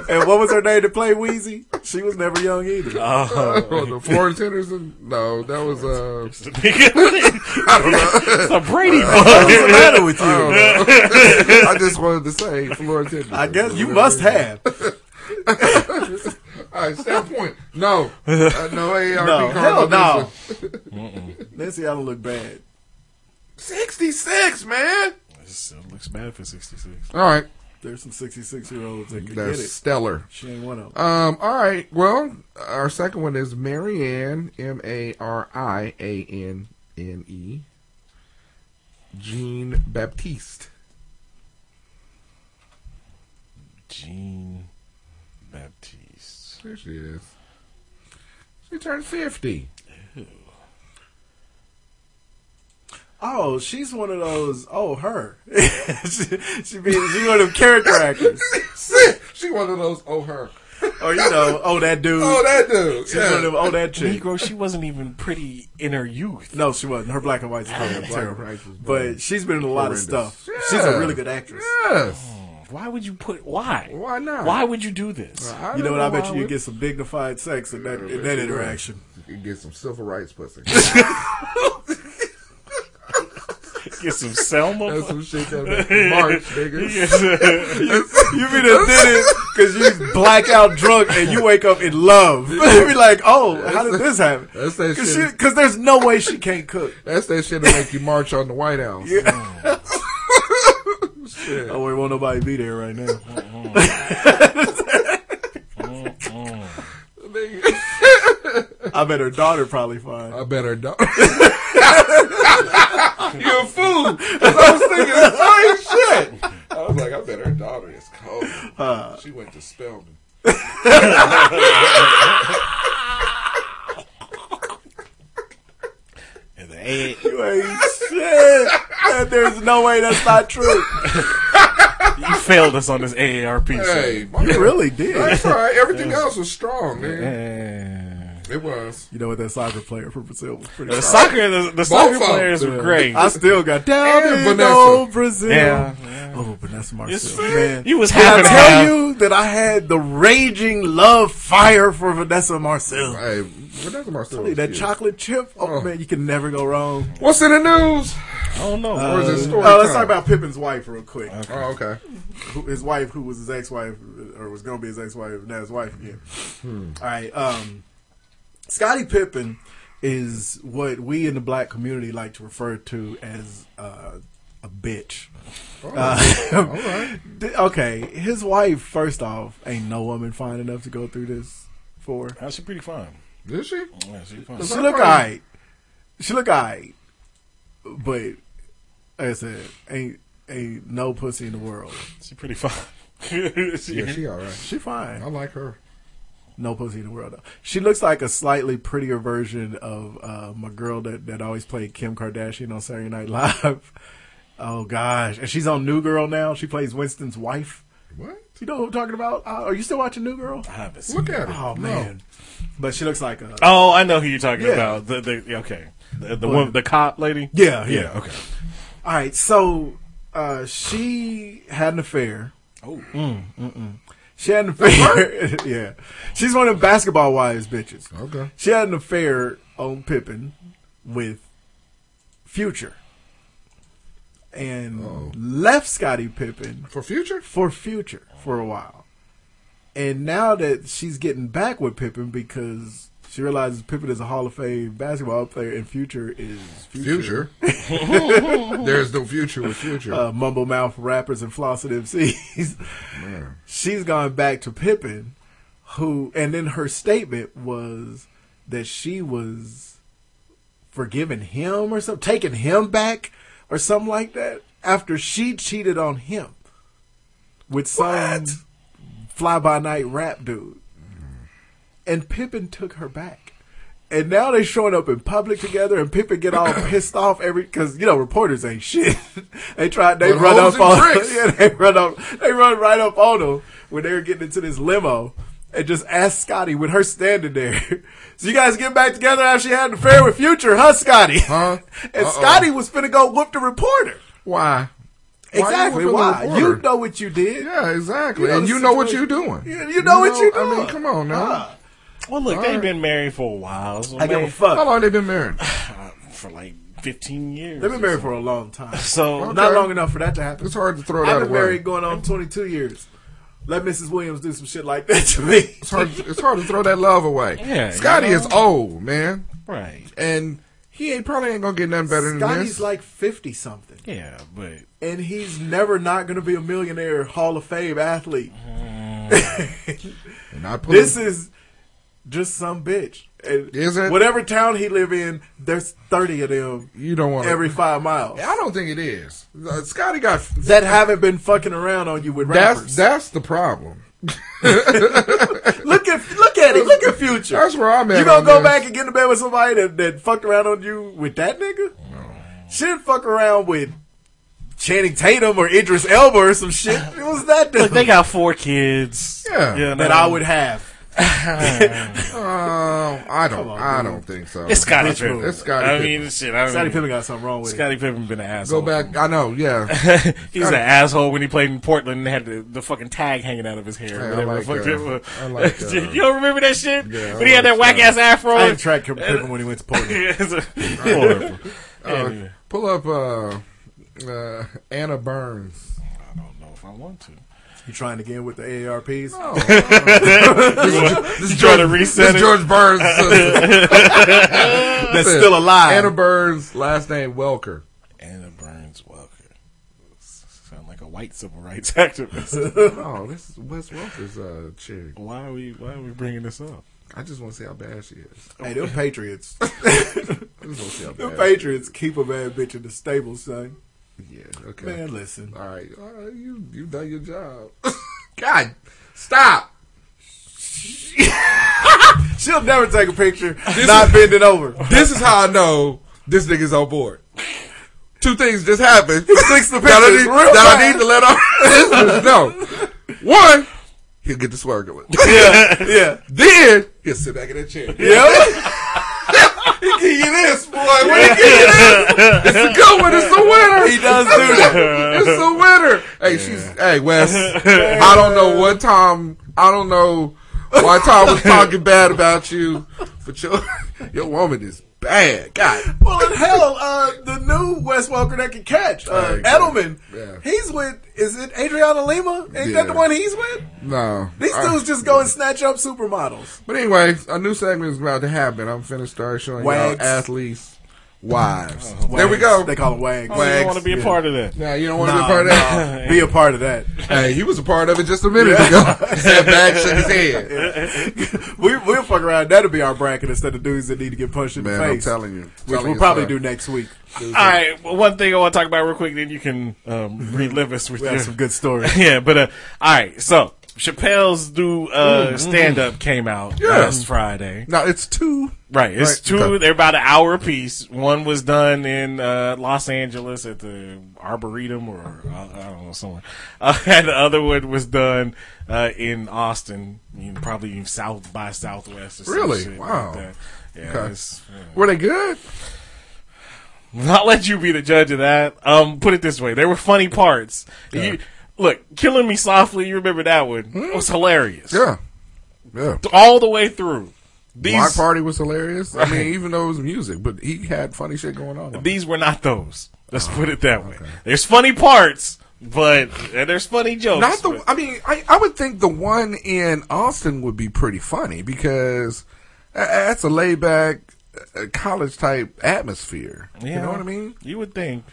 Speaker 12: and what was her name to play Wheezy? She was never young either.
Speaker 11: Oh, the Florence Henderson? No, that was uh, I don't know.
Speaker 10: it's a Brady
Speaker 12: What's the
Speaker 10: bug.
Speaker 12: matter with you?
Speaker 11: I, don't know. I just wanted to say Florence Henderson.
Speaker 12: I guess you must have.
Speaker 11: All right, step point. No, uh, no ARP
Speaker 12: No, hell
Speaker 11: Carla
Speaker 12: no.
Speaker 11: Gibson.
Speaker 12: Nancy Allen looked bad.
Speaker 11: Sixty-six, man.
Speaker 10: This uh, looks bad for 66.
Speaker 11: All right,
Speaker 12: There's some 66 year olds that could get
Speaker 11: that's
Speaker 12: it.
Speaker 11: stellar.
Speaker 12: She ain't one of them.
Speaker 11: Um, all right. Well, our second one is Marianne, M A R I A N N E, Jean Baptiste.
Speaker 10: Jean Baptiste.
Speaker 11: There she is. She turned fifty.
Speaker 12: Oh, she's one of those. Oh, her. she, she be she one of them character actors.
Speaker 11: she one of those. Oh her.
Speaker 12: Or you know, oh that dude.
Speaker 11: Oh that dude.
Speaker 12: she's
Speaker 11: Yeah.
Speaker 12: one of them. Oh that chick.
Speaker 10: Negro, she wasn't even pretty in her youth.
Speaker 12: No, she wasn't. Her black and whites is terrible.
Speaker 11: Black and Whites was
Speaker 12: But she's been in a lot of
Speaker 11: horrendous.
Speaker 12: stuff.
Speaker 11: Yeah.
Speaker 12: She's a really good actress.
Speaker 11: Yes.
Speaker 10: Why would you put. Why?
Speaker 11: Why not?
Speaker 10: Why would you do this?
Speaker 11: I
Speaker 12: You know
Speaker 11: don't
Speaker 12: what? I
Speaker 11: why
Speaker 12: bet you you
Speaker 11: we-
Speaker 12: get some dignified sex in that, in that interaction.
Speaker 11: You can get some civil rights pussy.
Speaker 10: Get some Selma?
Speaker 11: That's some shit that March, nigga.
Speaker 12: You mean that did it because you black out drunk and you wake up in love. you be like, oh, how did this happen?
Speaker 11: That's that shit.
Speaker 12: Because there's no way she can't cook.
Speaker 11: That's that shit that make you march on the White House.
Speaker 12: Oh, we won't nobody be there right now.
Speaker 11: Nigga,
Speaker 12: I bet her daughter probably fine.
Speaker 11: I better don't. You're a fool. 'Cause I was thinking the same shit. I was like, I bet her daughter is cold.
Speaker 12: Uh.
Speaker 11: she went to Spelman.
Speaker 10: And the egg.
Speaker 12: You ain't shit. And there's no way that's not true.
Speaker 10: You failed us on this AARP.
Speaker 11: Hey,
Speaker 10: sir.
Speaker 11: my
Speaker 12: You really did.
Speaker 11: That's all right. Everything else was strong, man.
Speaker 10: Eh.
Speaker 11: It was.
Speaker 12: You know what? That soccer player from Brazil was pretty.
Speaker 10: The
Speaker 12: fine.
Speaker 10: soccer, the, the soccer
Speaker 11: of them.
Speaker 10: players were great.
Speaker 12: I still got down
Speaker 11: And
Speaker 12: in
Speaker 11: Vanessa.
Speaker 12: old Brazil.
Speaker 10: Yeah.
Speaker 12: Oh,
Speaker 10: It's-
Speaker 12: Vanessa Marcel. Man.
Speaker 10: You was
Speaker 12: Did I
Speaker 10: half and
Speaker 12: tell
Speaker 10: half.
Speaker 12: you that I had the raging love fire for Vanessa Marcel?
Speaker 11: Hey, Vanessa Marcel. was
Speaker 12: That
Speaker 11: cute.
Speaker 12: chocolate chip, oh,
Speaker 11: Oh.
Speaker 12: man, you can never go wrong.
Speaker 11: What's in the news?
Speaker 10: I don't know.
Speaker 11: Or is it
Speaker 12: Oh,
Speaker 11: story
Speaker 12: let's talk
Speaker 11: time?
Speaker 12: about Pippin's wife real quick.
Speaker 11: Oh, okay.
Speaker 12: Who- His wife, who was his ex-wife, or was going to be his ex-wife, now his wife again. All right, um, Scottie Pippen is what we in the black community like to refer to as uh, a bitch. Uh,
Speaker 11: Oh.
Speaker 12: d- okay, his wife. First off, ain't no woman fine enough to go through this for.
Speaker 10: Nah, she pretty fine.
Speaker 11: Did she?
Speaker 10: Yeah, she fine.
Speaker 12: She look alright. She look alright. But like I said, ain't ain't no pussy in the world.
Speaker 10: She pretty fine. She-
Speaker 11: Yeah, she all right.
Speaker 12: She
Speaker 11: I
Speaker 12: fine.
Speaker 11: like her.
Speaker 12: No pussy in the world. Though. She looks like a slightly prettier version of uh, my girl that that always played Kim Kardashian on Saturday Night Live. Oh gosh, and she's on New Girl now. She plays Winston's wife.
Speaker 11: What?
Speaker 12: You know who I'm talking about? Uh, are you still watching New Girl?
Speaker 10: I haven't seen
Speaker 11: Look
Speaker 10: her.
Speaker 11: at her.
Speaker 12: Oh
Speaker 11: No.
Speaker 12: man, but she looks like a
Speaker 10: Oh, I know who you're talking
Speaker 12: Yeah.
Speaker 10: about. The, the yeah, okay, the the, one, the cop lady.
Speaker 12: Yeah, yeah.
Speaker 10: yeah. Okay.
Speaker 12: All right, so uh, she had an affair. Mm,
Speaker 10: Oh.
Speaker 12: She had an affair. yeah, she's one of them basketball wives, bitches.
Speaker 11: Okay.
Speaker 12: She had an affair on Pippin with Future, and left Scottie Pippen
Speaker 11: For future?
Speaker 12: for Future for a while. And now that she's getting back with Pippen because she realizes Pippen is a Hall of Fame basketball player and Future is
Speaker 11: Future. There's no future with future.
Speaker 12: uh, mumble mouth rappers and flossed MCs. She's gone back to Pippin, who, and then her statement was that she was forgiving him or something, taking him back or something like that after she cheated on him with some fly by night rap dude. And Pippin took her back. And now they showing up in public together, and Pippin get all pissed off every because you know reporters ain't shit. they tried, they
Speaker 11: But
Speaker 12: run
Speaker 11: hoes
Speaker 12: up
Speaker 11: and
Speaker 12: on,
Speaker 11: tricks.
Speaker 12: yeah, they run up, they run right up on him when they were getting into this limo, and just asked Scotty with her standing there. so you guys get back together after she had an affair with Future, huh, Scotty? Huh? and
Speaker 11: Uh-oh.
Speaker 12: Scotty was finna go whoop the reporter.
Speaker 11: Why? Why you
Speaker 12: Exactly.
Speaker 11: whooping the
Speaker 12: Why?
Speaker 11: reporter?
Speaker 12: You know what you did.
Speaker 11: Yeah, exactly. and you know what you're doing.
Speaker 12: Yeah, you know what you're
Speaker 11: I mean,
Speaker 12: doing.
Speaker 11: come on now.
Speaker 10: Well, look,
Speaker 11: All
Speaker 10: they've
Speaker 11: right.
Speaker 10: been married for a while. So
Speaker 12: I give
Speaker 10: man,
Speaker 12: a fuck.
Speaker 11: How long they been married?
Speaker 10: for like fifteen years.
Speaker 12: They've been
Speaker 10: or
Speaker 12: married
Speaker 10: something.
Speaker 12: for a long time.
Speaker 10: So-
Speaker 12: not
Speaker 10: Okay.
Speaker 12: long enough for that to happen.
Speaker 11: It's hard to throw
Speaker 12: I've
Speaker 11: that
Speaker 12: been
Speaker 11: away.
Speaker 12: married going on 22 years. Let Mrs. Williams do some shit like that to me.
Speaker 11: It's hard. it's hard to throw that love away.
Speaker 12: Yeah,
Speaker 11: Scotty
Speaker 12: you know?
Speaker 11: is old, man.
Speaker 10: Right.
Speaker 11: And he ain't probably ain't gonna get nothing better than
Speaker 12: Scotty's
Speaker 11: this.
Speaker 12: like 50 something,
Speaker 10: Yeah, but
Speaker 12: and he's never not going to be a millionaire Hall of Fame athlete.
Speaker 11: and I put
Speaker 12: This
Speaker 11: this
Speaker 12: is just some bitch. And
Speaker 11: Is it?
Speaker 12: Whatever town he live in, there's 30 of them
Speaker 11: you don't want
Speaker 12: every five miles
Speaker 11: I don't think it is. Uh, Scotty got
Speaker 12: that haven't been fucking around on you with
Speaker 11: That's
Speaker 12: rappers.
Speaker 11: that's the problem.
Speaker 12: look at look at it. Look at future.
Speaker 11: That's where I'm at.
Speaker 12: You gonna
Speaker 11: on
Speaker 12: go
Speaker 11: this.
Speaker 12: back and get in bed with somebody that, that fucked around on you with that nigga? Shouldn't fuck around with Channing Tatum or Idris Elba or some shit. It was that dude
Speaker 10: look, they got four kids.
Speaker 11: Yeah.
Speaker 10: you know.
Speaker 12: that I would have.
Speaker 11: Oh, I don't.
Speaker 12: on,
Speaker 11: I
Speaker 12: dude.
Speaker 11: don't think so.
Speaker 10: It's Scotty
Speaker 11: Let's
Speaker 10: Pippen.
Speaker 11: move. It's Scotty.
Speaker 10: I
Speaker 11: Pippen.
Speaker 10: mean, shit. I
Speaker 12: Scottie
Speaker 10: mean,
Speaker 12: Pippen got something wrong with
Speaker 10: Scotty Pippen been an asshole.
Speaker 11: go back. I know. Yeah.
Speaker 10: He's an asshole when he played in Portland and had the, the fucking tag hanging out of his hair.
Speaker 11: Hey, I
Speaker 10: whatever the
Speaker 11: like,
Speaker 10: fuck
Speaker 11: uh,
Speaker 10: it was.
Speaker 11: I like, uh,
Speaker 10: you don't remember that shit?
Speaker 11: Yeah, I
Speaker 10: when he had that
Speaker 11: like
Speaker 10: whack ass afro.
Speaker 12: it. I didn't track Pippen when he went to Portland.
Speaker 10: It's a-
Speaker 11: Horrible.
Speaker 10: Anyway.
Speaker 11: Uh, pull up uh, uh, Anna Burns.
Speaker 10: I don't know if I want to.
Speaker 12: You trying again with the AARPs?
Speaker 11: Oh, This is
Speaker 10: trying to reset
Speaker 11: this
Speaker 10: it?
Speaker 11: George Burns. sister.
Speaker 12: That's still alive.
Speaker 11: Anna Burns, last name Welker.
Speaker 10: Anna Burns Welker. Sound like a white civil rights activist.
Speaker 11: Oh, this is Wes Welker's uh, chick.
Speaker 10: why are we Why are we bringing this up?
Speaker 11: I just want to see how bad she is.
Speaker 12: hey, them Patriots.
Speaker 11: I just want to see how
Speaker 12: them
Speaker 11: bad.
Speaker 12: Patriots keep a bad bitch in the stable, son.
Speaker 11: Yeah. Okay.
Speaker 12: Man, listen.
Speaker 11: All right. All right. You you done your job. God, stop.
Speaker 12: She'll never take a picture not bending over.
Speaker 11: This is how I know this nigga's on board. Two things just happened. He clicks the that I need, that I need to let
Speaker 12: pictures real
Speaker 11: our listeners know. One, he'll get the swerve going.
Speaker 12: Yeah.
Speaker 11: then he'll sit back in that chair.
Speaker 12: Yep.
Speaker 11: He give you this, boy. When he give you this, it's a good one. It's a winner.
Speaker 12: He does do that.
Speaker 11: It's a winner. Hey, she's hey Wes. I don't know what Tom. I don't know why Tom was talking bad about you, but your your woman is bad. God,
Speaker 12: Well, in hell, uh, the new Wes Walker that can catch, uh,
Speaker 11: Right,
Speaker 12: Edelman,
Speaker 11: yeah.
Speaker 12: he's with, is it Adriana Lima? Ain't
Speaker 11: Yeah.
Speaker 12: that the one he's with?
Speaker 11: no.
Speaker 12: These
Speaker 11: I-
Speaker 12: dudes just go and snatch up supermodels.
Speaker 11: But anyway, a new segment is about to happen. I'm finna start showing
Speaker 12: Wags.
Speaker 11: y'all athletes wives. there we go.
Speaker 12: They call them wags.
Speaker 10: I don't want to be a
Speaker 12: Yeah.
Speaker 10: part of that.
Speaker 11: Now you don't want to be
Speaker 12: Nah,
Speaker 11: a part of that.
Speaker 12: nah, be a part of that.
Speaker 11: Hey, he was a part of it just a minute ago. Sat back, shook his head.
Speaker 12: we, we'll fuck around. That'll be our bracket instead of dudes that need to get punched in
Speaker 11: Man,
Speaker 12: the
Speaker 11: I'm
Speaker 12: face.
Speaker 11: telling you.
Speaker 12: Which
Speaker 11: Telling
Speaker 12: we'll
Speaker 11: you,
Speaker 12: probably
Speaker 11: sir.
Speaker 12: do next week.
Speaker 10: All right, well, one thing I want to talk about real quick, then you can um, relive us with
Speaker 12: We
Speaker 10: your,
Speaker 12: have some good stories.
Speaker 10: yeah, but uh, all right. So Chappelle's new
Speaker 12: Mm,
Speaker 10: uh, stand up came out
Speaker 11: Yeah.
Speaker 10: last Friday.
Speaker 11: Now it's two.
Speaker 10: Right, it's
Speaker 11: Right,
Speaker 10: two.
Speaker 11: okay.
Speaker 10: They're about an hour apiece. One was done in uh, Los Angeles at the Arboretum, or uh, I don't know somewhere, uh, and the other one was done uh, in Austin, you know, probably South by Southwest. Or some
Speaker 11: Really?
Speaker 10: shit like
Speaker 11: Wow.
Speaker 10: that. Yeah,
Speaker 11: Okay.
Speaker 10: it's-
Speaker 11: Were they good?
Speaker 10: I'll let you be the judge of that. Um, put it this way: there were funny parts. You look, killing me softly. You remember that one? It was hilarious.
Speaker 11: Hmm? Yeah. Yeah.
Speaker 10: all the way through. These
Speaker 11: Block Party was hilarious. I
Speaker 10: Right.
Speaker 11: mean, even though it was music, but he had funny shit going on.
Speaker 10: these were not those. Let's put it that way. There's funny parts, but and there's funny jokes.
Speaker 11: Not the.
Speaker 10: but-
Speaker 11: I mean, I, I would think the one in Austin would be pretty funny because tha- that's a laid back. a college type atmosphere. You know what I mean?
Speaker 10: You would think.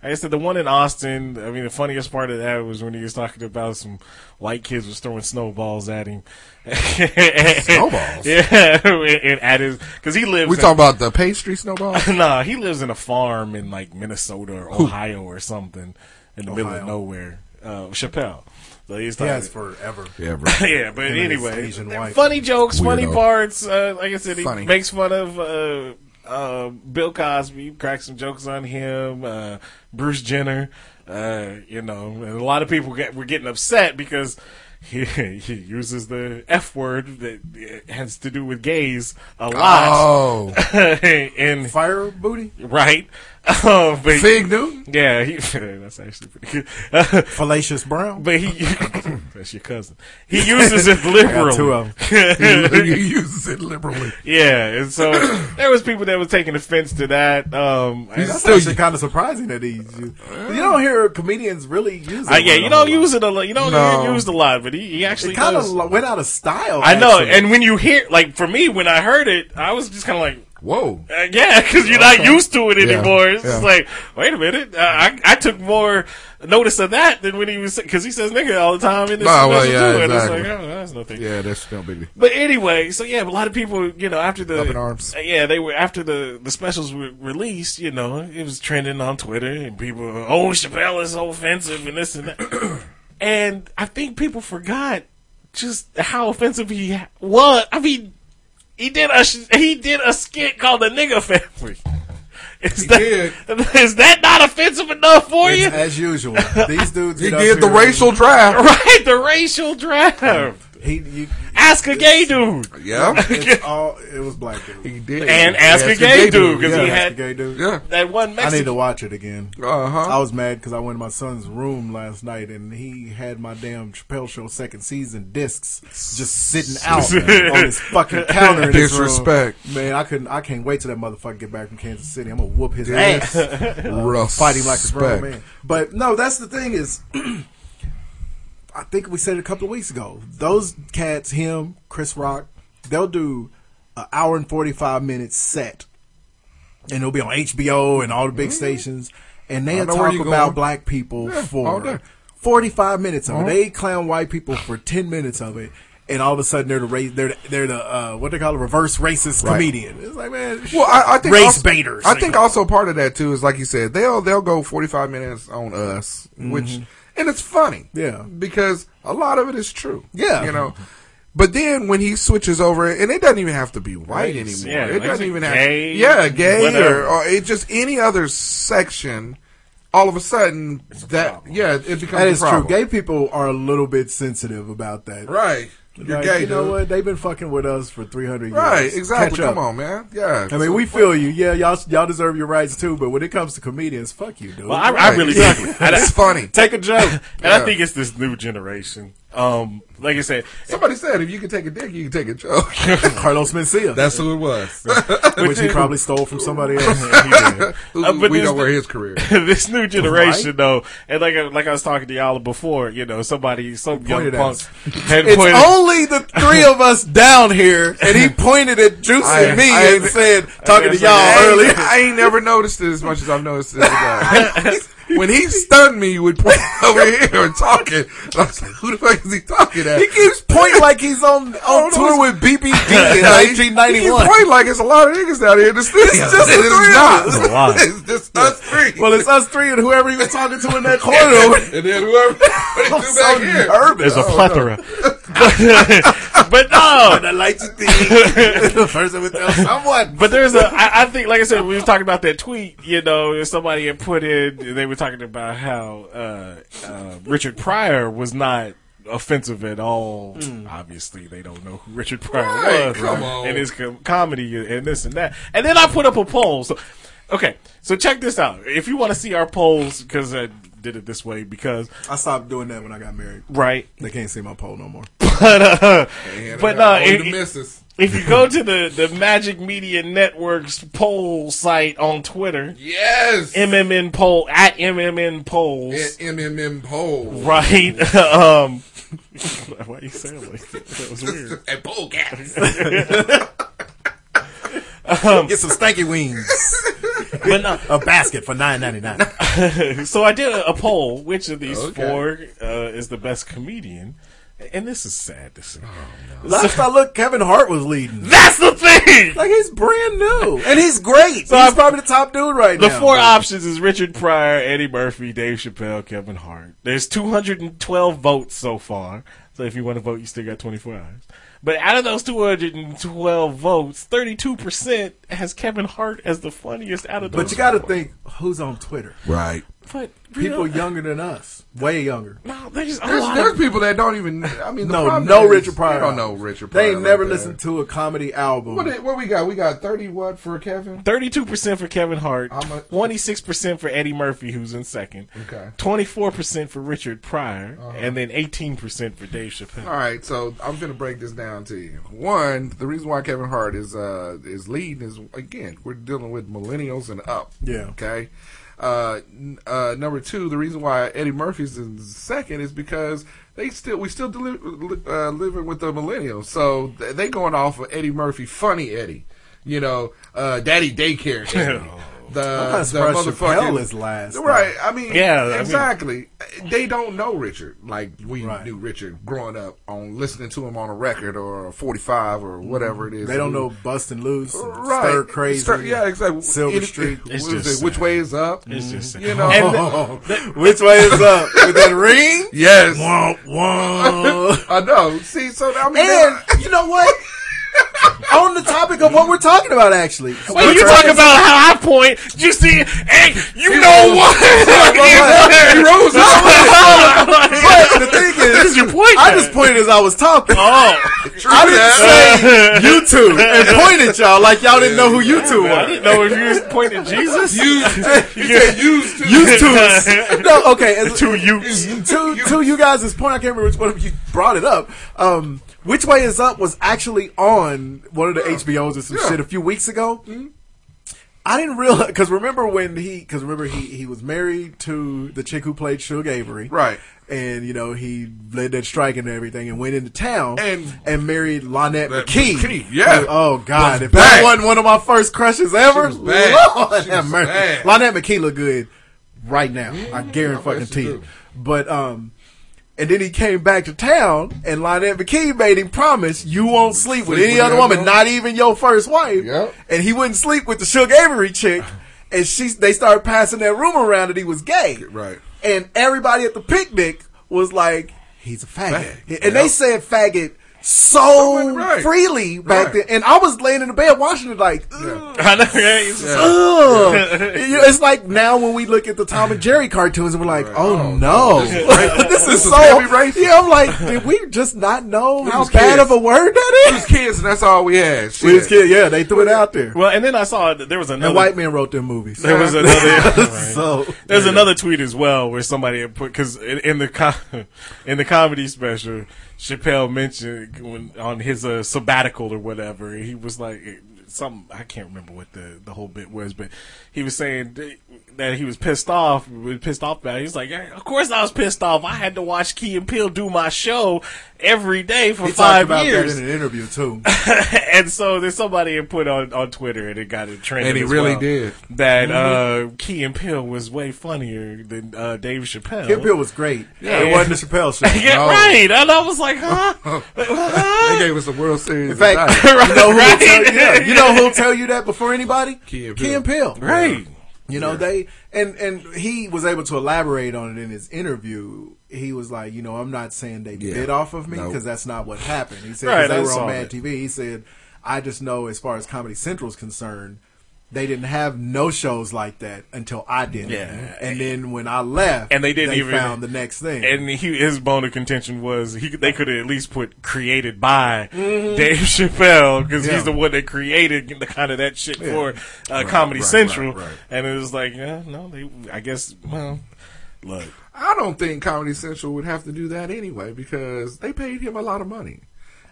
Speaker 10: Like I said the one in Austin. I mean, the funniest part of that was when he was talking about some white kids was throwing snowballs at him. snowballs, yeah, and at his because he lives.
Speaker 11: We
Speaker 10: in-
Speaker 11: talking about the pastry snowball?
Speaker 10: nah, he lives in a farm in like Minnesota or Ohio or something in the middle of nowhere. Uh, Chappelle. So he's
Speaker 12: He
Speaker 10: talking-
Speaker 12: has forever.
Speaker 11: Ever.
Speaker 10: yeah, but
Speaker 12: Him and his
Speaker 10: anyway,
Speaker 12: Asian wife.
Speaker 10: funny jokes, funny
Speaker 12: Weirdo.
Speaker 10: parts. Uh, like I said, he
Speaker 12: Funny.
Speaker 10: makes fun of uh, uh, Bill Cosby, cracks some jokes on him, uh, Bruce Jenner. Uh, you know, and a lot of people get, were getting upset because he, he uses the F word that has to do with gays a lot.
Speaker 11: Oh.
Speaker 10: and
Speaker 12: fire booty,
Speaker 10: right? Um, but
Speaker 11: Fig Newton?
Speaker 10: Yeah, he, that's actually pretty good.
Speaker 12: Fallacious Brown.
Speaker 10: But he, that's your cousin. He uses it liberally.
Speaker 12: I got two of 'em. He uses it liberally.
Speaker 10: Yeah, and so there was people that was taking offense to that. Um, and-
Speaker 12: That's actually kind of surprising that he. You, you don't hear comedians really use it.
Speaker 10: Uh, yeah, you
Speaker 12: know,
Speaker 10: don't use it a lot. You don't
Speaker 12: No.
Speaker 10: hear it used a lot, but he, he actually
Speaker 12: it kind
Speaker 10: does.
Speaker 12: of went out of style.
Speaker 10: I know,
Speaker 12: actually.
Speaker 10: and when you hear, like for me, when I heard it, I was just kind of like,
Speaker 11: "Whoa,
Speaker 10: uh, yeah," because you're not
Speaker 12: Okay.
Speaker 10: used to it
Speaker 12: Yeah,
Speaker 10: anymore. It's just
Speaker 12: yeah.
Speaker 10: like, wait a minute, uh, I I took more notice of that than when he was because he says "nigga" all the time in this
Speaker 11: Nah, well,
Speaker 10: special
Speaker 11: yeah,
Speaker 10: too, and it's
Speaker 11: exactly.
Speaker 10: like, oh, that's nothing.
Speaker 11: Yeah, that's no biggie.
Speaker 10: But anyway, so yeah, a lot of people, you know, after the
Speaker 11: Up in arms.
Speaker 10: Uh, yeah, they were after the the specials were released. You know, it was trending on Twitter, and people, were, oh, Chappelle is so offensive, and this and that. and I think people forgot just how offensive he was. I mean, he did a sh- he did a skit called the Nigga Family. Is that is that not offensive enough for you?
Speaker 12: As usual, these dudes.
Speaker 11: He
Speaker 12: get up
Speaker 11: did the
Speaker 12: here-
Speaker 11: racial draft.
Speaker 10: Right, the racial draft.
Speaker 12: He, you,
Speaker 10: Ask a gay dude.
Speaker 12: It's all, it was black dude.
Speaker 11: He did.
Speaker 10: And ask a gay dude because he
Speaker 12: Yeah.
Speaker 10: had
Speaker 12: Ask a gay dude.
Speaker 10: that one
Speaker 12: I need
Speaker 10: Mexican.
Speaker 12: to watch it again.
Speaker 11: Uh-huh.
Speaker 12: I was mad because I went to my son's room last night and he had my damn Chappelle Show second season discs just sitting out on his fucking counter. In his room.
Speaker 11: Disrespect.
Speaker 12: man. I couldn't. I can't wait till that motherfucker get back from Kansas City. I'm gonna whoop his ass.
Speaker 11: Disrespect.
Speaker 12: Uh, fighting like a grown man. But no, that's the thing is. I think we said it a couple of weeks ago. Those cats, him, Chris Rock, they'll do an hour and forty five minute set and it'll be on HBO and all the big stations, and
Speaker 11: Mm-hmm. I
Speaker 12: they'll
Speaker 11: know where
Speaker 12: talk
Speaker 11: you
Speaker 12: about
Speaker 11: going.
Speaker 12: black people
Speaker 11: Yeah, all day.
Speaker 12: for forty five minutes of
Speaker 11: Uh-huh.
Speaker 12: it. They clown white people for ten minutes of it, and all of a sudden they're the race, they're the, they're the uh, what they call a reverse racist
Speaker 11: Right.
Speaker 12: comedian. It's like man,
Speaker 11: Well, I, I think
Speaker 12: race
Speaker 11: also,
Speaker 12: baiters.
Speaker 11: I think also part of that too is like you said, they'll they'll go forty five minutes on us, which
Speaker 12: Mhm.
Speaker 11: and it's funny,
Speaker 12: Yeah.
Speaker 11: because a lot of it is true,
Speaker 12: Yeah.
Speaker 11: you know. But then when he switches over, and it doesn't even have to be white
Speaker 12: Race.
Speaker 11: anymore.
Speaker 12: Yeah,
Speaker 11: it
Speaker 12: like
Speaker 11: doesn't
Speaker 12: say
Speaker 11: even
Speaker 12: gay,
Speaker 11: have, yeah, gay
Speaker 12: whatever.
Speaker 11: or, or it just any other section. All of a sudden, that yeah, it becomes
Speaker 12: that
Speaker 11: a
Speaker 12: is
Speaker 11: problem.
Speaker 12: true. Gay people are a little bit sensitive about that,
Speaker 11: Right. You're
Speaker 12: Like,
Speaker 11: gay,
Speaker 12: you know
Speaker 11: dude.
Speaker 12: what? They've been fucking with us for three hundred years.
Speaker 11: Right, exactly.
Speaker 12: Catch up.
Speaker 11: Come on, man. Yeah.
Speaker 12: I mean, we feel you. Yeah, y'all y'all deserve your rights too. But when it comes to comedians, fuck you, dude.
Speaker 10: Well, I, I really
Speaker 12: Exactly.
Speaker 10: think and I-
Speaker 12: Take a joke,
Speaker 10: and I think it's this new generation. Um, like I said,
Speaker 11: Somebody said if you can take a dick, you can take a joke.
Speaker 12: Carlos Mencia.
Speaker 11: That's who it was.
Speaker 12: which he probably stole from somebody else.
Speaker 10: Uh, but
Speaker 11: we
Speaker 10: this-
Speaker 11: know where his career.
Speaker 10: this new generation,
Speaker 11: Right?
Speaker 10: though, and like I- like I was talking to y'all before, you know, somebody, some young
Speaker 12: Pointed at
Speaker 10: punk
Speaker 12: us.
Speaker 10: had
Speaker 12: It's
Speaker 10: pointed.
Speaker 12: only the three of us down here, and he pointed at Juicy
Speaker 11: I-
Speaker 12: and me
Speaker 11: I-
Speaker 12: and said, talking to y'all
Speaker 11: I ain't-
Speaker 12: earlier.
Speaker 11: I ain't never noticed it as much as I've noticed this guy. when he stunned me with point over here and talking, I was like, "Who the fuck is he talking at?"
Speaker 12: He keeps pointing like he's on on
Speaker 11: don't know.
Speaker 12: tour with BBD in
Speaker 11: Like, he keeps
Speaker 12: 1991.
Speaker 11: pointing like it's a lot of niggas out here in the studio.
Speaker 12: It's just
Speaker 11: It
Speaker 12: the
Speaker 11: is
Speaker 12: three of
Speaker 11: not.
Speaker 12: us.
Speaker 11: It's just us three.
Speaker 12: Well, it's us three and whoever you were talking to in that corner.
Speaker 11: and then whoever
Speaker 12: I'm so nervous.
Speaker 10: There's a
Speaker 12: Oh, no.
Speaker 10: plethora, but, but no,
Speaker 12: the lights and things. the person would tell someone.
Speaker 10: But there's a, I, I think, like I said, we were talking about that tweet, you know, and somebody had put in, they were talking about how uh, uh, Richard Pryor was not offensive at all. Obviously, they don't know who Richard Pryor
Speaker 11: Hmm. Right,
Speaker 10: was
Speaker 11: come on.
Speaker 10: and his com- comedy and this and that. And then I put up a poll. So, okay, so check this out. If you want to see our polls, because I did it this way, because
Speaker 12: I stopped doing that when I got married.
Speaker 10: right,
Speaker 12: They can't see my pole no more.
Speaker 10: but uh,
Speaker 11: And
Speaker 10: but no,
Speaker 11: I own
Speaker 10: if,
Speaker 11: Oh, the missus.
Speaker 10: if you go to the the Magic Media Network's poll site on Twitter,
Speaker 11: Yes.
Speaker 10: MMN poll at MMN polls,
Speaker 11: At MMM poll.
Speaker 10: right? um, why you sound like that? That was weird.
Speaker 11: At poll cats.
Speaker 12: Get some stanky wings. a basket for nine ninety nine.
Speaker 10: so I did a, a poll. Which of these
Speaker 12: Okay.
Speaker 10: four uh, is the best comedian? And this is sad to see.
Speaker 12: Last I looked, Kevin Hart was leading.
Speaker 10: That's the thing.
Speaker 12: Like he's brand new, and he's great. So he's probably the top dude right
Speaker 10: the
Speaker 12: now.
Speaker 10: four options is Richard Pryor, Eddie Murphy, Dave Chappelle, Kevin Hart. There's 212 votes so far. So if you want to vote, you still got 24 hours. But out of those 212 votes, 32% has Kevin Hart as the funniest out of those.
Speaker 12: But you got to think who's on Twitter,
Speaker 11: Right.
Speaker 10: But
Speaker 12: people
Speaker 10: real-
Speaker 12: younger than us, way younger.
Speaker 10: No, there's a
Speaker 11: There's,
Speaker 10: lot
Speaker 11: there's
Speaker 10: of-
Speaker 11: people that don't even. I mean, the
Speaker 12: no,
Speaker 11: problem
Speaker 12: no
Speaker 11: is,
Speaker 12: Richard Pryor.
Speaker 11: They don't know Richard.
Speaker 12: They
Speaker 11: Pryor
Speaker 12: ain't never
Speaker 11: right there.
Speaker 12: listened to a comedy album.
Speaker 11: What, did- what we got? We got thirty what for Kevin?
Speaker 10: 32% for Kevin Hart, 26% for Eddie Murphy, who's in second,
Speaker 11: Okay.
Speaker 10: 24% for Richard Pryor,
Speaker 12: Uh-huh.
Speaker 10: and then 18% for Dave Chappelle.
Speaker 11: All right, so I'm gonna break this down to you. One, the reason why Kevin Hart is uh is leading is again we're dealing with millennials and up.
Speaker 12: Yeah.
Speaker 11: Okay. Uh, n- uh, number two, the reason why Eddie Murphy's in second is because they still we still deli- li- uh, living with the millennials, so th- they going off of Eddie Murphy, funny Eddie, you know, uh, Daddy Daycare. Eddie. The,
Speaker 12: I'm not
Speaker 11: the
Speaker 12: surprised
Speaker 11: motherfucking
Speaker 12: Chappelle is last.
Speaker 11: right? I mean,
Speaker 12: Yeah, I mean-
Speaker 11: exactly. they don't know Richard like we knew Richard growing up on listening to him on a record or a forty-five or whatever it is.
Speaker 12: They don't know bustin' loose, and
Speaker 11: Right.
Speaker 12: stir crazy,
Speaker 11: Stir- yeah, exactly.
Speaker 12: Silver
Speaker 11: It- it-
Speaker 12: Street.
Speaker 11: It's what is just it? Which sad. way is up?
Speaker 12: It's
Speaker 11: just sad.
Speaker 12: you
Speaker 11: You
Speaker 12: know.
Speaker 11: know.
Speaker 12: which way is up with that ring?
Speaker 11: Yes.
Speaker 12: Womp, womp.
Speaker 11: I know. See, so I mean,
Speaker 12: And you know what? On the topic of what we're talking about, actually.
Speaker 10: Well, you talk about how I point. You see, hey, you know what?
Speaker 12: He rose But the thing is,
Speaker 10: This is your point,
Speaker 12: I
Speaker 10: man.
Speaker 12: just pointed as I was talking.
Speaker 10: Oh,
Speaker 12: I didn't say YouTube and point at y'all like y'all didn't know who you two
Speaker 10: I
Speaker 12: were.
Speaker 10: didn't know if you was pointing Jesus.
Speaker 12: You two, no, okay, as, two you, two, two you guys. This point, I can't remember which one of you brought it up. Um, which way is up was actually on one of the HBOs or some shit a few weeks ago. I didn't realize because remember when he because remember he he was married to the chick who played Suge Avery, right? And you know he led that strike and everything and went into town and and married Lonette McKee.
Speaker 11: McKee, yeah.
Speaker 12: Like, oh God,
Speaker 11: Was
Speaker 12: if that
Speaker 11: bad.
Speaker 12: wasn't one of my first crushes ever,
Speaker 11: was bad.
Speaker 12: Lord
Speaker 11: She
Speaker 12: have
Speaker 11: was
Speaker 12: mercy.
Speaker 11: bad. Mm-hmm.
Speaker 12: Lonette McKee look good right now. I guarantee fucking
Speaker 11: she
Speaker 12: you. But um. And then he came back to town, and Lonette McKee made him promise you won't sleep with
Speaker 11: Sleep
Speaker 12: any
Speaker 11: with
Speaker 12: other
Speaker 11: that
Speaker 12: woman,
Speaker 11: woman.
Speaker 12: not even your first wife. And he wouldn't sleep with the Suge Avery chick, and she they started passing that rumor around that he was gay.
Speaker 11: Right.
Speaker 12: And everybody at the picnic was like, "He's a faggot," and they said "faggot." So
Speaker 11: right.
Speaker 12: freely back
Speaker 11: Right.
Speaker 12: then, and I was laying in the bed watching it like, ugh.
Speaker 10: I know. Yeah, he's just-
Speaker 12: Ugh. You know, it's like now when we look at the Tom and Jerry cartoons and we're like, oh, no,
Speaker 11: This is
Speaker 12: this is,
Speaker 11: racist. This is
Speaker 12: so
Speaker 11: heavy racist.
Speaker 12: Yeah, I'm like, did we just not know how
Speaker 11: was
Speaker 12: bad
Speaker 11: kids.
Speaker 12: of a word that
Speaker 11: we
Speaker 12: is?
Speaker 11: was kids, and that's all we had.
Speaker 12: We was
Speaker 11: Shit.
Speaker 12: kids, yeah, they threw it out there.
Speaker 10: Well, and then I saw that there was another
Speaker 12: And white men wrote their movies.
Speaker 10: There was another.
Speaker 12: so
Speaker 10: There's another tweet as well where somebody had put because in, in the com- in the comedy special, Chappelle mentioned when on his uh, sabbatical or whatever, he was like eh, some I can't remember what the the whole bit was, but he was saying th- that he was pissed off, was pissed off about. it. He's like, "Yeah, of course I was pissed off. I had to watch Key and Peele do my show every day for
Speaker 12: He talked
Speaker 10: five
Speaker 12: about
Speaker 10: years.
Speaker 12: that in an interview too.
Speaker 10: and so there's somebody had put on on Twitter and it got it trending.
Speaker 11: And he
Speaker 10: as
Speaker 11: really
Speaker 10: well,
Speaker 11: did.
Speaker 10: that. Uh, Key and Peele was way funnier than uh, Dave Chappelle.
Speaker 12: Kid Bill was great.
Speaker 10: Yeah.
Speaker 12: It wasn't the Chappelle show.
Speaker 10: yeah,
Speaker 12: No.
Speaker 10: right. And I was like, huh?
Speaker 11: They gave us the World Series.
Speaker 12: In fact,
Speaker 11: of
Speaker 12: you know who will
Speaker 10: Right.
Speaker 12: tell you, yeah, you know who'll tell you that before anybody?
Speaker 11: Key and
Speaker 12: Key
Speaker 11: Peele.
Speaker 12: and Peele.
Speaker 10: Right.
Speaker 12: You know they and and he was able to elaborate on it in his interview. He was like, you know, I'm not saying they
Speaker 11: Yeah.
Speaker 12: bit off of me
Speaker 11: Nope.
Speaker 12: because that's not what happened. He said 'cause
Speaker 10: Right,
Speaker 12: they
Speaker 10: I
Speaker 12: were
Speaker 10: saw
Speaker 12: on Mad
Speaker 10: that.
Speaker 12: TV. He said, I just know as far as Comedy Central's concerned, they didn't have no shows like that until I did. it.
Speaker 10: Yeah.
Speaker 12: and then when I left,
Speaker 10: And they didn't even-
Speaker 12: found the next thing.
Speaker 10: And he, his bone of contention was he, they could have at least put created by Dave Chappelle because
Speaker 12: Yeah.
Speaker 10: he's the one that created the kind of that shit
Speaker 12: Yeah.
Speaker 10: for uh, Comedy Central. And it was like, yeah, no, they. I guess, well, look,
Speaker 11: I don't think Comedy Central would have to do that anyway because they paid him a lot of money,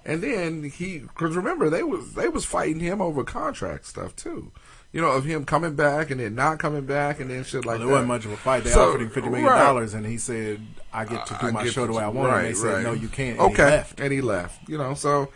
Speaker 11: and then he because remember they was they was fighting him over contract stuff too. You know, of him coming back and then not coming back and then shit like
Speaker 12: Well,
Speaker 11: that.
Speaker 12: there wasn't much of a fight. They
Speaker 11: So,
Speaker 12: offered him fifty million
Speaker 11: right.
Speaker 12: dollars, and he said, "I get to do
Speaker 11: I
Speaker 12: my
Speaker 11: get
Speaker 12: show the
Speaker 11: what
Speaker 12: way I
Speaker 11: you-
Speaker 12: want." it. and they
Speaker 11: right,
Speaker 12: said,
Speaker 11: right.
Speaker 12: "No, you can't." And
Speaker 11: okay,
Speaker 12: he left.
Speaker 11: and he left. You know, so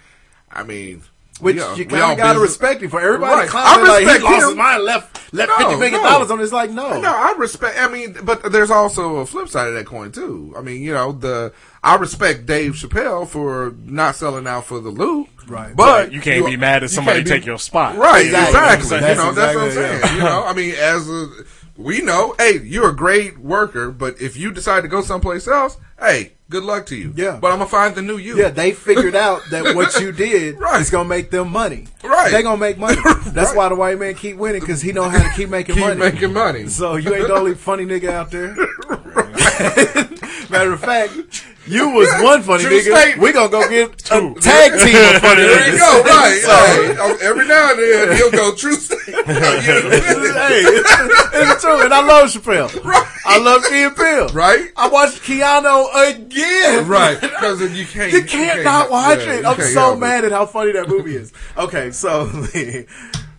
Speaker 11: I mean,
Speaker 12: Which
Speaker 11: Yeah,
Speaker 12: you
Speaker 11: we
Speaker 12: kind
Speaker 11: all
Speaker 12: of gotta
Speaker 11: busy.
Speaker 12: respect him for everybody.
Speaker 11: Right.
Speaker 12: to
Speaker 11: I
Speaker 12: comment, like,
Speaker 11: respect
Speaker 12: he lost
Speaker 11: him.
Speaker 12: his mind, left left
Speaker 11: No,
Speaker 12: fifty million
Speaker 11: no.
Speaker 12: dollars on. it. It's like no,
Speaker 11: No, I respect. I mean, but there's also a flip side of that coin too. I mean, you know, the I respect Dave Chappelle for not selling out for the Lou,
Speaker 10: Right.
Speaker 11: But
Speaker 10: You can't be mad if
Speaker 11: you
Speaker 10: somebody
Speaker 11: can't
Speaker 10: take your spot.
Speaker 11: Right,
Speaker 10: Exactly.
Speaker 11: exactly.
Speaker 10: That's
Speaker 11: you know, that's what I'm
Speaker 10: exactly,
Speaker 11: saying.
Speaker 10: yeah.
Speaker 11: You know, I mean, as a, we know, hey, you're a great worker, but if you decide to go someplace else, hey, good luck to you. Yeah, but I'm gonna find the new you.
Speaker 12: Yeah, they figured out that what you did is gonna make them money.
Speaker 11: Right.
Speaker 12: They gonna make money. That's why the white man keep winning because he know how to keep making
Speaker 11: Keep
Speaker 12: money.
Speaker 11: making money.
Speaker 12: So you ain't the only funny nigga out there. Matter of fact, you was one funny
Speaker 11: True
Speaker 12: nigga.
Speaker 11: statement.
Speaker 12: We gonna go get a tag team of funny
Speaker 11: There you
Speaker 12: niggas.
Speaker 11: go. Right.
Speaker 12: So-
Speaker 11: Hey, oh, every now and then he'll go true.
Speaker 12: hey, it's, it's true, and I love Chappelle. I love Key and Peele.
Speaker 11: Right?
Speaker 12: I watched Keanu again.
Speaker 11: Right, because you can't,
Speaker 12: You can't not watch
Speaker 11: yeah,
Speaker 12: it.
Speaker 11: you
Speaker 12: I'm
Speaker 11: can't
Speaker 12: so
Speaker 11: help it.
Speaker 12: mad at how funny that movie is. Okay, so it's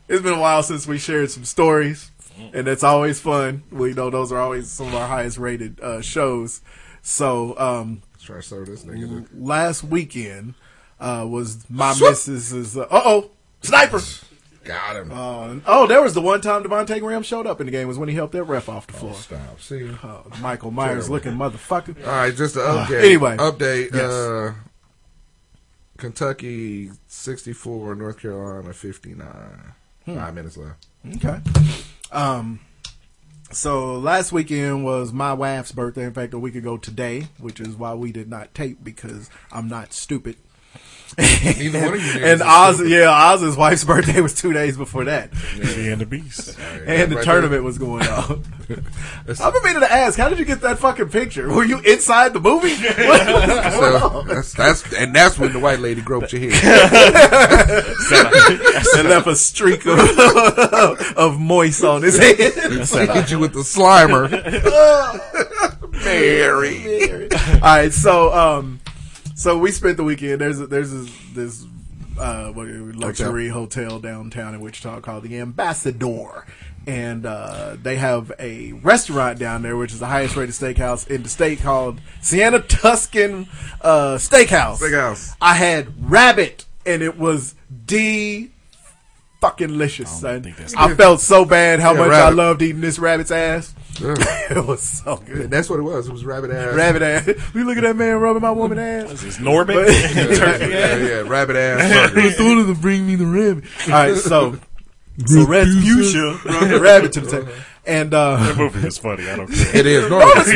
Speaker 12: been a while since we shared some stories, and it's always fun. We know those are always some of our highest rated uh, shows. So, um,
Speaker 11: Try to serve this nigga.
Speaker 12: l- last weekend uh, was my
Speaker 11: Swoop.
Speaker 12: missus's. Uh oh, sniper.
Speaker 11: Got him.
Speaker 12: Uh, oh, there was the one time Devontae Graham showed up in the game was when he helped that ref off the floor.
Speaker 11: stop. See,
Speaker 12: oh, Michael Myers
Speaker 11: Terrible.
Speaker 12: looking motherfucker.
Speaker 11: All right, just an update.
Speaker 12: Uh, anyway,
Speaker 11: update.
Speaker 12: Yes.
Speaker 11: Uh, Kentucky sixty-four, North Carolina fifty-nine.
Speaker 12: Hmm.
Speaker 11: Five minutes left.
Speaker 12: Okay. Um. So last weekend was my wife's birthday. In fact, a week ago today, which is why we did not tape because I'm not stupid.
Speaker 11: Neither one of you niggas
Speaker 12: and
Speaker 11: is
Speaker 12: Oz,
Speaker 11: stupid.
Speaker 12: yeah, Oz's wife's birthday was two days before that,
Speaker 10: Beauty and the Beast.
Speaker 12: and the
Speaker 11: Right
Speaker 12: tournament
Speaker 11: there.
Speaker 12: was going on. I've been meaning to ask, how did you get that fucking picture? Were you inside the movie? What was going
Speaker 11: So
Speaker 12: on?
Speaker 11: that's, that's and that's when the white lady groped your head.
Speaker 12: and left a streak of, of moist on his head.
Speaker 11: Hit you with the slimer, Mary.
Speaker 12: All right, so um, so we spent the weekend. There's a, there's this, this uh, what- luxury hotel. downtown in Wichita called the Ambassador, and uh, they have a restaurant down there, which is the highest rated steakhouse in the state, called Sienna Tuscan uh, Steakhouse.
Speaker 11: Steakhouse.
Speaker 12: I had rabbit, and it was d fucking licious. I, I felt so bad how
Speaker 11: Yeah,
Speaker 12: much I
Speaker 11: rabbit.
Speaker 12: loved eating this rabbit's ass.
Speaker 11: Ugh.
Speaker 12: it was so good.
Speaker 11: That's what it was. It was rabbit ass.
Speaker 12: Rabbit ass. We look at that man rubbing my woman ass.
Speaker 10: Is Norbit?
Speaker 12: But-
Speaker 11: Yeah, yeah, yeah, rabbit ass.
Speaker 12: The
Speaker 11: burgers.
Speaker 12: thought of the bring me the rabbit. All right, so so Rasputia brought the rabbit to the table, and
Speaker 10: That
Speaker 12: uh,
Speaker 10: movie is funny. I don't care.
Speaker 11: It is.
Speaker 12: no, it's
Speaker 11: Norbit's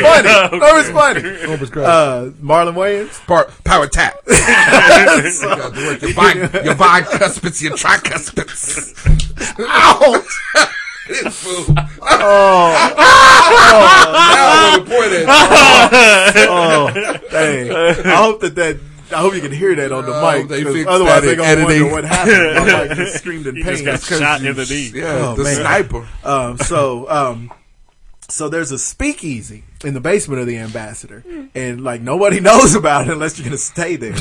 Speaker 12: funny. No, it's funny.
Speaker 11: Norbit's crazy.
Speaker 12: Uh, Marlon Wayans.
Speaker 11: Par- power tap. You got to work your bi- your bicuspids, your tricuspids. Ow! This fool.
Speaker 12: Oh.
Speaker 11: Oh. Now I know the point is.
Speaker 12: Oh,
Speaker 11: Oh.
Speaker 12: Dang. I hope that that. I hope you can hear that on the
Speaker 11: Oh,
Speaker 12: mic.
Speaker 11: they
Speaker 12: 'cause
Speaker 11: fixed that
Speaker 12: otherwise, they're
Speaker 11: in
Speaker 12: gonna wonder
Speaker 11: editing.
Speaker 12: what happened. My mic just screamed in
Speaker 10: He
Speaker 12: pain.
Speaker 10: just got shot in the knee.
Speaker 11: Yeah,
Speaker 12: Oh,
Speaker 11: the
Speaker 12: man.
Speaker 11: sniper.
Speaker 12: Um, so, um, so there's a speakeasy in the basement of the ambassador, and like nobody knows about it unless you're gonna stay there.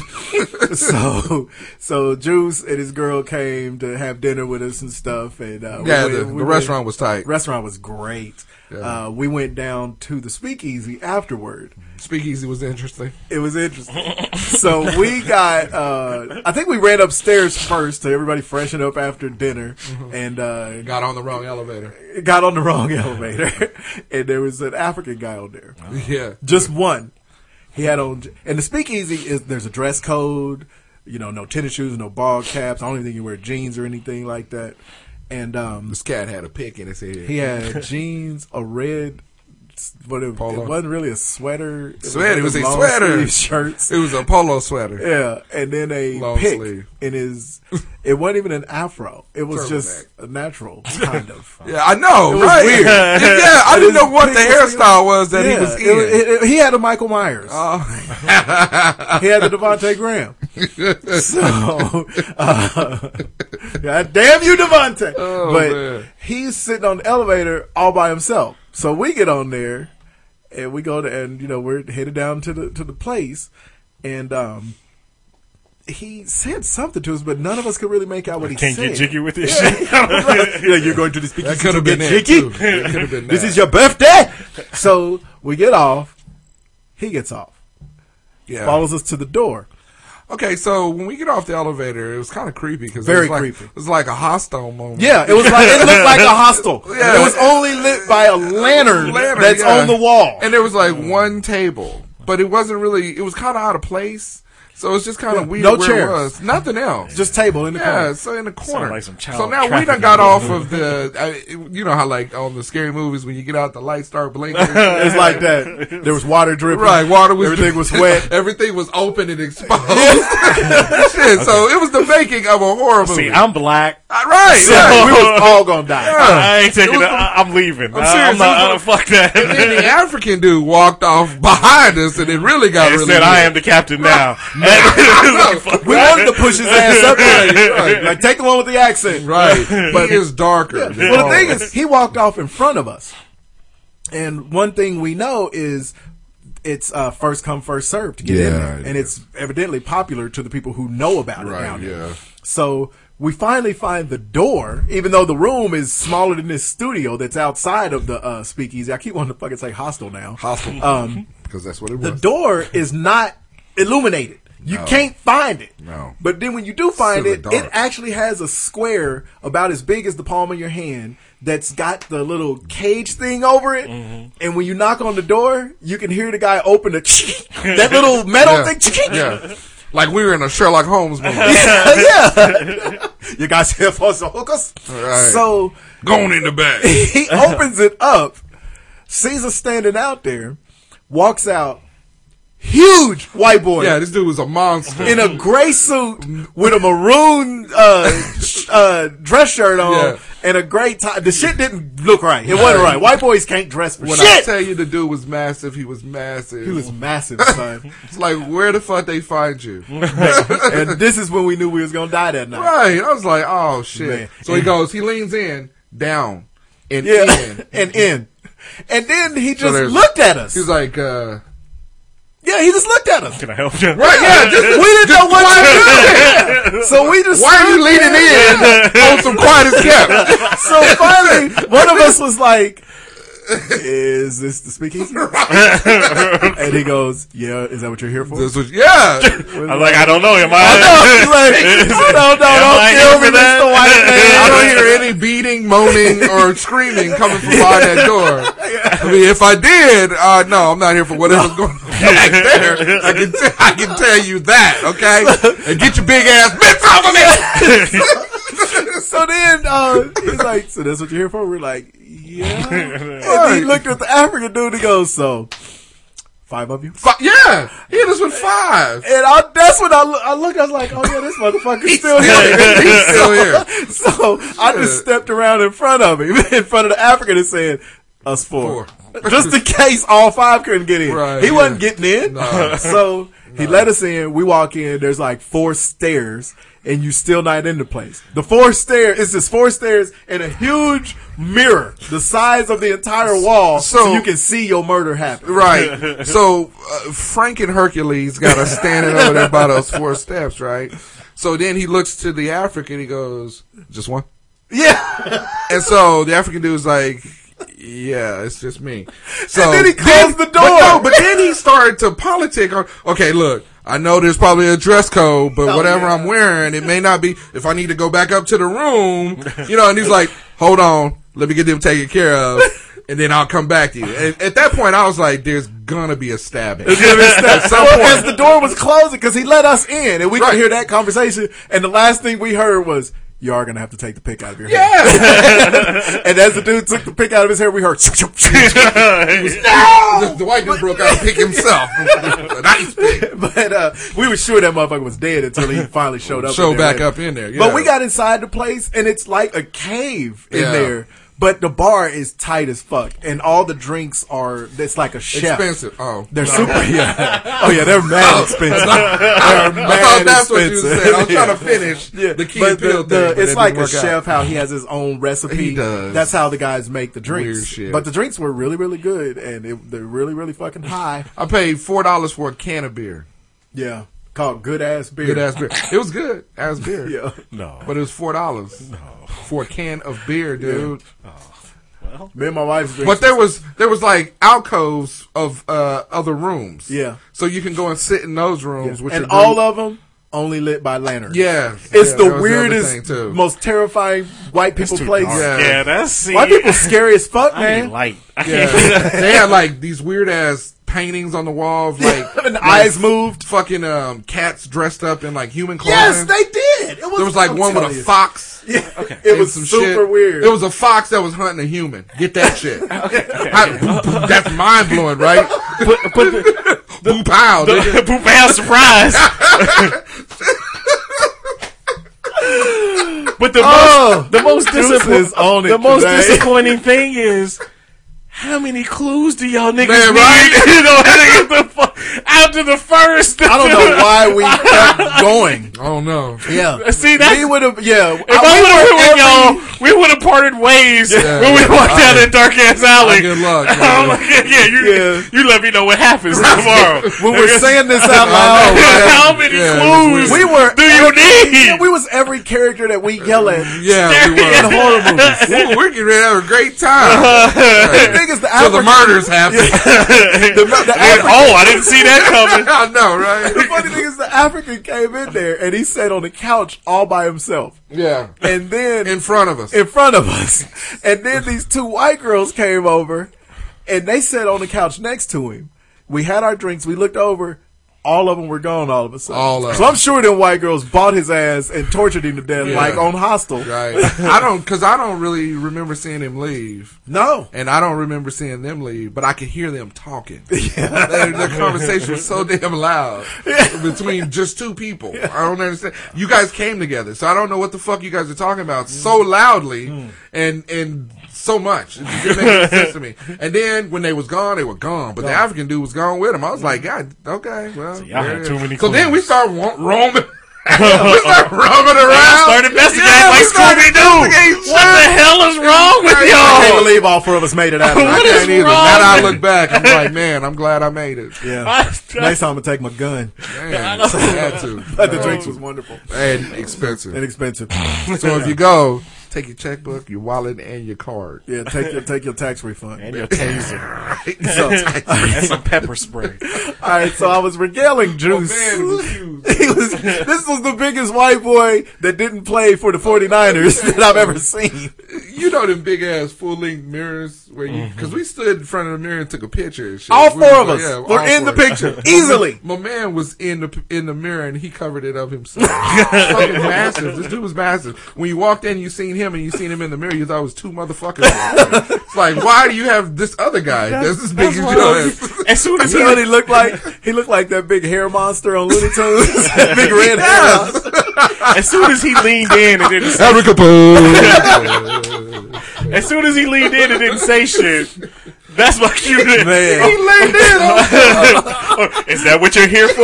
Speaker 12: so, so Juice and his girl came to have dinner with us and stuff, and uh, we
Speaker 11: Yeah,
Speaker 12: went-
Speaker 11: the,
Speaker 12: we
Speaker 11: the
Speaker 12: went-
Speaker 11: restaurant was tight.
Speaker 12: Restaurant was great.
Speaker 11: Yeah.
Speaker 12: Uh, we went down to the speakeasy afterward.
Speaker 11: Speakeasy was interesting.
Speaker 12: It was interesting. so we got, uh, I think we ran upstairs first to everybody freshen up after dinner,
Speaker 11: Mm-hmm.
Speaker 12: and uh,
Speaker 11: Got on the wrong elevator.
Speaker 12: got on the wrong elevator, and there was an African guy on there.
Speaker 11: Yeah.
Speaker 12: Just one. He had on, and the speakeasy is there's a dress code. You know, no tennis shoes, no ball caps. I don't even think you wear jeans or anything like that. And um,
Speaker 11: This cat had a pick in his head.
Speaker 12: he had jeans, a red. But it, it
Speaker 11: Polo.
Speaker 12: wasn't really a sweater. It
Speaker 11: Sweater, it was
Speaker 12: like
Speaker 11: a
Speaker 12: long
Speaker 11: sweater.
Speaker 12: sleeve Shirts.
Speaker 11: It was a polo sweater.
Speaker 12: Yeah, and then a
Speaker 11: Long
Speaker 12: pick
Speaker 11: sleeve.
Speaker 12: in his. It wasn't even an afro. It was
Speaker 11: Turtleneck.
Speaker 12: just a natural kind of.
Speaker 11: Yeah, I know,
Speaker 12: It was
Speaker 11: right?
Speaker 12: weird.
Speaker 11: yeah, I didn't know what the
Speaker 12: It was-
Speaker 11: hairstyle was that
Speaker 12: Yeah,
Speaker 11: he was in. Uh,
Speaker 12: it was- it- it- he had a Michael Myers. he had a Devontae Graham. So, uh, God damn you, Devontae!
Speaker 11: Oh,
Speaker 12: but
Speaker 11: man.
Speaker 12: he's sitting on the elevator all by himself. So we get on there, and we go to, and you know, we're headed down to the to the place, and um. He said something to us, but none of us could really make out what he
Speaker 10: Can't
Speaker 12: said.
Speaker 10: get jiggy with this shit.
Speaker 12: yeah, you're going to the speakeasy
Speaker 11: That could have been
Speaker 12: to get
Speaker 11: that,
Speaker 12: jiggy?
Speaker 11: too. That could have been
Speaker 12: This
Speaker 11: that.
Speaker 12: is your birthday. So we get off. He gets off.
Speaker 11: yeah.
Speaker 12: Follows us to the door.
Speaker 11: Okay, so when we get off the elevator, it was kind of creepy because it
Speaker 12: Very
Speaker 11: was like,
Speaker 12: creepy.
Speaker 11: It was like a hostile moment.
Speaker 12: Yeah, it was like it looked like a hostel. It was only lit by a lantern,
Speaker 11: Lantern,
Speaker 12: that's
Speaker 11: yeah.
Speaker 12: on the wall. Mm.
Speaker 11: and there was like one table, but it wasn't really. It was kind of out of place, so it's just kind of
Speaker 12: Yeah,
Speaker 11: weird.
Speaker 12: no
Speaker 11: where
Speaker 12: chairs.
Speaker 11: it was. nothing else.
Speaker 12: Just table in the
Speaker 11: yeah,
Speaker 12: corner.
Speaker 11: so in the
Speaker 12: Sound
Speaker 11: corner.
Speaker 12: like some child
Speaker 11: so now we done
Speaker 12: trafficking.
Speaker 11: got off of the. I, you know how like on the scary movies when you get out, the lights start blinking.
Speaker 12: it's like that. There was water dripping.
Speaker 11: Right, water was
Speaker 12: everything was
Speaker 11: dripping.
Speaker 12: wet.
Speaker 11: Everything was open and exposed. Shit, So it was the making of a horror movie.
Speaker 10: See, I'm black.
Speaker 11: Uh, right,
Speaker 10: So-
Speaker 11: right.
Speaker 12: We was all gonna die.
Speaker 10: I ain't
Speaker 11: It
Speaker 10: taking
Speaker 11: was
Speaker 10: it. I- I'm leaving.
Speaker 11: I'm
Speaker 10: Uh,
Speaker 11: serious.
Speaker 10: I'm not,
Speaker 11: It
Speaker 10: uh,
Speaker 11: was
Speaker 10: fuck that.
Speaker 11: And then the African dude walked off behind us, and it really got
Speaker 10: They
Speaker 11: really.
Speaker 10: said, I
Speaker 11: weird.
Speaker 10: am the captain now.
Speaker 12: we wanted to push his ass up. Like take the one with the accent.
Speaker 11: Right, but it's darker. Oh, than
Speaker 12: Well, the thing
Speaker 11: ours.
Speaker 12: is, he walked off in front of us. And one thing we know is it's uh, first come, first serve to get in
Speaker 11: Yeah,
Speaker 12: there. And it's evidently popular to the people who know about it
Speaker 11: Right,
Speaker 12: down there.
Speaker 11: yeah.
Speaker 12: So we finally find the door, even though the room is smaller than this studio that's outside of the uh, speakeasy. I keep wanting to fucking say hostel now.
Speaker 11: Hostile.
Speaker 12: Um,
Speaker 11: because that's what it
Speaker 12: the
Speaker 11: was.
Speaker 12: door is not illuminated. You
Speaker 11: No.
Speaker 12: can't find it.
Speaker 11: No.
Speaker 12: But then when you do find
Speaker 11: Super
Speaker 12: it,
Speaker 11: dark.
Speaker 12: it actually has a square about as big as the palm of your hand that's got the little cage thing over it.
Speaker 11: Mm-hmm.
Speaker 12: And when you knock on the door, you can hear the guy open the that little metal
Speaker 11: Yeah.
Speaker 12: thing.
Speaker 11: Yeah. Like we were in a Sherlock Holmes movie.
Speaker 12: yeah. you guys here for some hookers?
Speaker 11: Right.
Speaker 12: So
Speaker 11: Going in the back.
Speaker 12: he opens it up, sees us standing out there, walks out, huge white boy
Speaker 11: Yeah, this dude was a monster.
Speaker 12: in a gray suit with a maroon uh, sh- uh, dress shirt on
Speaker 11: Yeah.
Speaker 12: and a gray tie. The shit didn't look right. It wasn't right. White boys can't dress for
Speaker 11: when I
Speaker 12: shit.
Speaker 11: tell you the dude was massive, he was massive.
Speaker 12: he was massive, son.
Speaker 11: It's like where the fuck they find you?
Speaker 12: and this is when we knew we was gonna die that night.
Speaker 11: Right. I was like, oh shit.
Speaker 12: Man.
Speaker 11: So he goes, he leans in, down, and
Speaker 12: Yeah,
Speaker 11: in.
Speaker 12: and in, and then he
Speaker 11: So
Speaker 12: just
Speaker 11: there's-
Speaker 12: looked at us.
Speaker 11: He's like, uh,
Speaker 12: yeah, he just looked at us.
Speaker 10: Can I help you?
Speaker 11: right, yeah,
Speaker 12: we
Speaker 11: just,
Speaker 12: didn't know what to do. So we just
Speaker 11: why are you
Speaker 12: stood
Speaker 11: leaning
Speaker 12: there.
Speaker 11: in on some quiet as kept?
Speaker 12: So finally, one of us was like, "Is this the speakeasy?" and he goes, "Yeah, is that what you're here for?"
Speaker 11: This was, yeah.
Speaker 10: I'm like, I don't know. Am I?
Speaker 12: I know. He's like, "No, no, no,
Speaker 10: Am
Speaker 12: don't
Speaker 10: I
Speaker 12: kill
Speaker 10: here
Speaker 12: me,
Speaker 10: for that?
Speaker 12: Mr. White Man."
Speaker 11: I don't hear any beating, moaning, or screaming coming from behind that door. I mean, if I did, uh, no, I'm not here for whatever's going on back there. I can, t- I can tell you that, okay? And get your big ass bitch off of me!
Speaker 12: So then uh, he's like, "So that's what you're here for?" We're like, "Yeah." And
Speaker 11: Right.
Speaker 12: he looked at the African dude. He goes, "So five of you?"
Speaker 11: Fi yeah, hit us with five.
Speaker 12: And I, that's when I look, I look, I was like, oh yeah, this motherfucker's still here.
Speaker 11: He's still here.
Speaker 12: so I just
Speaker 11: Shit.
Speaker 12: stepped around in front of him, in front of the African, and said, "Us four. just in case all five couldn't get in.
Speaker 11: Right,
Speaker 12: he
Speaker 11: yeah.
Speaker 12: wasn't getting in,
Speaker 11: No.
Speaker 12: so he let us in. We walk in. There's like four stairs, and you still not in the place. The four stair is just four stairs and a huge mirror the size of the entire wall, so,
Speaker 11: So-
Speaker 12: you can see your murder happen.
Speaker 11: Right. So uh, Frank and Hercules got us standing over there by those four steps, right? So then he looks to the African. He goes, "Just one."
Speaker 12: Yeah.
Speaker 11: And so the African dude's like, "Yeah, it's just me." So
Speaker 12: And then he closed the door.
Speaker 11: But no, but then he started to politic on. Okay, look. I know there's probably a dress code, but
Speaker 12: Oh,
Speaker 11: whatever
Speaker 12: yeah.
Speaker 11: I'm wearing, it may not be. If I need to go back up to the room, you know, and he's like, "Hold on, let me get them taken care of, and then I'll come back to you." And at that point, I was like, "There's gonna be a stabbing." At some
Speaker 12: Well,
Speaker 11: point-
Speaker 12: because the door was closing, because he let us in, and we
Speaker 11: Right.
Speaker 12: could hear that conversation. And the last thing we heard was, "You are gonna have to take the pick out of your hair."
Speaker 11: Yeah.
Speaker 12: and as the dude took the pick out of his hair, we heard, "Shoo, shoo, shoo, shoo."
Speaker 11: The, the white dude broke out and picked himself. An ice pick.
Speaker 12: but uh, we were sure that motherfucker was dead until he finally showed up.
Speaker 11: Show
Speaker 12: in there
Speaker 11: back up in there, yeah.
Speaker 12: But we got inside the place, and it's like a cave in
Speaker 11: Yeah.
Speaker 12: there. But the bar is tight as fuck, and all the drinks are. It's like a chef.
Speaker 11: Expensive. Oh.
Speaker 12: They're super. Yeah. Oh yeah, they're mad expensive. They're mad
Speaker 11: I thought that's what you
Speaker 12: expensive.
Speaker 11: said. I was trying to finish
Speaker 12: Yeah,
Speaker 11: the key
Speaker 12: but
Speaker 11: and pill
Speaker 12: the- the-
Speaker 11: thing. but
Speaker 12: It's
Speaker 11: that
Speaker 12: like
Speaker 11: didn't
Speaker 12: a
Speaker 11: work out.
Speaker 12: chef how he has his own recipe.
Speaker 11: He does.
Speaker 12: That's how the guys make the drinks.
Speaker 11: Weird shit.
Speaker 12: But the drinks were really, really good, and it, they're really, really fucking high.
Speaker 11: I paid four dollars for a can of beer.
Speaker 12: Yeah, called good ass beer.
Speaker 11: Good ass beer. It was good ass beer.
Speaker 12: Yeah.
Speaker 10: No.
Speaker 11: But it was four dollars for a can of beer, dude.
Speaker 12: Me and my wife's drinks.
Speaker 11: But there was there was like alcoves of uh, other rooms.
Speaker 12: Yeah.
Speaker 11: So you can go and sit in those rooms,
Speaker 12: Yeah.
Speaker 11: which
Speaker 12: and
Speaker 11: are
Speaker 12: all of them only lit by lanterns.
Speaker 11: Yeah,
Speaker 12: it's
Speaker 11: yeah, that was the
Speaker 12: the
Speaker 11: other
Speaker 12: weirdest,
Speaker 11: thing, too.
Speaker 12: most terrifying white people
Speaker 11: too
Speaker 12: place.
Speaker 11: dark. Yeah. Yeah, that's-
Speaker 12: white people scary as fuck,
Speaker 11: I
Speaker 12: man.
Speaker 11: need light. I can't do that. They had like these weird ass paintings on the wall of like
Speaker 12: And
Speaker 11: like
Speaker 12: eyes moved,
Speaker 11: fucking um, cats dressed up in like human clothing.
Speaker 12: Yes, they did. It was,
Speaker 11: there was like
Speaker 12: I'm
Speaker 11: one with
Speaker 12: telling
Speaker 11: a
Speaker 12: you.
Speaker 11: fox.
Speaker 12: Yeah, okay. It
Speaker 11: and
Speaker 12: was
Speaker 11: some
Speaker 12: super
Speaker 11: shit.
Speaker 12: weird.
Speaker 11: It was a fox that was hunting a human. Get that shit. I- that's mind blowing, right? but, but the, boom pow,
Speaker 10: the-
Speaker 11: nigga.
Speaker 10: boom pow, surprise. But the
Speaker 12: Oh,
Speaker 10: most the most,
Speaker 12: Juice
Speaker 10: disappo-
Speaker 12: is on it
Speaker 10: the most
Speaker 12: today.
Speaker 10: disappointing thing is how many clues do y'all niggas
Speaker 12: Man,
Speaker 10: need?
Speaker 12: right?
Speaker 10: you know, after the fu- after the first,
Speaker 12: I don't know why we kept going.
Speaker 11: Oh no.
Speaker 12: Yeah,
Speaker 10: See, that's-
Speaker 12: we would have. Yeah,
Speaker 10: If I, would have been with y'all, we would have parted ways
Speaker 12: Yeah.
Speaker 10: when we walked down that dark ass alley.
Speaker 11: Good luck.
Speaker 10: I'm like, yeah, yeah, you, you let me know what happens tomorrow.
Speaker 12: when we're saying this out loud,
Speaker 10: How many clues
Speaker 12: Oh, we were.
Speaker 10: do you
Speaker 12: Yeah,
Speaker 10: need?
Speaker 12: we was every character that we yell at
Speaker 11: Yeah, we
Speaker 12: in
Speaker 11: were.
Speaker 12: horror movies.
Speaker 11: Ooh, we're getting ready to have a great time.
Speaker 12: The thing is, the
Speaker 11: So the
Speaker 12: African-
Speaker 11: murders happen.
Speaker 12: the, the
Speaker 10: And,
Speaker 12: African,
Speaker 10: oh, I didn't see that coming.
Speaker 11: I know, right?
Speaker 12: the funny thing is, the African came in there and he sat on the couch all by himself,
Speaker 11: Yeah.
Speaker 12: and then
Speaker 11: In front of us.
Speaker 12: in front of us. And then these two white girls came over and they sat on the couch next to him. We had our drinks. We looked over. All of them were gone all of a sudden.
Speaker 11: All of
Speaker 12: so I'm sure them white girls bought his ass and tortured him to death
Speaker 11: Yeah.
Speaker 12: like on Hostel.
Speaker 11: Right. I don't, cause I don't really remember seeing him leave.
Speaker 12: No.
Speaker 11: And I don't remember seeing them leave, but I could hear them talking. Their, their conversation was so damn loud between just two people. I don't understand. You guys came together, so I don't know what the fuck you guys are talking about so loudly
Speaker 10: Mm.
Speaker 11: and and so much. It just didn't make any sense to me. And then when they was gone, they were gone. But the African dude was gone with him. I was like, God, okay, well.
Speaker 10: Mm. y'all
Speaker 11: there
Speaker 10: had
Speaker 11: it
Speaker 10: too
Speaker 11: is.
Speaker 10: many
Speaker 11: So then
Speaker 10: clues.
Speaker 11: we start wa- roaming. we start roaming around.
Speaker 10: Start investigating
Speaker 11: Yeah,
Speaker 10: like
Speaker 11: we start
Speaker 10: Scooby Doo.
Speaker 11: investigating
Speaker 10: What the hell is wrong with
Speaker 12: I can't
Speaker 10: y'all?
Speaker 12: believe all four of us made it out. of
Speaker 10: What
Speaker 12: that.
Speaker 10: is
Speaker 11: I can't either.
Speaker 10: wrong?
Speaker 11: Now that I look back, I'm like, man, I'm glad I made it.
Speaker 12: Yeah. Next time I'm gonna take my gun.
Speaker 11: Man, I had to.
Speaker 12: But the drinks was wonderful
Speaker 11: and expensive.
Speaker 12: and expensive.
Speaker 11: So if you go, take your checkbook, your wallet, and your card.
Speaker 12: Yeah, take your take your tax refund.
Speaker 10: And your taser.
Speaker 12: So-
Speaker 10: And some pepper spray.
Speaker 12: All right, so I was regaling Juice.
Speaker 11: Oh, man was huge.
Speaker 12: he was, this was the biggest white boy that didn't play for the
Speaker 11: Oh,
Speaker 12: 49ers that I've ever seen.
Speaker 11: You know them big ass full length mirrors where you
Speaker 12: Mm-hmm.
Speaker 11: because we stood in front of the mirror and took a picture. And shit.
Speaker 12: All
Speaker 11: We
Speaker 12: four of us
Speaker 11: yeah,
Speaker 12: were
Speaker 11: all
Speaker 12: in the
Speaker 11: four.
Speaker 12: picture easily.
Speaker 11: My man was in the in the mirror and he covered it up himself. Fucking massive. This dude was massive. When you walked in, you seen him and you seen him in the mirror. You thought it was two motherfuckers. it's like, why do you have this other guy? That's, as big as
Speaker 10: That's why
Speaker 11: you
Speaker 10: I
Speaker 11: are.
Speaker 10: was- as soon as
Speaker 12: You
Speaker 10: he
Speaker 12: know what he looked like? He looked like that big hair monster on Looney Tunes. that big red hair. monster.
Speaker 10: as soon as he leaned in and didn't
Speaker 11: Erica Boo.
Speaker 10: as soon as he leaned in and didn't say shit, that's my cue. to-
Speaker 11: he
Speaker 12: Man.
Speaker 11: laid in. I was
Speaker 10: Is that what you're here for?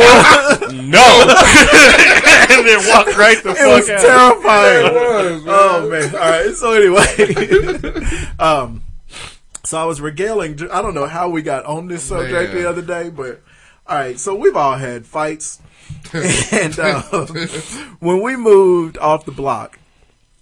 Speaker 10: no. and then walked right the
Speaker 12: It was
Speaker 10: fuck out.
Speaker 12: terrifying.
Speaker 11: was, man.
Speaker 12: Oh man! All right. So anyway, um, so I was regaling. I don't know how we got on this subject
Speaker 11: Man.
Speaker 12: the other day, but all right. So we've all had fights, and um, when we moved off the block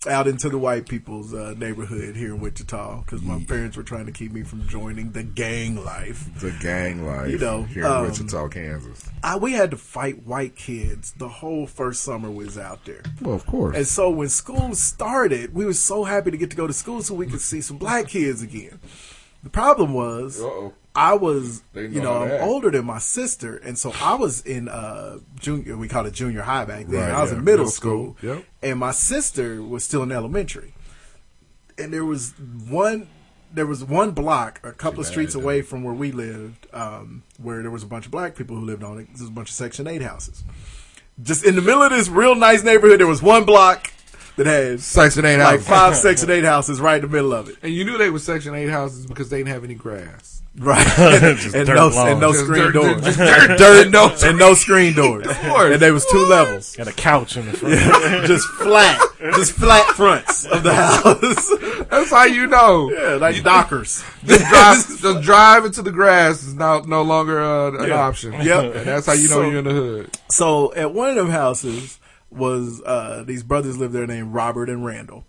Speaker 12: out into the white people's uh, neighborhood here in Wichita, because my parents were trying to keep me from joining the gang life.
Speaker 11: It's a gang life
Speaker 12: You know,
Speaker 11: here in
Speaker 12: um,
Speaker 11: Wichita, Kansas.
Speaker 12: I we had to fight white kids the whole first summer we was out there.
Speaker 11: Well, of course.
Speaker 12: And so when school started, we were so happy to get to go to school so we could see some black kids again. The problem was
Speaker 11: Uh-oh.
Speaker 12: I was,
Speaker 11: They know
Speaker 12: you know,
Speaker 11: how
Speaker 12: I'm
Speaker 11: to act.
Speaker 12: older than my sister, and so I was in uh junior. We called it junior high back then.
Speaker 11: Right,
Speaker 12: I was
Speaker 11: yeah,
Speaker 12: in middle
Speaker 11: middle
Speaker 12: school,
Speaker 11: school, yep.
Speaker 12: and my sister was still in elementary. And there was one, there was one block, a couple of streets away from where we lived, um, where there was a bunch of black people who lived on it. There was a bunch of Section Eight houses just in the middle of this real nice neighborhood, there was one block that had
Speaker 11: Section 8
Speaker 12: like
Speaker 11: houses.
Speaker 12: five, six, and eight houses right in the middle of it.
Speaker 11: and you knew they were Section 8 houses because they didn't have any grass.
Speaker 12: Right. and,
Speaker 10: dirt
Speaker 12: no,
Speaker 10: lawn.
Speaker 12: and no
Speaker 11: Just
Speaker 12: screen
Speaker 11: dirt-
Speaker 12: doors.
Speaker 11: just
Speaker 12: dirt, no, and no screen doors. and there was two levels.
Speaker 10: Got a couch in the front.
Speaker 12: just flat. Just flat fronts of the house.
Speaker 11: That's how you know.
Speaker 12: yeah, like dockers.
Speaker 11: Just drive, just drive into the grass is now no longer uh, an
Speaker 12: Yeah.
Speaker 11: option.
Speaker 12: Yep.
Speaker 11: And that's how you know
Speaker 12: So-
Speaker 11: you're in the hood.
Speaker 12: So at one of them houses was uh, these brothers lived there named Robert and Randall.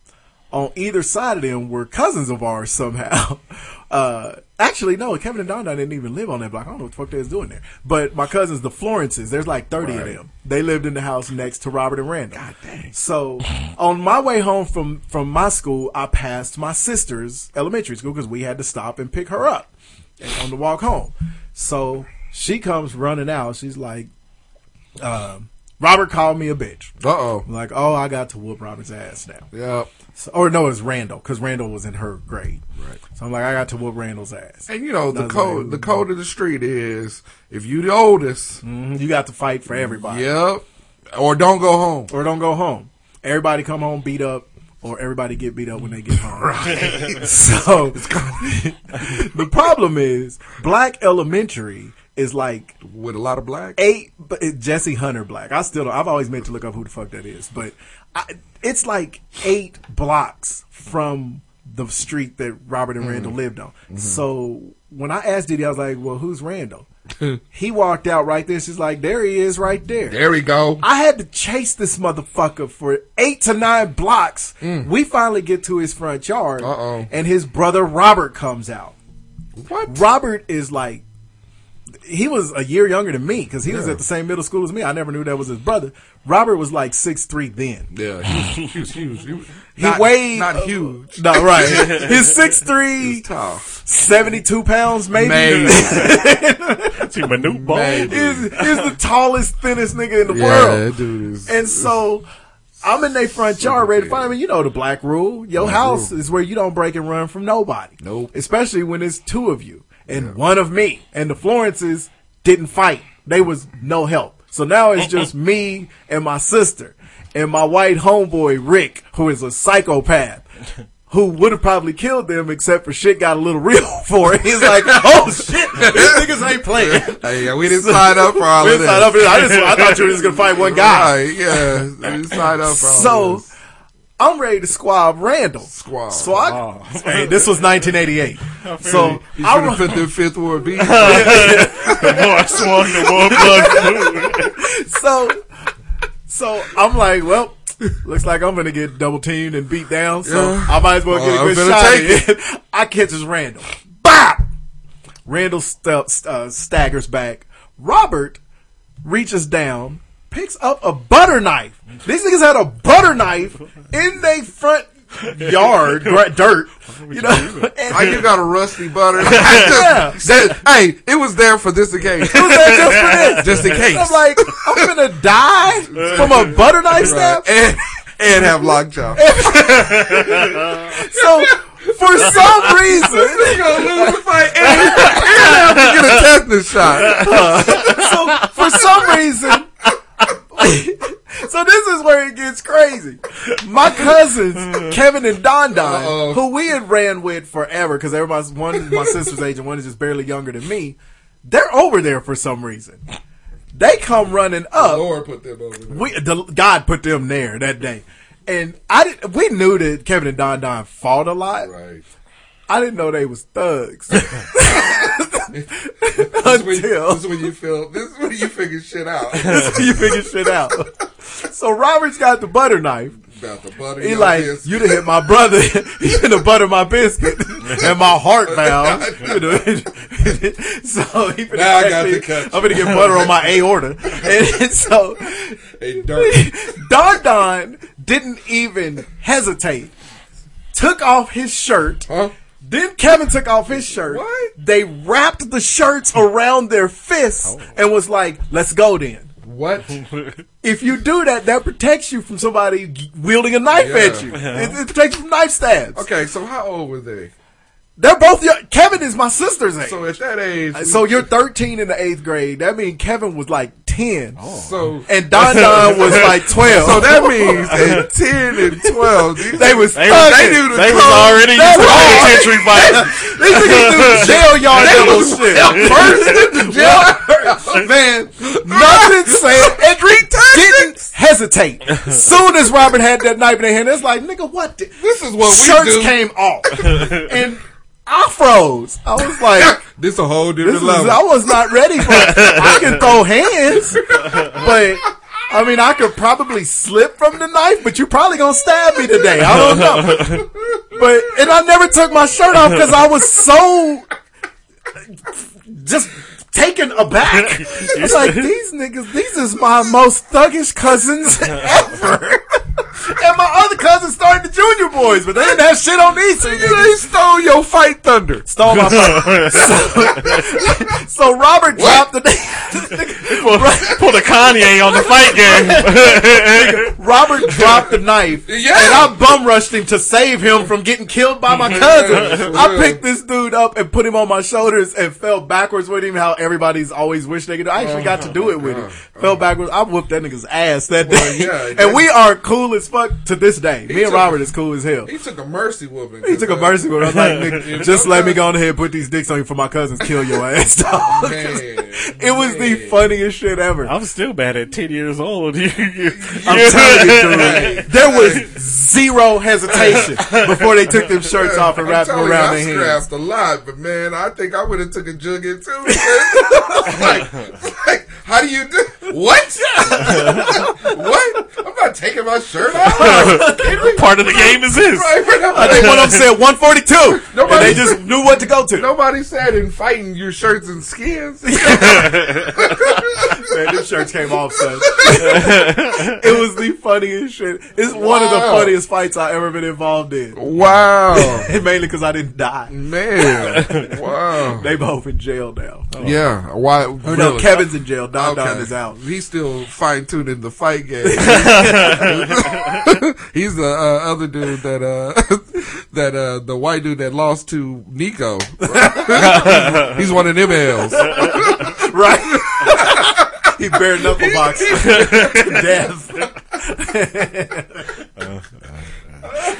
Speaker 12: On either side of them were cousins of ours somehow. Uh, Actually, no. Kevin and Donna didn't even live on that block. I don't know what the fuck they was doing there. But my cousins, the Florences, there's like thirty of them. They lived in the house next to Robert and Randall. God dang. So on my way home from from my school, I passed my sister's elementary school because we had to stop and pick her up and- on the walk home. So she comes running out. She's like, um, Robert called me a bitch. Uh oh. Like, oh, I got to whoop Robert's ass now. Yeah. So, or no, it's Randall because Randall was in her grade. Right. So I'm like, I got to whoop Randall's ass.
Speaker 11: And you know
Speaker 12: And I
Speaker 11: the
Speaker 12: was
Speaker 11: code.
Speaker 12: like,
Speaker 11: the code of the street is if you the oldest,
Speaker 12: "Mm-hmm, you got to fight for everybody.
Speaker 11: Yep. Or don't go home.
Speaker 12: Or don't go home. Everybody come home beat up, or everybody get beat up when they get home.
Speaker 11: Right.
Speaker 12: so the problem is Black Elementary is like
Speaker 11: with a lot of black.
Speaker 12: Eight, but it- Jesse Hunter Black. I still don't. I've always meant to look up who the fuck that is, but I, it's like eight blocks from the street that Robert and Randall lived on. So when I asked Diddy, I was like, "Well, who's Randall?" he walked out right there. She's like, "There he is, right there."
Speaker 11: There we go.
Speaker 12: I had to chase this motherfucker for eight to nine blocks. We finally get to his front yard, Uh-oh. and his brother Robert comes out.
Speaker 11: What?
Speaker 12: Robert is like, he was a year younger than me because he was
Speaker 11: Yeah.
Speaker 12: at the same middle school as me. I never knew that was his brother. Robert was like six three then.
Speaker 11: Yeah, he was, he was, he was, he was-
Speaker 12: He
Speaker 11: not,
Speaker 12: weighed
Speaker 11: not huge.
Speaker 12: No, right. He's six three,
Speaker 11: tall.
Speaker 12: seventy two pounds maybe.
Speaker 11: Maybe.
Speaker 12: See,
Speaker 10: Manute Ball?
Speaker 12: is is the tallest, thinnest nigga in the
Speaker 11: Yeah,
Speaker 12: world.
Speaker 11: that dude is-
Speaker 12: and so I'm in their front yard ready to find him. You know the black rule. Your
Speaker 11: Black
Speaker 12: house
Speaker 11: rule.
Speaker 12: is where you don't break and run from nobody.
Speaker 11: Nope.
Speaker 12: Especially when it's two of you and one of me. And the Florences didn't fight. They was no help. So now it's just me and my sister and my white homeboy Rick, who is a psychopath. Who would have probably killed them except for shit got a little real for it. He's like, oh shit, these niggas ain't playing.
Speaker 11: Hey, yeah, we didn't sign up for all
Speaker 12: We
Speaker 11: of
Speaker 12: didn't
Speaker 11: this.
Speaker 12: sign up for this. I just- I thought you were just gonna fight one guy.
Speaker 11: Right, yeah, we didn't sign up for all
Speaker 12: So I'm ready to squab Randall. Squab. So I, hey, this was 1988. So
Speaker 11: He's
Speaker 12: I
Speaker 11: from the
Speaker 12: ru-
Speaker 11: fifth and fifth war beat.
Speaker 12: the
Speaker 10: more swung, the more blood
Speaker 12: So, so I'm like, well, looks like I'm gonna get double teamed and beat down. So
Speaker 11: Yeah.
Speaker 12: I might as well get
Speaker 11: Oh,
Speaker 12: a
Speaker 11: I'm
Speaker 12: good
Speaker 11: gonna
Speaker 12: shot.
Speaker 11: take
Speaker 12: in. I catch his Randall. Bop. Randall st- st- uh, staggers back. Robert reaches down, picks up a butter knife. These niggas had a butter knife in their front yard gra- dirt. You know,
Speaker 11: Like you got a rusty butter.
Speaker 12: Yeah.
Speaker 11: That- hey, it was there for this occasion.
Speaker 12: It was there just for this.
Speaker 11: Just in case.
Speaker 12: I'm like, I'm gonna die from a butter knife stab.
Speaker 11: Right. And, and have lockjaw.
Speaker 12: So for some reason,
Speaker 11: have to get a tetanus shot.
Speaker 12: so for some reason, so this is where it gets crazy. My cousins, Kevin and Don Don, who we had ran with forever because everybody's one is my sister's age and one is just barely younger than me. They're over there for some reason. They come running up.
Speaker 11: Lord put them over there.
Speaker 12: we the, God put them there that day, and I did, we knew that Kevin and Don Don fought a lot.
Speaker 11: Right.
Speaker 12: I didn't know they was thugs.
Speaker 11: This is, when, this is when you feel. This is when you figure shit out
Speaker 12: That's when you figure shit out. So Robert's got the butter knife.
Speaker 11: about the butter.
Speaker 12: He
Speaker 11: your
Speaker 12: like,
Speaker 11: biscuit.
Speaker 12: you done hit my brother. you done butter my biscuit and my heart valve. You know, so he finna
Speaker 11: Now I
Speaker 12: catch
Speaker 11: got
Speaker 12: me.
Speaker 11: to catch
Speaker 12: I'm gonna get butter on my aorta. And so
Speaker 11: Hey, dirt.
Speaker 12: Don Don didn't even hesitate. Took off his shirt. Then Kevin took off his shirt. They wrapped the shirts around their
Speaker 11: Oh.
Speaker 12: fists and was like, "Let's go then."
Speaker 11: What?
Speaker 12: If you do that, that protects you from somebody wielding a knife
Speaker 11: Yeah. Uh-huh.
Speaker 12: at you. It, it protects you from knife stabs.
Speaker 11: Okay, so how old were they?
Speaker 12: They're both. Your, Kevin is my sister's age.
Speaker 11: So at that age,
Speaker 12: Uh, So you're 13 in the eighth grade. That means Kevin was like 10.
Speaker 11: so
Speaker 12: And Don Don was like 12.
Speaker 11: Oh. So that means at ten and twelve, these
Speaker 12: They
Speaker 11: niggas-
Speaker 12: was
Speaker 11: they,
Speaker 12: thugging.
Speaker 11: knew the
Speaker 10: They was
Speaker 11: code.
Speaker 10: already
Speaker 11: They
Speaker 10: used to
Speaker 11: was
Speaker 10: penitentiary fighting.
Speaker 11: These niggas do jail yard
Speaker 12: They
Speaker 11: level
Speaker 12: was
Speaker 11: shit.
Speaker 12: well
Speaker 11: First in the jail, man.
Speaker 12: Nothing said. And didn't hesitate. Soon as Robert had that knife in their hand, it's like, nigga, what? The?
Speaker 11: This is what we
Speaker 12: Shirts
Speaker 11: do.
Speaker 12: came off. and I froze. I was like,
Speaker 11: This a whole different
Speaker 12: this was,
Speaker 11: level.
Speaker 12: I was not ready for it. I can throw hands, but I mean, I could probably slip from the knife, but you probably gonna stab me today. I don't know. But, and I never took my shirt off because I was so just taken aback. I'm like, these niggas, these is my most thuggish cousins ever. and my other cousins started the junior boys, but they didn't have shit on these two niggas.
Speaker 11: They stole your fight thunder.
Speaker 12: Stole my fight. so, so Robert dropped the nigga.
Speaker 10: Pull, pull the Kanye on the fight game.
Speaker 12: Robert dropped the knife, and I bum rushed him to save him from getting killed by my cousin. I picked this dude up and put him on my shoulders and fell backwards with him. How everybody's always wish they could. do. I actually got to do it with him. Fell backwards. I whooped that nigga's ass that
Speaker 11: Oh Well,
Speaker 12: day.
Speaker 11: yeah, yeah.
Speaker 12: and we are cool as fuck to this day.
Speaker 11: He
Speaker 12: Me and
Speaker 11: took-
Speaker 12: Robert is cool as hell.
Speaker 11: He took a mercy whooping.
Speaker 12: He took a mercy with it. I was like,
Speaker 11: Yeah,
Speaker 12: nigga, just let me go on ahead and put these dicks on you for my cousins. Kill your ass, dog. it was the funniest shit ever.
Speaker 10: I'm still bad at 10 years old. You- you-
Speaker 12: I'm telling you, dude, there was zero hesitation before they took them shirts off and
Speaker 11: I'm
Speaker 12: wrapped them
Speaker 11: telling you,
Speaker 12: around
Speaker 11: I
Speaker 12: their hands.
Speaker 11: scrapped a lot, but man, I think I would have took a jug in too. man. like, like, how do you do? What? what? I'm not taking my shirt off.
Speaker 10: Part of the game is this.
Speaker 11: Right, right,
Speaker 12: I think one of them said 142.
Speaker 11: Nobody-
Speaker 12: and they just knew what to go to.
Speaker 11: Nobody said in fighting your shirts and skins.
Speaker 12: Man, them shirts came off, son. it was the funniest shit. It's one of the
Speaker 11: Wow.
Speaker 12: funniest fights I ever been involved in.
Speaker 11: wow,
Speaker 12: Mainly because I didn't die.
Speaker 11: man, wow.
Speaker 12: They both in jail now.
Speaker 11: Yeah, why?
Speaker 12: Or no,
Speaker 11: Oh. really?
Speaker 12: Kevin's in jail. Don Don
Speaker 11: Okay.
Speaker 12: is out.
Speaker 11: He's still fine tuning the fight game. He's the uh, other dude that uh, that uh, the white dude that lost to Nico. He's one of them L's.
Speaker 12: Right? he bare knuckle boxed to death.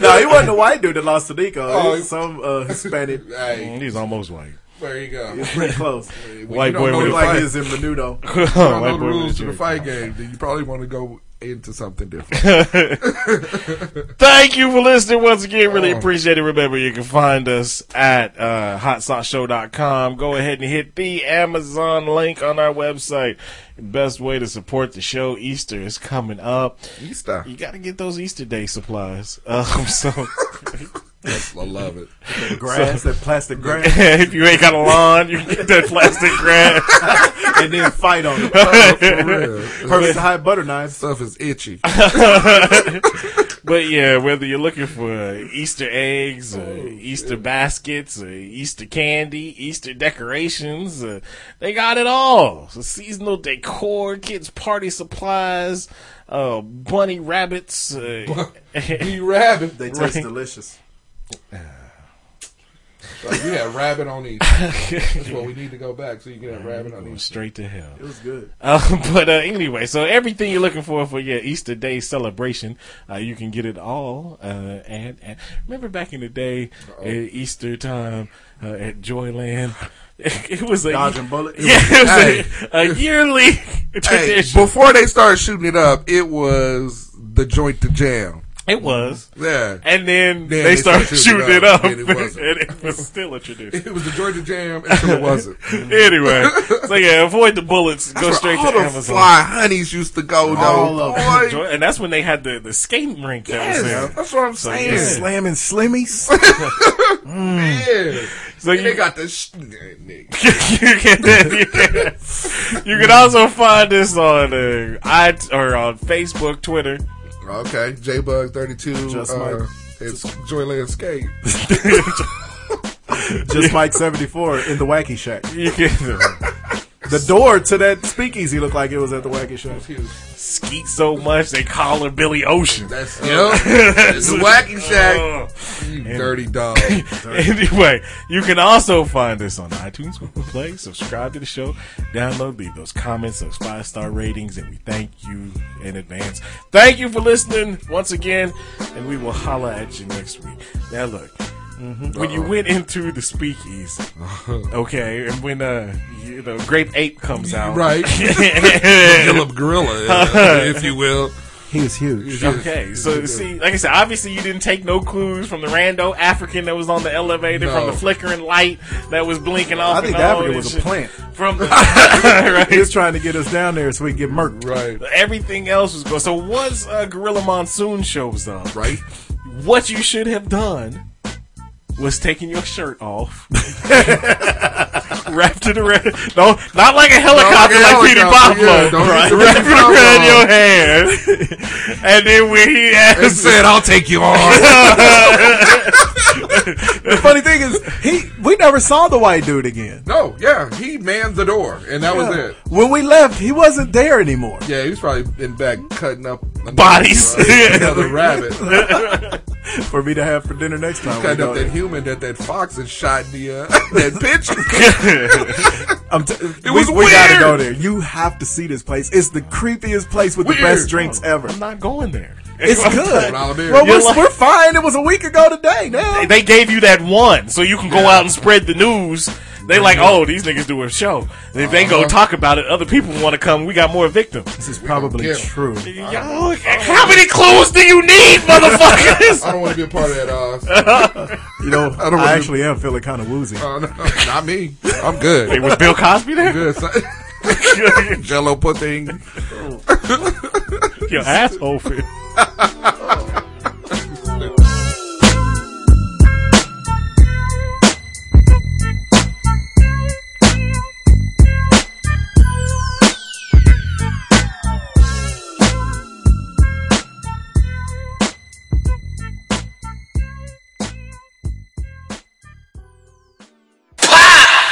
Speaker 12: no, he wasn't a white dude that lost to Nico.
Speaker 11: Oh,
Speaker 12: He was some uh, Hispanic.
Speaker 11: Hey,
Speaker 10: Mm, He's almost white.
Speaker 11: there you go.
Speaker 12: It's pretty close.
Speaker 10: White
Speaker 11: don't
Speaker 10: boy
Speaker 11: know
Speaker 10: with
Speaker 11: the
Speaker 12: Looked
Speaker 10: a
Speaker 11: fight.
Speaker 12: like he's in Menudo.
Speaker 11: If you don't
Speaker 10: White
Speaker 11: know the
Speaker 10: boy with
Speaker 11: rules
Speaker 10: a
Speaker 11: to the
Speaker 10: chair.
Speaker 11: fight game, then you probably want to go into something different.
Speaker 10: Thank you for listening once again. Really appreciate it. Remember, you can find us at uh, hotsauceshow.com. Go ahead and hit the Amazon link on our website. Best way to support the show. Easter is coming up.
Speaker 11: Easter,
Speaker 10: You got to get those Easter Day supplies. Um, so
Speaker 11: I love it.
Speaker 12: Grass, that plastic grass,
Speaker 10: if you ain't got a lawn, you can get that plastic grass.
Speaker 12: and then fight on it.
Speaker 11: For real.
Speaker 12: Perfect high butter knives.
Speaker 11: Stuff is itchy.
Speaker 10: But yeah, whether you're looking for Easter eggs, or Easter baskets, or Easter candy, Easter decorations, uh, they got it all. So seasonal decor, kids' party supplies, uh, bunny rabbits. Uh,
Speaker 11: You rabbit.
Speaker 12: They
Speaker 11: Like,
Speaker 12: taste
Speaker 10: Right.
Speaker 12: delicious.
Speaker 11: you had rabbit on Easter. That's what we need to go back so you can have rabbit on Easter.
Speaker 10: straight to hell.
Speaker 12: It was good.
Speaker 10: Uh, but uh, anyway, so everything you're looking for for your Easter Day celebration, uh, you can get it all. Uh, and, and remember back in the day, uh, Easter time uh, at Joyland, it, was a
Speaker 12: Dodging bullets.
Speaker 10: yeah, it was a, a yearly
Speaker 11: Hey,
Speaker 10: tradition.
Speaker 11: before they started shooting it up, it was the joint to jam.
Speaker 10: it was,
Speaker 11: Yeah.
Speaker 10: and then, they started shooting it up,
Speaker 11: and it wasn't.
Speaker 10: and it was still a tradition.
Speaker 11: It was the Georgia Jam until it wasn't.
Speaker 10: anyway, so yeah, avoid the bullets. Go
Speaker 11: That's
Speaker 10: straight
Speaker 11: where all
Speaker 10: to
Speaker 11: the
Speaker 10: Amazon.
Speaker 11: fly honeys used to go
Speaker 12: All
Speaker 11: though.
Speaker 12: of
Speaker 11: Boy,
Speaker 10: Joy- and that's when they had the, the skating rink that was there.
Speaker 11: yes, that's what I'm saying.
Speaker 10: yeah.
Speaker 12: Slamming slimmies.
Speaker 11: Yeah.
Speaker 10: So
Speaker 11: And
Speaker 10: you-
Speaker 11: they got the sh- nigga.
Speaker 10: you can you can, you can also find us on uh, I or on Facebook, Twitter.
Speaker 11: Okay, J Bug 32.
Speaker 12: Just
Speaker 11: uh,
Speaker 12: Mike.
Speaker 11: it's Joyland Skate.
Speaker 12: Just Mike seventy four in the Wacky Shack.
Speaker 10: You can
Speaker 12: The door to that speakeasy looked like it was at the Wacky Shack.
Speaker 10: skeet so much they call her Billy Ocean. Oh.
Speaker 11: That's yep. it's the Wacky Shack.
Speaker 10: Ugh.
Speaker 11: You dirty dog.
Speaker 10: anyway, you can also find us on iTunes, Google Play. Subscribe to the show, download, leave those comments, those five star ratings, and we thank you in advance. Thank you for listening once again, and we will holler at you next week. Now look. When you went into the speakeasy, okay, and when uh, you know, Grape Ape comes out,
Speaker 11: Right. Philip Gorilla, uh, if you will.
Speaker 12: He was huge.
Speaker 10: Okay, so see, like I said, obviously you didn't take no clues from the rando African that was on the elevator, from
Speaker 11: No.
Speaker 10: the flickering light that was blinking off.
Speaker 12: I think
Speaker 10: and
Speaker 12: the
Speaker 10: on
Speaker 12: African
Speaker 10: and
Speaker 12: was a
Speaker 10: shit.
Speaker 12: plant.
Speaker 10: From the,
Speaker 12: He
Speaker 10: right?
Speaker 12: was trying to get us down there so we could get murked.
Speaker 11: Right.
Speaker 10: everything else was going. So once uh, Gorilla Monsoon shows up,
Speaker 11: Right?
Speaker 10: what you should have done was taking your shirt off wrapped it around. No, not like a helicopter,
Speaker 12: Not
Speaker 10: like,
Speaker 12: like a
Speaker 10: Petey
Speaker 12: helicopter, yeah,
Speaker 10: Pablo.
Speaker 12: don't
Speaker 10: right?
Speaker 12: use the
Speaker 10: Wrapped it
Speaker 12: Petey Pablo.
Speaker 10: around your hand, and then when he asked,
Speaker 12: And said, "I'll
Speaker 11: take you
Speaker 12: the funny thing is, he we never saw the white dude again.
Speaker 11: No, yeah, he manned the door, and that was
Speaker 12: Yeah.
Speaker 11: it.
Speaker 12: When we left, he wasn't there anymore.
Speaker 11: Yeah, he was probably in back cutting up another-
Speaker 12: Bodies.
Speaker 11: another rabbit.
Speaker 12: For me to have for dinner next time.
Speaker 11: Cutting
Speaker 12: we
Speaker 11: up
Speaker 12: go
Speaker 11: that
Speaker 12: there.
Speaker 11: human that that fox had shot in the uh, that picture.
Speaker 12: I'm t-
Speaker 11: It
Speaker 12: we,
Speaker 11: was
Speaker 12: we gotta
Speaker 11: weird.
Speaker 12: go there. You have to see this place. It's the creepiest place with the best
Speaker 10: Weird.
Speaker 12: drinks ever.
Speaker 10: I'm not going there.
Speaker 12: It's good.
Speaker 10: Well,
Speaker 12: Well, we're, we're fine. It was a week ago today. Now
Speaker 10: they gave you that one, so you can go out and spread the news. They like, oh, these niggas do a show. And if they go talk about it, other people want to come. We got more victims.
Speaker 12: This is probably true.
Speaker 10: Yo, how many clues do you need, motherfuckers?
Speaker 11: I don't want to be a part of that. Uh,
Speaker 12: You know, I,
Speaker 11: I don't wanna-
Speaker 12: actually am feeling kind of woozy.
Speaker 11: uh, no, not me. I'm good.
Speaker 10: Wait, was Bill Cosby there?
Speaker 11: Good. son. Jello pudding.
Speaker 10: Your asshole fit.